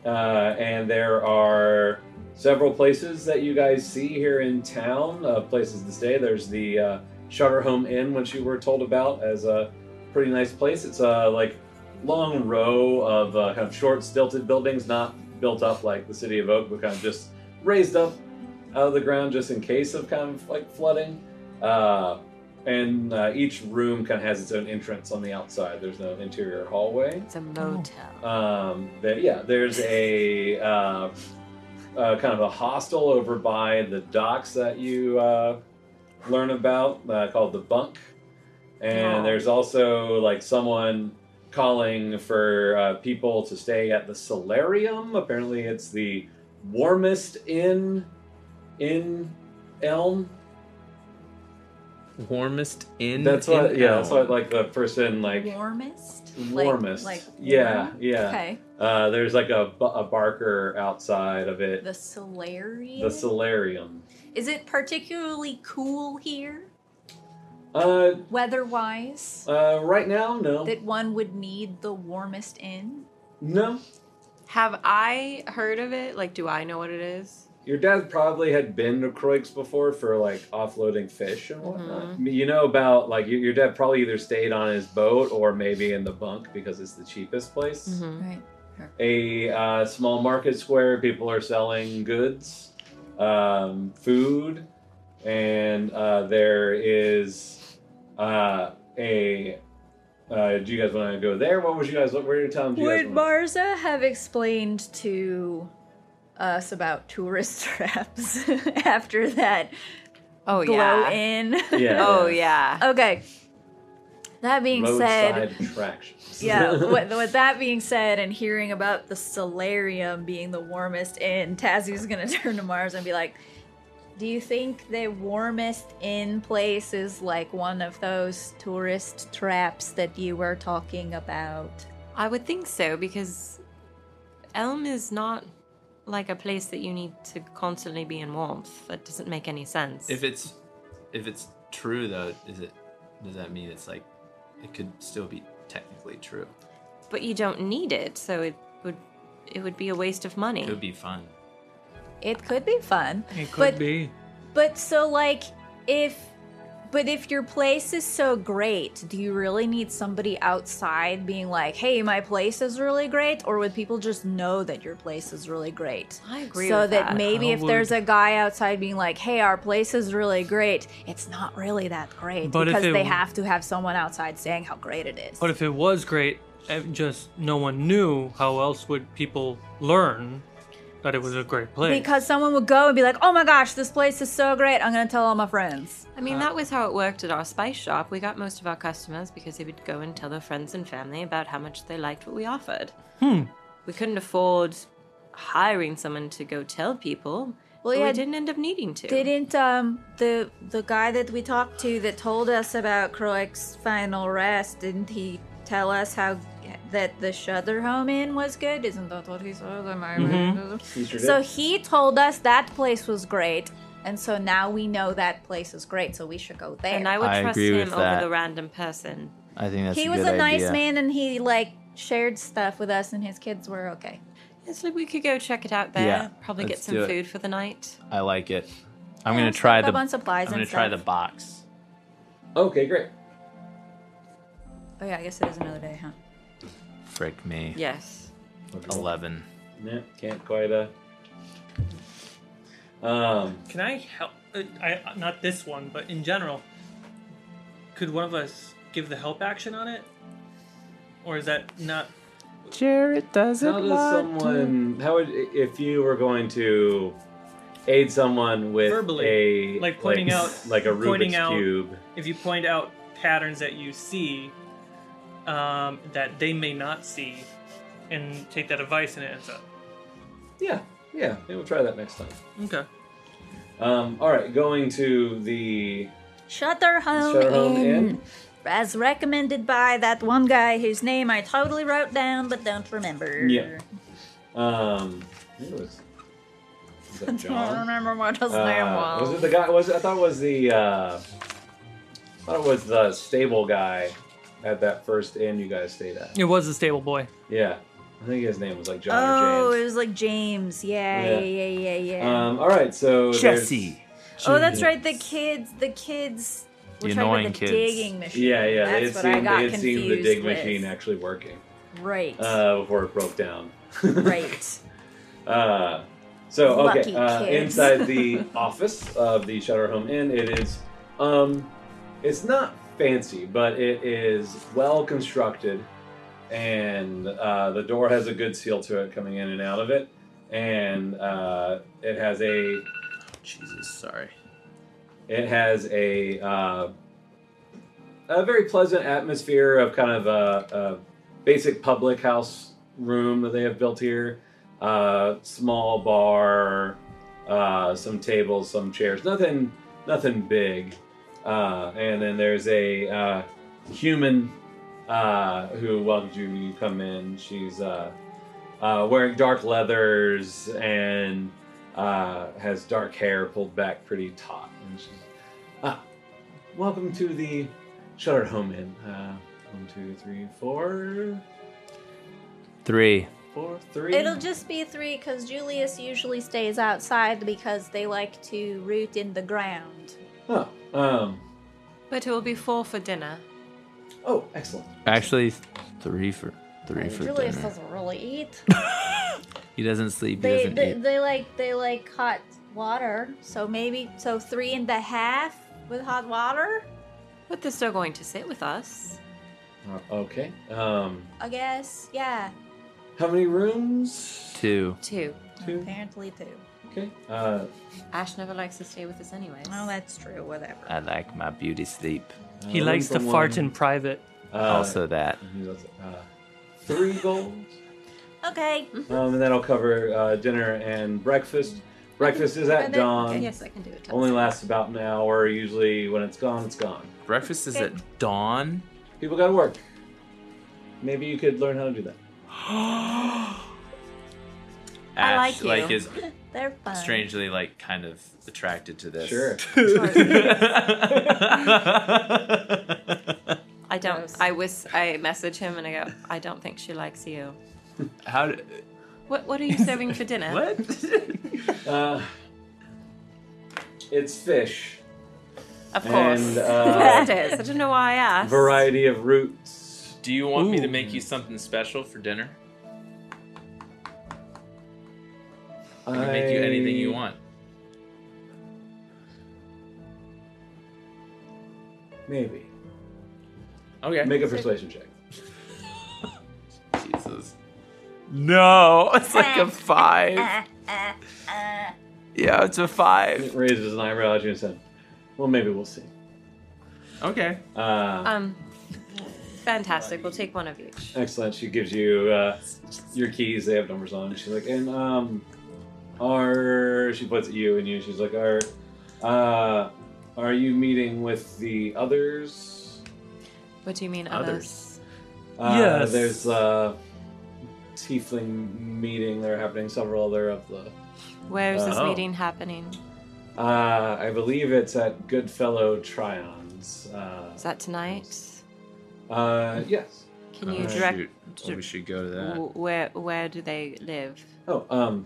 Speaker 3: Uh, and there are several places that you guys see here in town, uh, places to stay. There's the uh, Shutterhome Inn, which you were told about, as a pretty nice place. It's a like long row of uh, kind of short, stilted buildings, not built up like the city of Oak, but kind of just raised up out of the ground just in case of kind of like flooding. Uh, and uh, each room kind of has its own entrance on the outside. There's no interior hallway.
Speaker 2: It's a motel.
Speaker 7: Oh.
Speaker 3: Um, there, yeah, there's a uh, uh, kind of a hostel over by the docks that you uh, learn about uh, called the Bunk, and
Speaker 2: Oh.
Speaker 3: there's also like someone calling for uh, people to stay at the Solarium. Apparently, it's the warmest inn in Elm.
Speaker 7: Warmest in.
Speaker 3: That's what,
Speaker 7: in
Speaker 3: yeah, that's
Speaker 7: Elm.
Speaker 3: what like the person like
Speaker 5: Warmest. Like-
Speaker 3: warmest,
Speaker 5: Like,
Speaker 3: yeah,
Speaker 5: warm?
Speaker 3: yeah.
Speaker 5: Okay.
Speaker 3: Uh, there's like a, bu- a barker outside of it.
Speaker 5: The Solarium.
Speaker 3: The solarium.
Speaker 5: Is it particularly cool here,
Speaker 3: Uh,
Speaker 5: weather-wise,
Speaker 3: uh, right now, no,
Speaker 5: that one would need the warmest inn?
Speaker 3: no.
Speaker 2: Have I heard of it? Like, do I know what it is?
Speaker 3: Your dad probably had been to Croix before for like offloading fish and whatnot. I mean, You know about like your, your dad probably either stayed on his boat or maybe in the bunk because it's the cheapest place.
Speaker 2: Mm-hmm.
Speaker 5: Right.
Speaker 3: a uh, small market square. People are selling goods, um, food, and uh, there is uh, a. Uh, do you guys want to go there? What was you guys? What were your times? you guys
Speaker 5: Would
Speaker 3: wanna-
Speaker 5: Marza have explained to us about tourist traps after that
Speaker 2: Oh
Speaker 5: glow
Speaker 2: yeah.
Speaker 5: in?
Speaker 3: Yeah.
Speaker 2: Oh yeah.
Speaker 5: okay. That being said,
Speaker 3: Roadside attractions.
Speaker 5: yeah, with, with that being said, and hearing about the solarium being the warmest in, Tazu's gonna turn to Mars and be like, Do you think the warmest in place is like one of those tourist traps that you were talking about?
Speaker 2: I would think so because Elm is not like a place that you need to constantly be in warmth. That doesn't make any sense.
Speaker 7: If it's if it's true though, is it does that mean it's like it could still be technically true?
Speaker 2: but you don't need it, so it would it would be a waste of money.
Speaker 7: It would be fun.
Speaker 5: It could be fun.
Speaker 4: It could
Speaker 5: but
Speaker 4: be.
Speaker 5: but so like if but if your place is so great, do you really need somebody outside being like, "Hey, my place is really great," or would people just know that your place is really great?
Speaker 2: I agree
Speaker 5: So
Speaker 2: with
Speaker 5: that,
Speaker 2: that.
Speaker 5: maybe
Speaker 4: I
Speaker 5: if there's a guy outside being like, "Hey, our place is really great," it's not really that great
Speaker 4: But if
Speaker 5: because
Speaker 4: it-
Speaker 5: they have to have someone outside saying how great it is.
Speaker 4: But if it was great, eh, just no one knew, how else would people learn that it was a great place?
Speaker 5: because someone would go and be like, "Oh my gosh, this place is so great! I'm gonna tell all my friends."
Speaker 2: I mean,
Speaker 7: Uh,
Speaker 2: that was how it worked at our spice shop. We got most of our customers because they would go and tell their friends and family about how much they liked what we offered. Hmm. We couldn't afford hiring someone to go tell people.
Speaker 5: Well,
Speaker 2: but
Speaker 5: yeah,
Speaker 2: we didn't end up needing to.
Speaker 5: Didn't um the the guy that we talked to that told us about Croix's final rest? Didn't he tell us how that the Shudder Home Inn was good? Isn't that what he said? Am I right?
Speaker 3: Mm-hmm. He sure
Speaker 5: So
Speaker 3: did.
Speaker 5: he told us that place was great, and so now we know that place is great. So we should go there.
Speaker 2: And I would
Speaker 7: I
Speaker 2: trust
Speaker 7: agree
Speaker 2: him
Speaker 7: with
Speaker 2: over
Speaker 7: that.
Speaker 2: the random person.
Speaker 7: I think that's
Speaker 5: he was a nice man, and he like shared stuff with us, and his kids were okay.
Speaker 2: It's like we could go check it out there.
Speaker 7: Yeah,
Speaker 2: probably get
Speaker 7: let's
Speaker 2: some
Speaker 7: do it.
Speaker 2: food for the night.
Speaker 7: I like it. I'm
Speaker 5: Yeah,
Speaker 7: gonna try
Speaker 5: stock
Speaker 7: the.
Speaker 5: up on supplies
Speaker 7: I'm gonna
Speaker 5: and
Speaker 7: try the
Speaker 5: stuff.
Speaker 7: box.
Speaker 3: okay, great.
Speaker 5: Oh yeah, I guess it is another day, huh?
Speaker 7: Frick me.
Speaker 2: Yes.
Speaker 7: Eleven.
Speaker 3: Yeah, can't quite uh. Um,
Speaker 4: Can I help? Uh, I, not this one, but in general, could one of us give the help action on it? Or is that not?
Speaker 7: Jared doesn't
Speaker 3: how does someone? How would if you were going to aid someone with
Speaker 4: Verbally,
Speaker 3: a
Speaker 4: like pointing out-
Speaker 3: like a
Speaker 4: pointing
Speaker 3: Rubik's
Speaker 4: out-
Speaker 3: cube?
Speaker 4: If you point out patterns that you see um, that they may not see, and take that advice and it ends up.
Speaker 3: Yeah, yeah. Maybe we'll try that next time.
Speaker 4: Okay.
Speaker 3: Um, all right, going to the
Speaker 5: Shutter Home
Speaker 3: Shutter Home
Speaker 5: Inn.
Speaker 3: Inn.
Speaker 5: As recommended by that one guy whose name I totally wrote down but don't remember.
Speaker 3: Yeah. Um, I think it was. Was that
Speaker 5: don't
Speaker 3: John?
Speaker 5: remember what his name
Speaker 3: Uh,
Speaker 5: was.
Speaker 3: was it the guy? Was it, I thought it was the. Uh, I thought it was the stable guy at that first inn you guys stayed at.
Speaker 4: It was the stable boy.
Speaker 3: Yeah, I think his name was like John
Speaker 5: oh,
Speaker 3: or
Speaker 5: it
Speaker 3: James.
Speaker 5: was like James. Yeah,
Speaker 3: Yeah.
Speaker 5: yeah, yeah, yeah, yeah.
Speaker 3: Um, all right, so there's-
Speaker 9: Jesse.
Speaker 5: oh, that's right. The kids, the kids.
Speaker 7: The
Speaker 5: We're talking about
Speaker 7: annoying
Speaker 5: the
Speaker 7: kids.
Speaker 5: digging machine.
Speaker 3: Yeah, yeah. they had
Speaker 5: That's what
Speaker 3: seen,
Speaker 5: I got
Speaker 3: they had seen the
Speaker 5: confused
Speaker 3: dig
Speaker 5: with.
Speaker 3: machine actually working
Speaker 5: Right.
Speaker 3: uh, before it broke down.
Speaker 5: right.
Speaker 3: Uh, so okay,
Speaker 5: Lucky
Speaker 3: uh,
Speaker 5: kids.
Speaker 3: inside the office of the Shutter Home Inn, it is, um, it's not fancy, but it is well constructed, and uh, the door has a good seal to it coming in and out of it, and uh, it has a
Speaker 7: Jesus, sorry.
Speaker 3: it has a uh, a very pleasant atmosphere of kind of a, a basic public house room that they have built here. Uh, small bar, uh, some tables, some chairs. Nothing, nothing big. Uh, and then there's a uh, human uh, who welcomes you when you come in. She's uh, uh, wearing dark leathers and uh, has dark hair pulled back pretty taut. And she's, ah, welcome to the Shutter Home Inn. Uh, one, two, three, four,
Speaker 7: Three.
Speaker 3: four, three.
Speaker 5: It'll just be three because Julius usually stays outside because they like to root in the ground.
Speaker 3: Oh, um,
Speaker 2: But it will be four for dinner.
Speaker 3: oh, excellent.
Speaker 7: Actually, three for three for
Speaker 5: Julius
Speaker 7: dinner.
Speaker 5: doesn't really eat.
Speaker 7: He doesn't sleep. He
Speaker 5: they,
Speaker 7: doesn't
Speaker 5: they,
Speaker 7: eat.
Speaker 5: they like they like hot water so maybe so three and a half with hot water
Speaker 2: But they're still going to sit with us.
Speaker 3: Uh, okay. Um,
Speaker 5: i guess yeah
Speaker 3: how many rooms?
Speaker 7: Two.
Speaker 2: Two.
Speaker 3: Two.
Speaker 5: apparently two
Speaker 3: Okay. Uh,
Speaker 2: Ash never likes to stay with us anyways.
Speaker 5: that's true whatever
Speaker 7: I like my beauty sleep.
Speaker 4: He
Speaker 3: uh,
Speaker 4: likes to
Speaker 3: room for
Speaker 4: fart
Speaker 3: one.
Speaker 4: in private.
Speaker 3: Uh,
Speaker 7: also that.
Speaker 3: he does, uh, three gold.
Speaker 5: okay
Speaker 3: Um, and that'll cover uh, dinner and breakfast. Breakfast is at
Speaker 5: And then-
Speaker 3: dawn.
Speaker 2: Yes, I can do it.
Speaker 3: Only lasts about an hour. Usually, when it's gone, it's gone.
Speaker 7: Breakfast is at dawn.
Speaker 3: People gotta work. Maybe you could learn how to do that.
Speaker 2: like
Speaker 7: Ash,
Speaker 2: you.
Speaker 7: like is
Speaker 5: They're fun.
Speaker 7: strangely like kind of attracted to this.
Speaker 3: Sure.
Speaker 2: I don't. I was. I message him and I go. I don't think she likes you.
Speaker 7: How? Do,
Speaker 2: What What are you serving for dinner?
Speaker 7: what?
Speaker 3: Uh, it's fish.
Speaker 2: Of course.
Speaker 3: And
Speaker 2: Yes,
Speaker 3: uh,
Speaker 2: it is. I don't know why I asked.
Speaker 3: variety of roots.
Speaker 7: Do you want me to
Speaker 4: Ooh.
Speaker 7: make you something special for dinner? I can make you anything you
Speaker 3: I-
Speaker 7: want.
Speaker 3: Maybe.
Speaker 7: Okay.
Speaker 3: Make a persuasion check.
Speaker 7: Jesus. No, it's like a five.
Speaker 5: Uh, uh, uh.
Speaker 7: Yeah, it's a five.
Speaker 3: It raises an eyebrow at you and said, "Well, maybe we'll see."
Speaker 7: Okay.
Speaker 3: Uh,
Speaker 2: Um. Fantastic. We'll take one of each.
Speaker 3: Excellent. She gives you uh, your keys. They have numbers on. them. She's like, and um, are she puts at you and you. She's like, are uh, are you meeting with the others?
Speaker 2: What do you mean
Speaker 7: Others.
Speaker 2: others?
Speaker 3: Uh,
Speaker 4: Yes.
Speaker 3: There's uh, tiefling meeting. They're happening. Several other of the.
Speaker 2: Where is this
Speaker 7: Oh.
Speaker 2: meeting happening?
Speaker 3: Uh, I believe it's at Goodfellow Tryon's. Uh,
Speaker 2: Is that tonight?
Speaker 3: uh, yes.
Speaker 2: Can you
Speaker 3: Uh,
Speaker 2: direct?
Speaker 7: Oh, Shoot. We should go to that.
Speaker 2: w- Where Where do they live?
Speaker 3: Oh, um,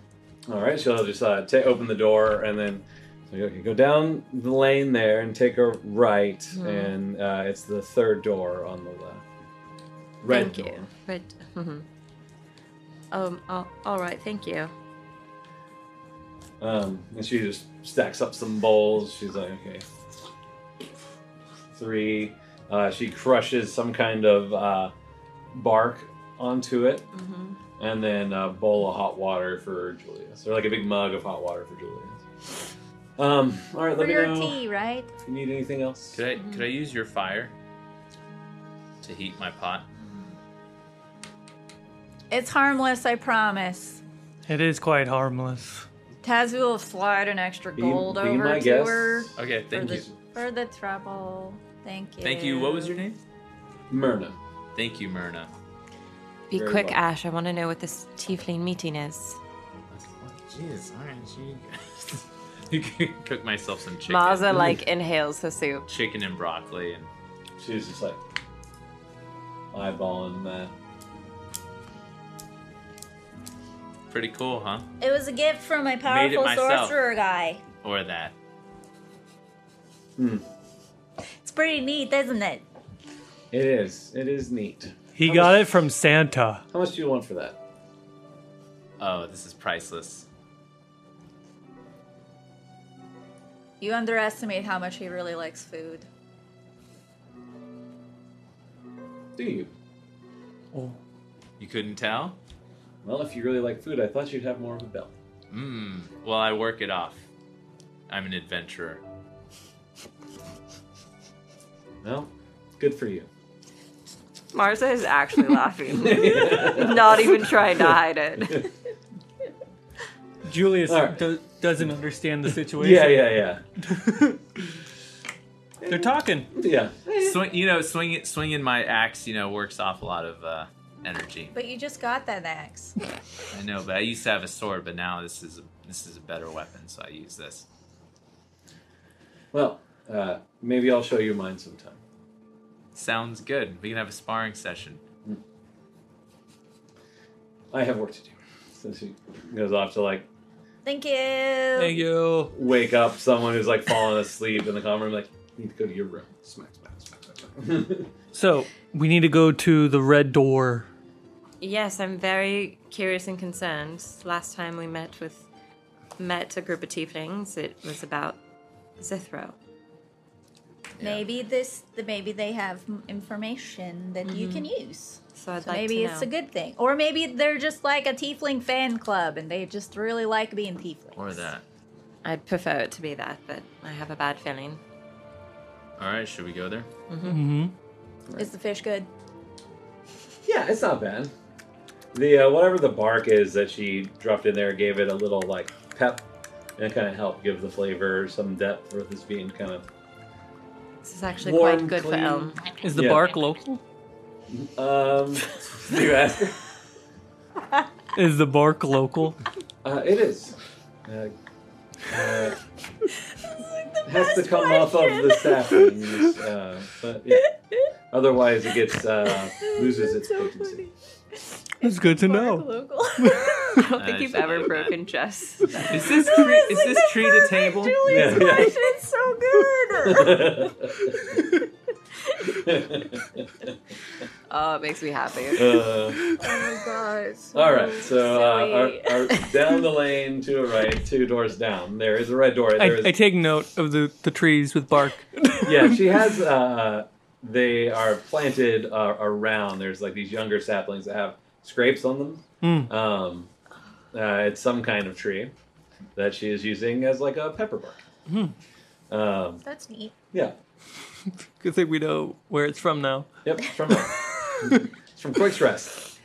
Speaker 3: all right. She'll just uh, ta open the door and then so you you go down the lane there and take a right,
Speaker 2: Mm-hmm.
Speaker 3: and uh, it's the third door on the left. Red
Speaker 2: thank
Speaker 3: door.
Speaker 2: you. Red. mhm. Um. Oh, all right. Thank you.
Speaker 3: Um, and she just stacks up some bowls. She's like, okay, three. Uh, she crushes some kind of uh, bark onto it,
Speaker 5: Mm-hmm.
Speaker 3: and then a bowl of hot water for Julius, or like a big mug of hot water for Julius. Um, all right,
Speaker 5: For
Speaker 3: let me
Speaker 5: your
Speaker 3: know
Speaker 5: tea, right?
Speaker 3: if you need anything else.
Speaker 7: Could I could I use your fire to heat my pot?
Speaker 5: It's harmless, I promise.
Speaker 4: It is quite harmless.
Speaker 5: Taz will slide an extra
Speaker 3: Be-
Speaker 5: gold
Speaker 3: be
Speaker 5: over
Speaker 3: my
Speaker 5: to
Speaker 3: guest.
Speaker 5: her
Speaker 7: Okay,
Speaker 5: for
Speaker 7: thank
Speaker 5: the,
Speaker 7: you.
Speaker 5: for the trouble. Thank you.
Speaker 7: Thank you. What was your name?
Speaker 3: Myrna.
Speaker 7: Thank you, Myrna.
Speaker 2: Be
Speaker 3: Very
Speaker 2: quick,
Speaker 3: well.
Speaker 2: Ash. I want to know what this tiefling meeting is.
Speaker 7: Jeez, all right, you can cook myself some chicken.
Speaker 2: Maza like inhales her soup.
Speaker 7: Chicken and broccoli and
Speaker 3: She's just like eyeballing that.
Speaker 7: pretty cool, huh?
Speaker 5: It was a gift from my
Speaker 7: Made it
Speaker 5: powerful
Speaker 7: myself.
Speaker 5: sorcerer guy.
Speaker 7: Or that.
Speaker 5: It's pretty neat, isn't it?
Speaker 3: It is. It is neat.
Speaker 4: He got it from Santa.
Speaker 3: How much do you want for that?
Speaker 7: Oh, this is priceless.
Speaker 5: You underestimate how much he really likes food.
Speaker 3: Do you?
Speaker 7: You couldn't tell?
Speaker 3: Well, if you really like food, I thought you'd have more of a bell.
Speaker 7: Mmm. Well, I work it off. I'm an adventurer.
Speaker 3: Well, good for you.
Speaker 2: Marza is actually laughing. Not even trying to hide it.
Speaker 4: Julius
Speaker 3: All right.
Speaker 4: do- doesn't understand the situation.
Speaker 3: Yeah, yeah, yeah.
Speaker 4: They're talking.
Speaker 3: Yeah.
Speaker 7: Swing, you know, swing, swinging my axe, you know, works off a lot of uh, energy.
Speaker 5: But you just got that axe.
Speaker 7: I know, but I used to have a sword, but now this is a, this is a better weapon, so I use this.
Speaker 3: Well, uh, maybe I'll show you mine sometime.
Speaker 7: Sounds good. We can have a sparring session.
Speaker 3: I have work to do. So she goes off to like
Speaker 5: Thank you.
Speaker 4: Thank you.
Speaker 3: wake up someone who's like fallen asleep in the common room, like, you need to go to your room. Smack, smack, smack, smack, smack.
Speaker 4: So we need to go to the red door.
Speaker 2: Yes, I'm very curious and concerned. Last time we met with met a group of tieflings, it was about Zithro.
Speaker 5: Maybe this, the, maybe they have m- information that you can use.
Speaker 2: So I'd
Speaker 5: So
Speaker 2: like
Speaker 5: maybe
Speaker 2: to
Speaker 5: it's
Speaker 2: know.
Speaker 5: a good thing, or maybe they're just like a tiefling fan club, and they just really like being tieflings.
Speaker 7: Or that.
Speaker 2: I'd prefer it to be that, but I have a bad feeling.
Speaker 7: All right, should we go there?
Speaker 5: Is the fish good?
Speaker 3: yeah, it's not bad. The uh, whatever the bark is that she dropped in there gave it a little like pep And kind of help give the flavor some depth with this being kind of.
Speaker 2: This is actually
Speaker 3: Warm,
Speaker 2: quite good for
Speaker 3: clean.
Speaker 2: Elm.
Speaker 4: Is the
Speaker 3: Yeah.
Speaker 4: bark local?
Speaker 3: Um, you ask.
Speaker 4: Is the bark local?
Speaker 3: Uh, it is. Uh, uh, it has to come off of the saplings, uh, but yeah. otherwise it gets uh, loses its potency.
Speaker 4: It's good to know.
Speaker 6: Local.
Speaker 2: I don't think
Speaker 7: Uh,
Speaker 2: you've
Speaker 7: it's
Speaker 2: ever
Speaker 7: not bad.
Speaker 2: broken chess.
Speaker 7: Is this tree, is this tree the table?
Speaker 3: Yeah, yeah.
Speaker 6: it's so good.
Speaker 2: Oh, it makes me happy.
Speaker 3: Uh, all right, so uh,
Speaker 5: Silly.
Speaker 3: our, our, down the lane to the right, two doors down. There is a red door. There
Speaker 4: I,
Speaker 3: is
Speaker 4: I take note of the, the trees with bark.
Speaker 3: yeah, she has. Uh, they are planted uh, around. There's like these younger saplings that have scrapes on them.
Speaker 4: Hmm.
Speaker 3: Um, uh, it's some kind of tree that she is using as like a pepper bark. Um,
Speaker 5: That's neat.
Speaker 3: yeah.
Speaker 4: Good thing we know where it's from now.
Speaker 3: Yep. it's From it's from Quick's Rest.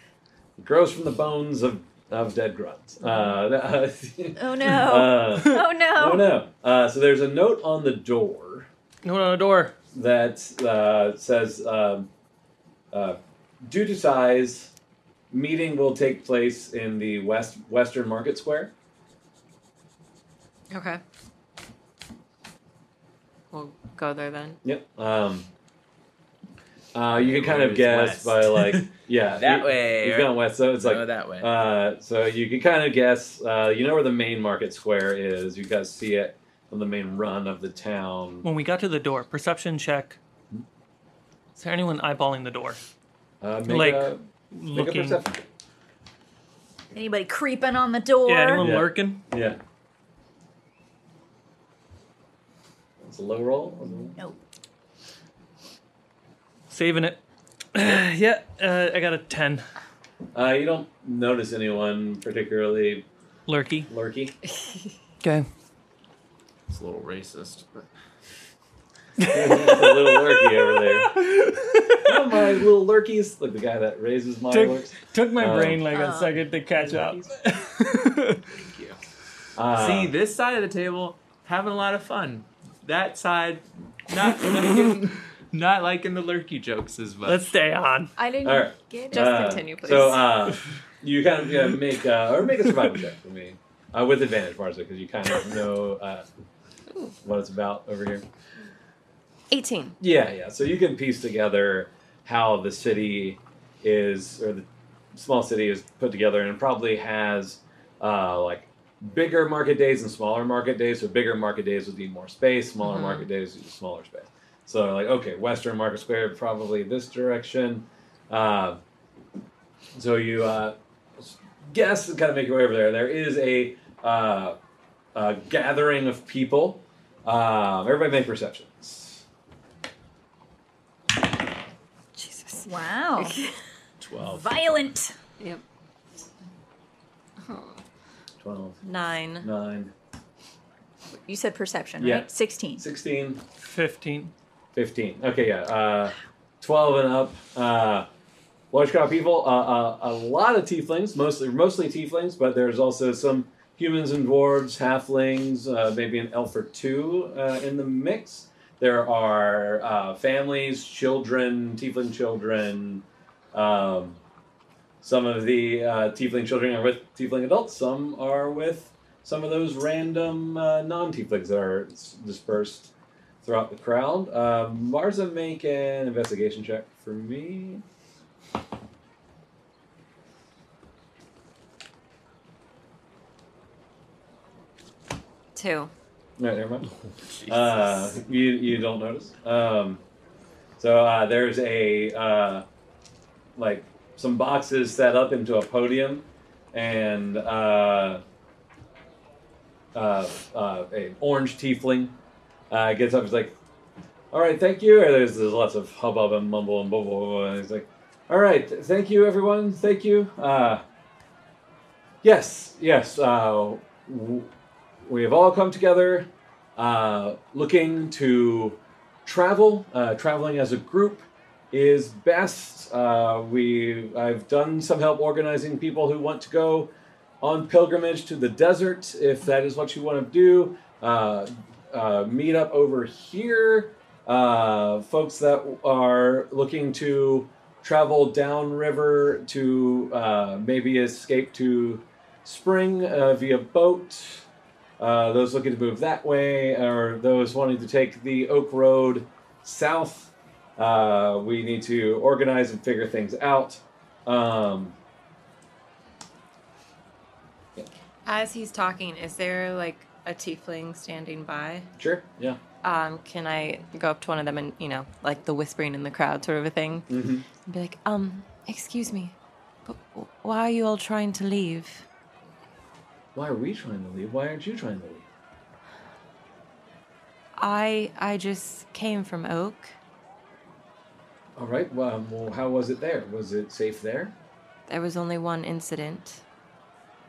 Speaker 3: It grows from the bones of of dead grunts. Uh,
Speaker 5: Oh no.
Speaker 3: uh,
Speaker 5: oh no.
Speaker 3: oh no. Uh, so there's a note on the door.
Speaker 4: No, no, door.
Speaker 3: that uh, says, um, uh, due to size, meeting will take place in the west Western Market Square.
Speaker 2: Okay. We'll go there then.
Speaker 3: Yep. Um, uh, you can kind of
Speaker 7: It's
Speaker 3: guess
Speaker 7: west.
Speaker 3: by like, yeah,
Speaker 7: That
Speaker 3: you-
Speaker 7: way,
Speaker 3: You've
Speaker 7: right?
Speaker 3: gone west, so it's
Speaker 7: Go
Speaker 3: like.
Speaker 7: that way.
Speaker 3: Uh, so you can kind of guess. Uh, you know where the main market square is. You guys see it on the main run of the town.
Speaker 4: When we got to the door, perception check. Is there anyone eyeballing the door?
Speaker 3: Uh, make
Speaker 4: Like,
Speaker 3: a, make a
Speaker 4: looking-
Speaker 3: perception.
Speaker 5: Anybody creeping on the door?
Speaker 4: Yeah, anyone
Speaker 3: Yeah.
Speaker 4: lurking?
Speaker 3: Yeah. It's a low roll.
Speaker 5: No.
Speaker 4: Saving it. yeah, uh, I got a 10.
Speaker 3: Uh, you don't notice anyone particularly
Speaker 4: Lurky.
Speaker 3: lurky.
Speaker 4: Okay.
Speaker 7: It's a little racist, but
Speaker 3: it's a little lurky over there. Oh, my little lurkies. Like the guy that raises my
Speaker 4: Took-
Speaker 3: lurks.
Speaker 4: Took my
Speaker 3: Oh.
Speaker 4: brain like a
Speaker 5: Oh.
Speaker 4: second to catch up.
Speaker 3: Uh,
Speaker 7: see this side of the table having a lot of fun. That side, not liking, not liking the lurky jokes as much.
Speaker 4: Let's stay on.
Speaker 5: I didn't
Speaker 3: All right.
Speaker 5: get it.
Speaker 2: Just
Speaker 3: uh,
Speaker 2: continue, please.
Speaker 3: So uh, you kind of yeah, make uh, or make a survival check for me uh, with advantage, Marza, because you kind of know uh, what it's about over here.
Speaker 2: 18.
Speaker 3: Yeah, yeah. So you can piece together how the city is, or the small city is put together, and probably has uh, like bigger market days and smaller market days. So bigger market days would be more space, smaller market days would be smaller space. So like, okay, Western Market Square probably this direction. Uh, so you uh, guess and kind of make your way over there. There is a uh, uh, gathering of people. Um, everybody make perceptions.
Speaker 2: Jesus.
Speaker 5: Wow.
Speaker 7: Twelve.
Speaker 5: Violent.
Speaker 2: Yep.
Speaker 3: 12,
Speaker 2: Nine.
Speaker 3: 9,
Speaker 5: You said perception,
Speaker 3: Yeah.
Speaker 5: right? 16.
Speaker 3: 16,
Speaker 4: 15.
Speaker 3: 15. Okay, yeah. Uh, 12 and up. Uh, large crowd of people. Uh, uh, a lot of tieflings, mostly mostly tieflings, but there's also some humans and dwarves, halflings, uh, maybe an elf or two uh, in the mix. There are uh, families, children, tiefling children. Um, some of the uh, tiefling children are with tiefling adults. Some are with some of those random uh, non-tieflings that are s- dispersed throughout the crowd. Uh, Marza, make an investigation check for me.
Speaker 2: Two.
Speaker 3: No, never mind. Uh, you, you don't notice. Um, so uh, there's a uh, like some boxes set up into a podium, and uh, uh, uh, a orange tiefling uh, gets up. He's like, "All right, thank you." And there's, there's lots of hubbub and mumble and blah blah blah. blah. And he's like, "All right, th- thank you, everyone. Thank you." Uh, yes, yes. Uh, w- we have all come together uh, looking to travel. Uh, traveling as a group is best. Uh, we I've done some help organizing people who want to go. on pilgrimage to the desert if that is what you want to do. Uh, uh, meet up over here. Uh, folks that are looking to travel downriver to uh, maybe escape to spring uh, via boat. Uh, those looking to move that way, or those wanting to take the Oak Road south. Uh, we need to organize and figure things out. Um,
Speaker 2: As he's talking, is there like a tiefling standing by?
Speaker 3: sure. Yeah.
Speaker 2: Um, can I go up to one of them and you know, like the whispering in the crowd sort of a thing,
Speaker 3: Mhm.
Speaker 2: and be like, um, excuse me, but w- why are you all trying to leave?
Speaker 3: Why are we trying to leave? Why aren't you trying to leave?
Speaker 2: I I just came from Oak.
Speaker 3: All right. Well, um, well, how was it there? Was it safe there?
Speaker 2: There was only one incident.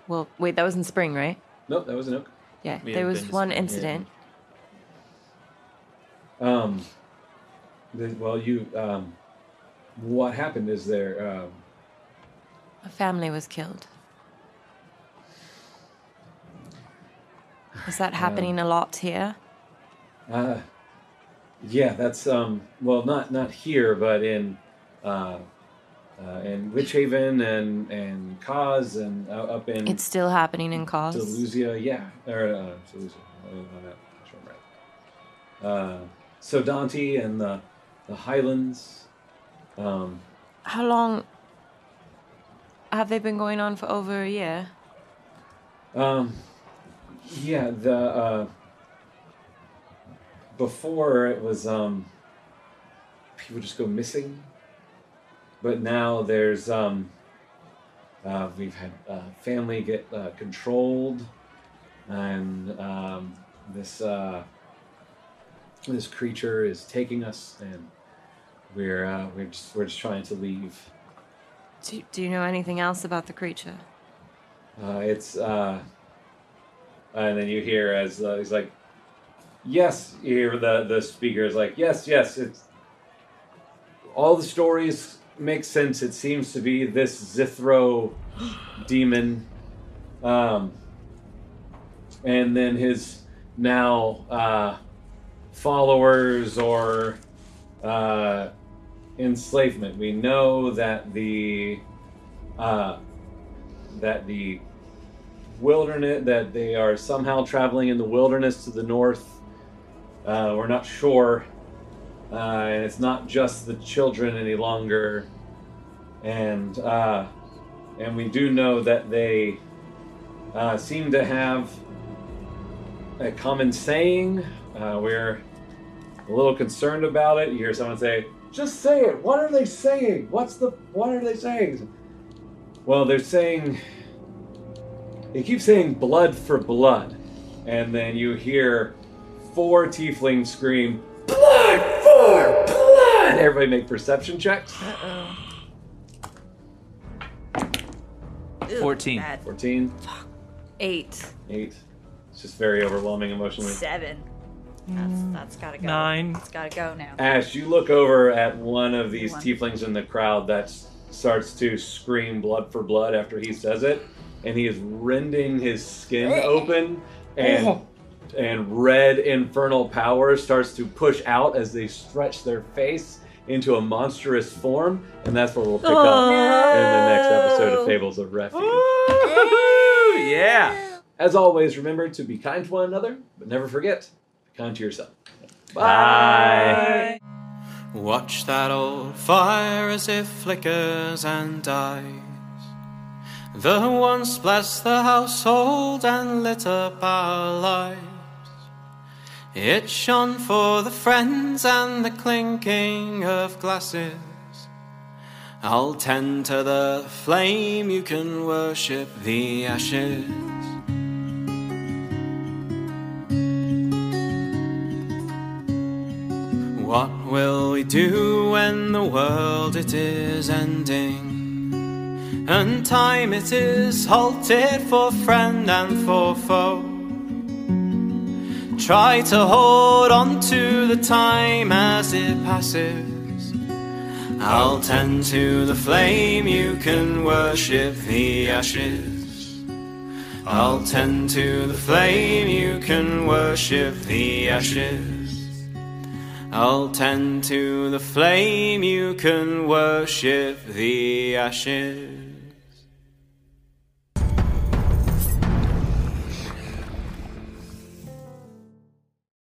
Speaker 2: Well, wait, that was in spring, right?
Speaker 3: Nope, that was an oak.
Speaker 2: Yeah,
Speaker 7: We
Speaker 2: there
Speaker 7: had
Speaker 2: was
Speaker 7: been to
Speaker 2: one
Speaker 7: spring, yeah.
Speaker 2: incident.
Speaker 3: Um, the, well, you. Um, what happened is there. Um,
Speaker 2: A family was killed. Is that happening a lot here?
Speaker 3: Uh, yeah, that's um. Well, not not here, but in, uh, uh, in Witchhaven and and Cause and uh, up in
Speaker 2: It's still happening in cause.
Speaker 3: Deluzia. Yeah, or uh, Deluzia. I'm not sure I'm right. Uh, so Dante and the the Highlands. Um,
Speaker 2: How long have they been going on for over a year?
Speaker 3: Um, yeah, the uh, before it was um, people just go missing, but now there's um, uh, we've had uh, family get uh, controlled, and um, this uh, this creature is taking us, and we're uh, we're just we're just trying to leave.
Speaker 2: Do, do you know anything else about the creature?
Speaker 3: Uh, it's uh, and then you hear as uh, he's like, "Yes," you hear the the speaker is like, "Yes, yes." It's all the stories make sense. It seems to be this Zithro demon, um, and then his now uh, followers or uh, enslavement. We know that the uh, that the wilderness that they are somehow traveling in the wilderness to the north. Uh, we're not sure, uh, and it's not just the children any longer. And uh, and we do know that they uh, seem to have a common saying. Uh, we're a little concerned about it. You hear someone say, "Just say it. What are they saying? What's the? What are they saying?" Well, they're saying they keep saying blood for blood, and then you hear four tieflings scream, "Blood for blood!" Everybody make perception checks.
Speaker 7: Fourteen.
Speaker 3: Fourteen,
Speaker 5: Eight.
Speaker 3: eight. It's just very overwhelming emotionally.
Speaker 5: Seven. That's, that's gotta go.
Speaker 4: Nine.
Speaker 5: It's gotta go now.
Speaker 3: Ash, you look over at one of these
Speaker 5: One.
Speaker 3: tieflings in the crowd that s- starts to scream blood for blood after he says it, and he is rending his skin open and and red infernal power starts to push out as they stretch their face into a monstrous form, and that's what we'll pick up in the next episode of Fables of Refuge.
Speaker 7: yeah.
Speaker 3: As always, remember to be kind to one another, but never forget, be kind to yourself.
Speaker 7: Bye.
Speaker 1: Watch that old fire as it flickers and dies. The once blessed the household and lit up our lives. It shone for the friends and the clinking of glasses. I'll tend to the flame, you can worship the ashes. What will we do when the world it is ending? And time it is halted for friend and for foe. Try to hold on to the time as it passes. I'll tend to the flame, you can worship the ashes. I'll tend to the flame, you can worship the ashes. I'll tend to the flame, you can worship the ashes.